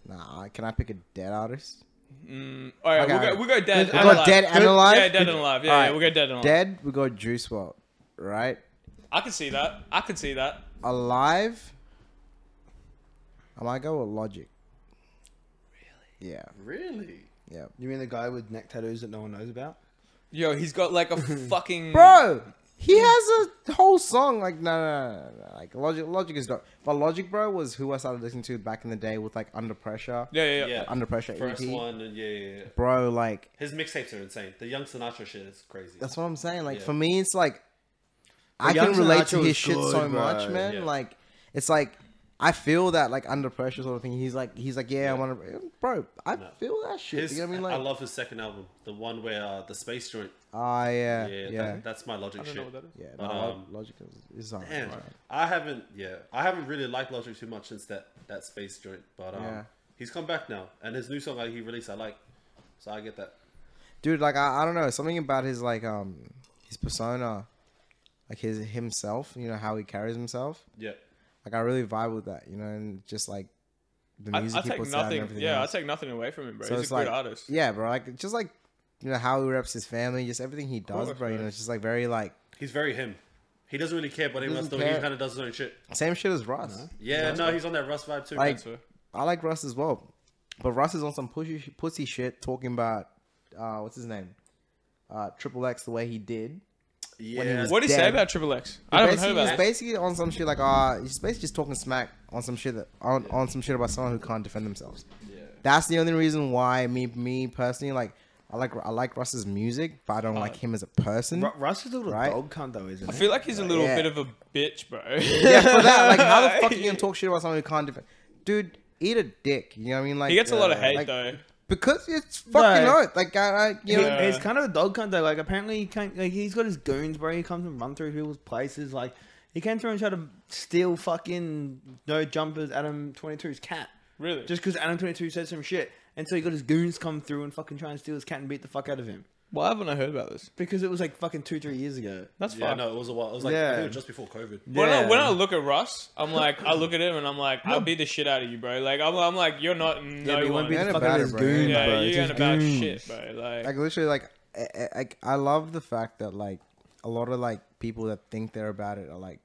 C: nah. Can I pick a dead artist?
D: Mm, all right,
C: okay,
D: we'll,
C: alright.
D: go, we'll go dead.
C: We'll
D: and
C: go
D: alive.
C: dead and alive?
D: Yeah, dead and alive. Yeah,
C: Alright.
D: yeah, we'll go dead and alive.
C: Dead, we go Juice World, right?
D: I could see that. I could see that.
C: Alive, I might go with Logic. Really? Yeah,
B: Really?
C: yeah.
A: You mean the guy with neck tattoos that no one knows about?
D: Yo, he's got like a fucking
C: Bro, he has a whole song like no, no, no, no, no. like Logic. Logic is dope. But Logic, bro, was who I started listening to back in the day with like Under Pressure.
D: Yeah, yeah, yeah.
B: Yeah.
C: Under Pressure
B: First
C: EP.
B: one, and yeah, yeah, yeah.
C: Bro, like
B: His mixtapes are insane. The Young Sinatra shit is crazy.
C: That's what I'm saying. Like
B: Yeah.
C: for me, it's like I
A: Young
C: can relate to
A: Sinatra
C: his
A: was
C: shit
A: good,
C: so
A: bro.
C: much, man.
B: Yeah.
C: Like it's like I feel that like under pressure sort of thing. He's like he's like yeah, I want to, bro. I
B: No.
C: feel that shit.
B: His,
C: you know what I mean? Like
B: I love his second album, the one where uh, the space joint.
C: ah yeah
B: Yeah,
C: yeah
B: that-
C: yeah.
B: that's my logic
D: I don't
B: shit.
D: know what that is.
B: but,
C: no, Lo-
B: um,
C: logic is, is alright,
B: Man,
C: bro.
B: I haven't. Yeah, I haven't really liked Logic too much since that that space joint. But um,
C: Yeah.
B: he's come back now, and his new song that he released, I like. So I get that.
C: dude. Like I, I don't know something about his like um his persona, like his himself. You know how he carries himself.
B: Yeah,
C: Like I really vibe with that. You know, and just like the
D: I,
C: music
D: I
C: he
D: take
C: puts out and
D: nothing.
C: everything
D: Yeah,
C: else.
D: I take nothing away from him, bro.
C: So
D: he's
C: it's
D: a
C: like,
D: good artist.
C: yeah, bro. Like just like you know how he reps his family, just everything he does,
D: course,
C: bro. You
D: bro.
C: know, it's just like very like
B: he's very him. He doesn't really care about anyone else.
C: Doesn't
B: Though he
C: care.
B: kind of does his own shit.
C: same shit as Russ.
B: Yeah, no, he's on that Russ vibe too.
C: Like-
B: man.
D: So-
C: I like Russ as well, but Russ is on some pushy pussy shit talking about uh what's his name, uh Triple X the way he did. he
B: yeah,
C: was-
D: What did he say
C: dead.
D: about Triple X? I haven't heard
C: Basically,
D: about
C: he's
D: that.
C: basically on some shit like uh he's basically just talking smack on some shit that on, on some shit about someone who can't defend themselves.
B: yeah.
C: That's the only reason why me me personally like I like I like Russ's music, but I don't like him as a person.
A: Ru- Russ is a little
C: Right.
A: dog cunt though, isn't
D: I
A: he?
D: feel like he's a little
C: Yeah.
D: bit of a bitch, bro.
C: yeah, for that, like, how the fuck are you gonna talk shit about someone who can't defend? Dude, eat a dick. You know what I mean? Like,
D: He gets a lot of
C: uh,
D: hate
C: like,
D: though.
C: because it's fucking
A: No.
C: earth. Like, I, I you know,
D: Yeah.
A: He- he's kind of a dog cunt though. Like apparently he can't. Like he's got his goons, bro. He comes and run through people's places. Like he came through and tried to steal fucking no jumpers Adam 22's cat
D: Really?
A: just because Adam 22 said some shit. And so he got his goons come through and fucking try and steal his cat and beat the fuck out of him.
D: Why haven't I heard about this?
A: because it was like fucking two, three years ago.
D: That's
B: Yeah,
D: fine.
B: no, it was a while. It was like I
A: Yeah.
B: think it was just before COVID.
D: When, I, when I
A: Yeah.
D: look at Russ, I'm like, I look at him and I'm like, I'll beat the shit out of you, bro. Like, I'm, I'm like, you're not no
A: but you
D: one.
A: won't be
C: Ain't
A: the
C: about
A: fucking
C: it,
A: his
C: bro.
A: goon,
D: yeah,
A: bro.
D: you
A: Just
D: ain't about
A: goon.
D: shit, bro. Like,
C: like literally like I, I- I, I love the fact that like a lot of like people that think they're about it are like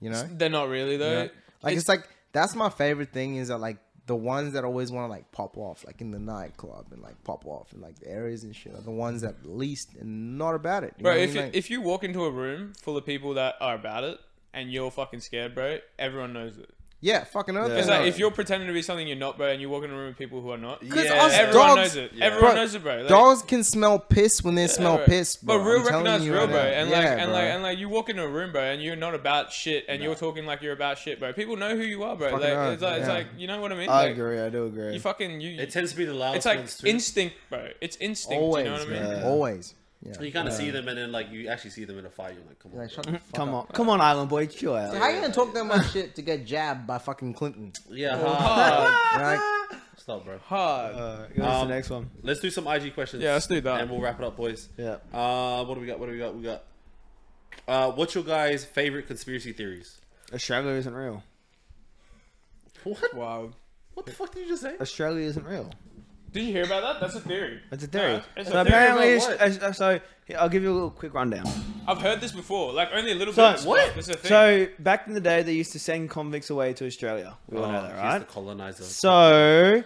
C: you know
D: they're not really though.
C: like it's like that's my favorite thing is that like the ones that always want to like pop off like in the nightclub and like pop off in like the areas and shit are the ones that least and not about it you
D: Bro,
C: know what I
D: if
C: mean?
D: you,
C: Like,
D: if you walk into a room full of people that are about it and you're fucking scared, bro, everyone knows it.
C: yeah fucking earth
D: It's
A: Yeah.
D: like if you're pretending to be something you're not, bro, and you walk in a room with people who are not,
B: Yeah.
C: us
D: everyone
C: dogs-
D: knows it.
B: Yeah.
D: Everyone
C: Bro,
D: knows it, bro. Like,
C: dogs can smell piss when they smell
D: bro.
C: piss bro.
D: But
C: I'm
D: real
C: telling
D: recognize
C: you
D: real,
C: right
D: bro.
C: now.
D: And like,
C: Yeah,
D: and
C: bro.
D: like, and like, you walk into a room, bro, and you're not about shit, and you're talking like you're about shit, bro. People know who you are, bro.
C: Fucking
D: like,
C: hell,
D: it's like, it's
C: yeah.
D: like, you know what I mean?
A: I
D: like,
A: agree. I do agree.
D: You fucking you.
B: It tends to be the loudest
D: it's like
B: ones too.
D: instinct, bro. It's instinct.
C: always
D: you know what I mean?
A: man.
C: bro. always yeah
B: you kind of see them, and then like you actually see them in a fight. You're like, come on.
C: Like,
B: bro.
C: shut the fuck
A: Come
C: up.
A: on, come on, Island boy, chill
D: Oh,
A: out.
C: How you gonna talk that much shit to get jabbed by fucking Clinton?
B: yeah,
D: Hard.
C: Like,
B: stop, bro.
D: hard.
A: Uh, go to
B: Um,
A: the next one.
B: Let's do some IG questions.
D: Yeah, let's do that.
B: and we'll wrap it up, boys.
A: Yeah.
B: Uh, what do we got? What do we got? We got. Uh, what's your guys' favorite conspiracy theories?
A: Australia isn't real.
B: What?
D: Wow.
B: What the fuck did you just say?
A: Australia isn't real.
D: Did you hear about that? That's a theory.
A: That's a theory.
D: Yeah, it's
A: so
D: a theory
A: apparently,
B: about
A: it's- uh, so here, I'll give you a little quick rundown.
D: I've heard this before. Like only a little
A: So-
D: bit. but
A: what?
D: It's a thing.
A: So back in the day, they used to send convicts away to Australia. We all
B: Oh,
A: know that,
B: he's
A: right?
B: the colonizer.
A: So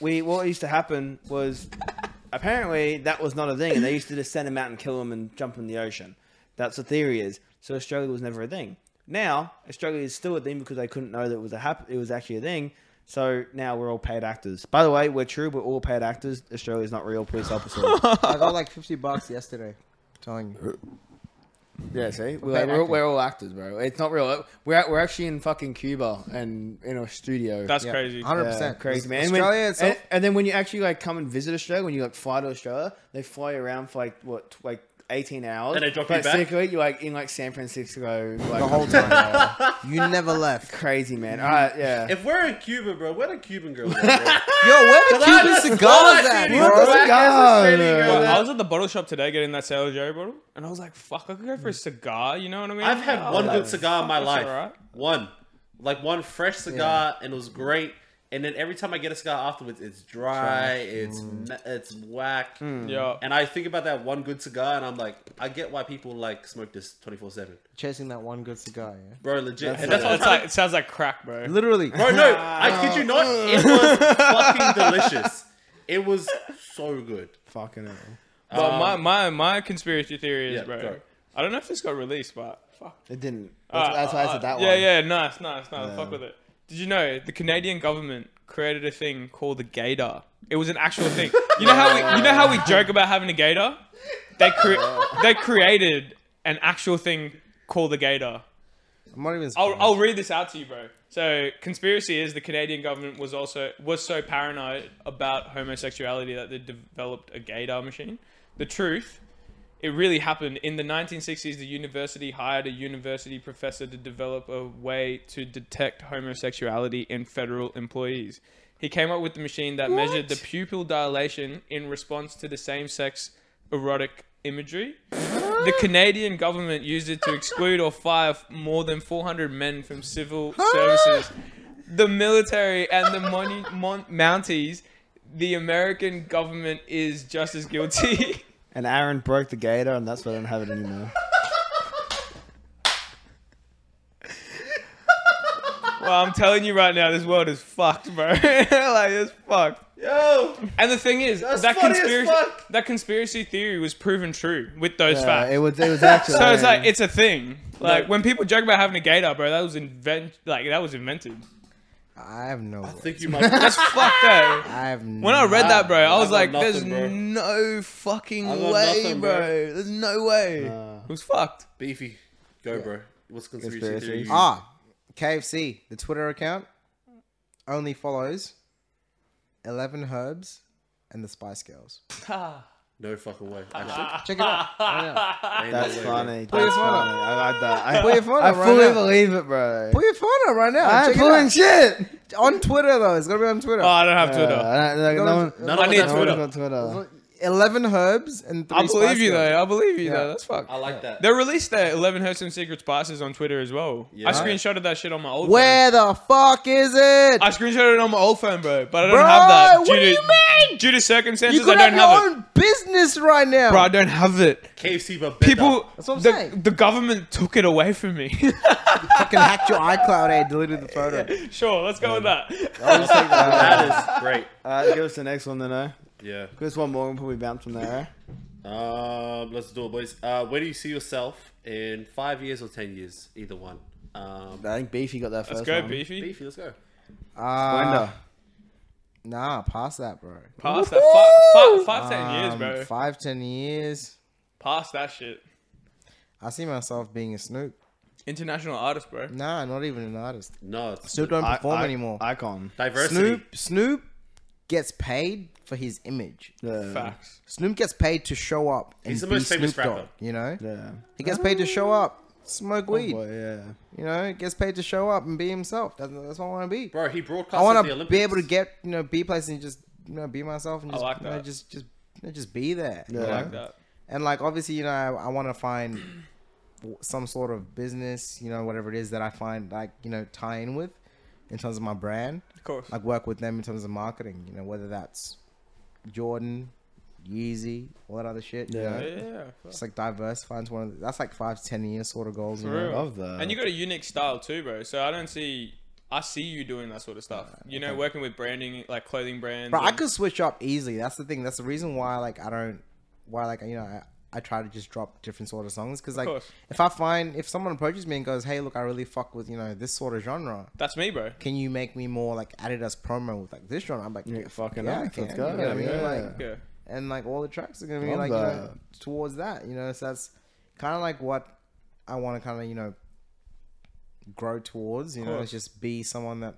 A: we what used to happen was apparently that was not a thing, and they used to just send them out and kill them and jump in the ocean. That's the theory is. So Australia was never a thing. Now Australia is still a thing because they couldn't know that it was a hap- it was actually a thing. So now we're all paid actors. By the way, we're true. We're all paid actors. Australia's not real. Please help us all.
C: I got like 50 bucks yesterday. I'm telling you.
A: yeah, see, we're,
C: paid
A: we're,
C: actors.
A: we're all actors, bro. It's not real. We're we're actually in fucking Cuba and in a studio.
D: that's
C: Yeah,
D: crazy.
C: 100%.
A: Yeah, crazy man. And when-
C: Australia itself,
A: and, and then when you actually like come and visit Australia, when you like fly to Australia, they fly you around for like what, tw- like eighteen hours,
B: And they drop
A: but
B: you back?
A: secretly, you're like in like San Francisco like,
C: the whole Mm-hmm. time. you never left.
A: Crazy man. All right, yeah.
B: If we're in Cuba, bro, where the Cuban girls at, bro?
C: Yo, where the
B: I
C: Cuban
B: just
C: cigars
B: thought,
C: at,
B: dude,
A: Where
B: you
A: the
C: bro?
B: black
A: cigars?
B: ass Australian girl
D: Bro,
B: at?
D: I was at the bottle shop today getting that Sailor Jerry bottle, and I was like, "Fuck, I could go for a cigar." You know what I mean?
B: I've had
D: I
B: one
D: was
B: good
D: like,
B: cigar in my
D: "Fuck, Oh, that's
B: life.
D: alright."
B: One. Like one fresh cigar, and it was great. And then every time I get a cigar afterwards, it's dry, it's
A: Mm.
B: me- it's whack.
D: Yeah.
B: And I think about that one good cigar, and I'm like, I get why people like smoke this 24 seven,
C: Chasing that one good cigar, yeah.
B: bro. Legit.
A: That's
B: and that's
A: it.
B: what I'm
D: It's
B: trying
D: like, it sounds like crack, bro.
C: Literally.
B: Bro, no, I kid you not. It was fucking delicious. It was so good.
A: Fucking hell.
D: But
B: Um,
D: my, my my conspiracy theory is,
B: Yeah,
D: bro.
B: go.
D: I don't know if this got released, but fuck.
A: It didn't. That's,
D: Uh,
A: that's why I
D: uh,
A: said that
D: yeah,
A: one.
D: Yeah, nice, nice, nice.
A: Yeah.
D: Fuck with it. Did you know the Canadian government created a thing called the gator? It was an actual thing. You know how we you know how we joke about having a gator? They cre- they created an actual thing called the gator.
C: I'm not even
D: I'll,
C: surprised.
D: I'll read this out to you, bro. So, conspiracy is the Canadian government was also was so paranoid about homosexuality that they developed a gaydar machine. The truth, it really happened in the 1960s. The university hired a university professor to develop a way to detect homosexuality in federal employees. He came up with the machine that measured the pupil dilation in response to the same-sex erotic imagery. The Canadian government used it to exclude or fire f- more than 400 men from civil services. The military and the money, mon- Mounties, the American government is just as guilty.
A: And Aaron broke the gator, and that's why I don't have it anymore.
D: well, I'm telling you right now, this world is fucked, bro. like, it's fucked.
B: Yo,
D: And the thing is,
B: That's
D: that
B: funny as
D: conspiracy,
B: fuck.
D: that conspiracy theory was proven true with those
C: Uh,
A: Yeah,
D: facts.
A: it was. It was actually.
D: so it's like it's a thing. Like when people joke about having a gator, bro, that was invent like that was invented.
C: I have no.
B: I think you might.
D: That's fucked up.
C: I have no.
D: When I read that, bro, I was
B: got
D: like,
B: nothing, bro.
D: "There's no fucking
B: I got
D: way,
B: nothing,
D: bro.
B: bro.
D: There's no way."
A: Uh,
D: Who's fucked?
B: Beefy, go, bro. What's conspiracy,
A: Conspiracy.
B: theory? you-
C: Ah, KFC, the Twitter account only follows 11 herbs and the Spice Girls.
B: No fucking way.
D: Ah.
B: Actually,
C: Check it out. Right now.
B: ain't no
A: that's
B: way, bro.
A: funny. That's
C: Put your
A: funny.
C: phone up.
A: I like that. I,
C: Put your phone
A: I
C: up right
A: fully
C: now.
A: believe it, bro.
C: Pull your phone up right now.
A: I'm
C: Check it
A: pulling
C: out.
A: shit.
C: On Twitter though, it's gonna be on Twitter.
D: Oh, I don't have Twitter.
A: Uh, like,
C: None
A: no
C: of
A: one-
C: us-
A: no
B: None of
D: I
B: us
D: need
B: have
A: one's
B: Twitter.
A: on Twitter.
C: Look, eleven herbs and three
D: I believe
C: Spice
D: you
C: Girls.
D: though. I believe you
C: Yeah.
D: though. That's fucked.
B: I like that.
D: They released their 11 Hertz and Secret Spices on Twitter as well.
B: Yeah.
D: I screenshotted that shit on my old phone.
C: Where the fuck is it?
D: I screenshotted it on my old phone, bro. But I don't
C: Bro,
D: have that.
C: what
D: due
C: do
D: to-
C: you mean?
D: Due to circumstances,
C: you could
D: I
C: have
D: don't have,
C: your
D: it.
C: own business right now.
D: Bro, I don't have it.
B: KFC but better.
D: People,
C: That's what I'm
D: the,
C: saying.
D: the government took it away from me.
C: fucking hacked your iCloud and deleted the photo.
D: sure, let's go with that.
B: That is great.
A: Alright, give us the next one then, eh?
B: Yeah.
A: Give us one more and probably bounce from there, eh?
B: Um, let's do it, boys. Uh, where do you see yourself in five years or ten years? Either one. Um,
A: eh? I think Beefy got that
D: Let's
A: first
D: go,
A: one.
D: Beefy.
B: Beefy, let's go.
C: Uh, nah, past that, bro.
D: Past that. Five, five, five ten years,
C: Um,
D: bro.
C: Five, ten years.
D: Past that shit.
C: I see myself being a Snoop.
D: International artist, bro.
C: Nah, not even an artist.
B: No, it's
C: Snoop don't
A: I-
C: perform
A: I-
C: anymore.
A: Icon.
B: diversity.
C: Snoop Snoop gets paid for his image.
A: Yeah.
D: Facts.
C: Snoop gets paid to show up. And
B: He's the
C: be
B: most famous
C: Snoop Dogg,
B: rapper.
C: You know,
A: Yeah.
C: he gets paid to show up, smoke
A: Oh,
C: weed.
A: boy, yeah.
C: you know, gets paid to show up and be himself. That's, that's what I want to be.
B: Bro, he broadcast
C: I
B: want the
C: to
B: Olympics.
C: be able to get you know be places and just you know be myself and just
D: like
C: you know,
D: that.
C: just just you know, just be there. you
A: Yeah.
D: I
C: know?
D: like that.
C: And like obviously you know I, I want to find w- some sort of business you know whatever it is that I find like you know tie in with in terms of my brand
D: Of course.
C: like work with them in terms of marketing you know whether that's Jordan, Yeezy, all that other shit. you
A: Yeah.
C: know?
D: Yeah, yeah, yeah.
C: Just like diversify into one of the, that's like five ten year sort of goals. You
D: For
C: know?
D: real.
A: Love that.
D: And you got a unique style too, bro. So I don't see. I see you doing that sort of stuff. you know, working with branding, like clothing brands.
C: Bro, I
D: and-
C: could switch up easily. That's the thing. That's the reason why, like, I don't, why, like, you know, I, I try to just drop different sort of songs because, like,
D: course.
C: if I find if someone approaches me and goes, "Hey, look, I really fuck with you know this sort of genre,"
D: That's me, bro.
C: can you make me more like Adidas promo with like this genre? I'm like,
A: Yeah, fucking
C: yeah, I
A: nice.
C: can.
A: Let's
C: You know
A: go.
C: what I mean?
A: yeah.
C: Like,
D: Yeah.
C: and like all the tracks are gonna be
A: Love
C: like you know,
A: that.
C: towards that. You know, so that's kind of like what I want to kind of you know grow towards. You know,
D: course.
C: is just be someone that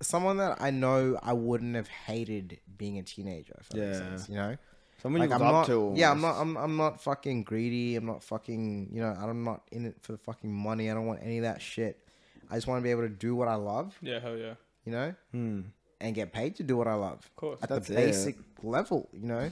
C: someone that I know I wouldn't have hated being a teenager. If that
A: Yeah.
C: makes sense, you know.
A: Someone
C: Like
A: you
C: I'm
A: look up
C: not,
A: to. Almost.
C: yeah, I'm not, I'm, I'm not fucking greedy. I'm not fucking, you know, I'm not in it for the fucking money. I don't want any of that shit. I just want to be able to do what I love,
D: Yeah, hell yeah. Of
C: you know, and get paid to do what I love
D: course.
C: at
A: Hmm. That's
C: the
A: it.
C: basic level, you know.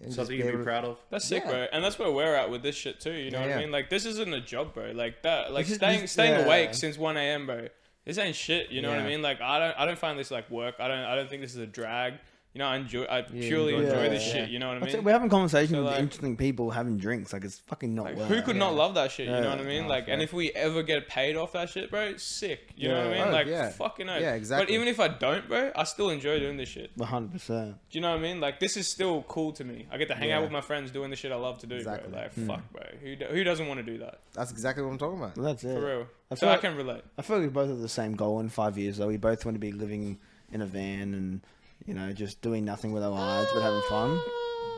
C: And just
B: Something
C: be
B: you'd
C: able
B: be
C: to-
B: proud of.
D: That's sick,
C: Yeah.
D: bro. And that's where we're at with this shit too. You know what
C: Yeah.
D: I mean? Like this isn't a job, bro. Like that, like
A: This is-
D: staying
A: this-
D: staying
A: yeah.
D: awake since one a.m., bro. This ain't shit. You know what
C: Yeah.
D: I mean? Like I don't I don't find this like work. I don't I don't think this is a drag. You know, I enjoy. I purely
A: enjoy
D: enjoy
A: it.
D: this
A: Yeah.
D: shit. You know what I
A: That's it,
D: mean?
A: We're having conversations
D: So,
A: with
D: like-
A: interesting people having drinks. Like, it's fucking not
D: Like,
A: worth
D: who
A: it.
D: could not love that shit? You
A: Yeah.
D: know what I mean?
A: Nah,
D: Like, and if we ever get paid off that shit, bro, sick. You know what I
A: Yeah.
D: mean?
C: Oh,
D: like,
C: yeah.
D: fucking
C: Yeah,
D: oath. But
C: exactly.
D: even if I don't, bro, I still enjoy doing this shit.
A: 100%.
D: Do you know what I mean? Like, this is still cool to me. I get to hang
C: Yeah.
D: out with my friends doing the shit I love to do,
C: Exactly.
D: bro.
A: Hmm.
D: Like, fuck, bro. Who, do- who doesn't want to do that?
C: That's exactly what I'm talking about.
A: Well, that's it.
D: For real.
A: I
D: so
A: feel
D: I
A: like-
D: can relate.
A: I feel like we both have the same goal in five years, though. We both want to be living in a van and, you know, just doing nothing with our lives but having fun.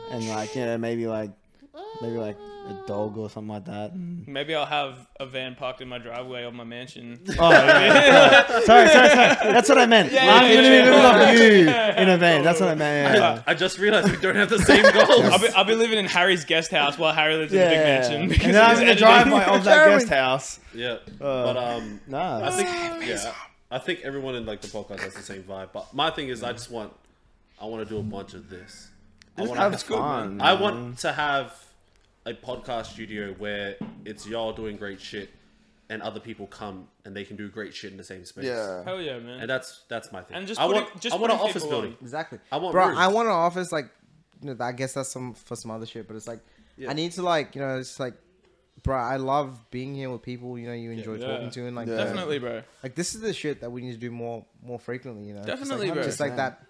A: And, like, you know, maybe, like, maybe, like, a dog or something like that.
D: Maybe I'll have a van parked in my driveway of my mansion.
A: Oh, sorry, sorry, sorry. That's what I meant.
D: Yeah,
A: I'm
D: yeah,
A: going to be
D: yeah.
A: living off you in a van. That's what I meant. yeah.
B: I just realized we don't have the same goals.
D: I'll be, I'll be living in Harry's guest house while Harry lives in the big mansion. because
A: And then
D: of
A: I'm
D: his
A: in the
D: editing.
A: driveway of that guest house.
B: yeah,
C: Uh,
B: but um, I
A: Nah.
B: think yeah, I think everyone in like the podcast has the same vibe. But my thing is, I just want, I want to do a bunch of this. I
A: Just
B: wanna
A: have
B: have-
A: fun.
B: I want to have a podcast studio where it's y'all doing great shit, and other people come and they can do great shit in the same space.
D: Hell yeah, man.
B: and that's that's my thing.
D: And just
B: I
D: putting-
B: want
D: just
B: I want an
D: putting
B: office
D: people on.
B: building.
C: Exactly.
B: I want
C: bro.
B: room.
C: I want an office like, you know, I guess that's some for some other shit, but it's like, I need to like, you know, it's like, bro, I love being here with people. You know, you enjoy
D: Yeah.
C: talking to and like,
A: Yeah.
D: Definitely, bro.
C: like this is the shit that we need to do more, more frequently. You know, Just,
D: Definitely,
C: like,
D: bro.
C: just like that,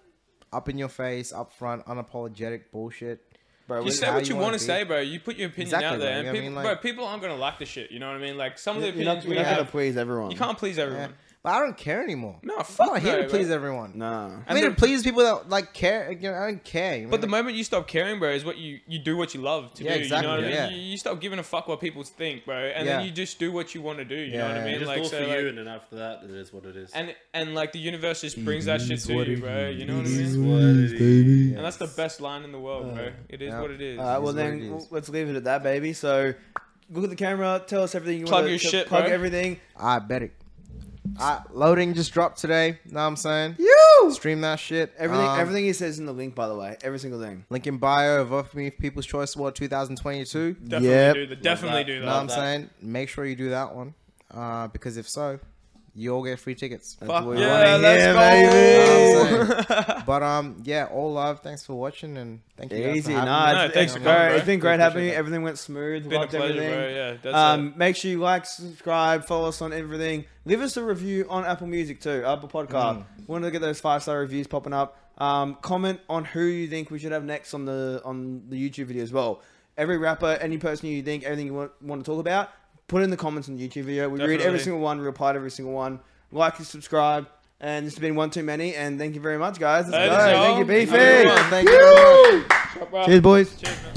C: up in your face, up front, unapologetic bullshit.
A: Bro,
D: You
A: we-
D: say
C: how
D: what
C: you
D: you
C: wanna
D: want to
C: be.
D: say, bro. You put your opinion
C: Exactly,
D: out there,
C: bro.
D: and
C: You know what I
D: people,
C: mean?
D: bro,
C: Like-
D: people aren't gonna like the shit. You know what I mean? Like some of the
A: You're not,
D: opinions
A: you're
D: we
A: not
D: have,
A: gonna please everyone.
D: you can't please everyone.
C: Yeah. Eh, But I don't care anymore.
D: No,
C: I'm
D: fuck
C: not here
D: no,
C: to please
D: bro.
C: everyone.
A: Nah.
C: I'm here to
D: And
C: please people that like care. You know, I don't care. You know,
D: But the moment you stop caring, bro, is what you you do what you love to
C: Yeah,
D: do.
C: exactly,
D: You know what
C: yeah.
D: I mean? You, you stop giving a fuck what people think, bro, and
C: Yeah.
D: then you just do what you want to do. You know what
C: Yeah.
D: I mean?
C: You
B: just
D: like
B: do it
D: so,
B: for
D: like-
B: you, and then after that, it is what it is.
D: and and like the universe just brings that shit to you, bro. You know what I mean?
B: What it is.
C: Yeah.
D: And that's the best line in the world, bro. It is
C: Uh, Yeah.
D: what it is.
A: All right, well
C: is what
A: then
C: it is.
A: w- let's leave it at that, baby. So look at the camera, tell us everything you
D: Plug
A: want
D: your shit,
A: plug
D: bro.
A: everything.
C: I bet it. I, loading just dropped today. Know what I'm saying?
A: You
C: Stream that shit.
A: Everything,
C: Um,
A: everything he says in the link, by the way, every single thing.
C: Link in bio. Vote for me for People's Choice Award 2022.
D: Definitely
C: Yep.
D: do that. Definitely
B: that.
D: do
C: know what
D: that.
C: I'm
B: that.
C: saying? Make sure you do that one. Uh, because if so, you all get free tickets.
A: That's
D: Fuck
A: what we
D: yeah,
A: wanna
D: let's
A: hear,
D: go.
C: baby. But um, yeah, all love. Thanks for watching and thank you. guys
A: Easy,
C: for having
A: nah.
C: me.
A: it's-
D: No, thanks for
A: it's-
D: coming,
A: alright,
D: bro.
A: It's been great
C: Appreciate
A: having you.
C: that.
A: Everything went smooth.
D: Been a
A: loved
D: pleasure,
A: everything.
D: bro. Yeah, that's it.
A: um, make sure you like, subscribe, follow us on everything. Leave us a review on Apple Music too, Apple Podcast.
D: Mm.
A: We want to get those five star reviews popping up. Um, comment on who you think we should have next on the on the YouTube video as well. Every rapper, any person you think, everything you want, want to talk about, put in the comments on the YouTube video. We read every
D: Definitely.
A: single one, reply to every single one. Like and subscribe. And this has been one too many. And thank you very much, guys. Let's
D: That
A: go.
D: is all.
A: Thank you,
D: Thank you very
A: Beefy.
D: much.
C: Thank you. very much.
D: Chop, bro.
A: Cheers, boys.
D: Cheers, bro.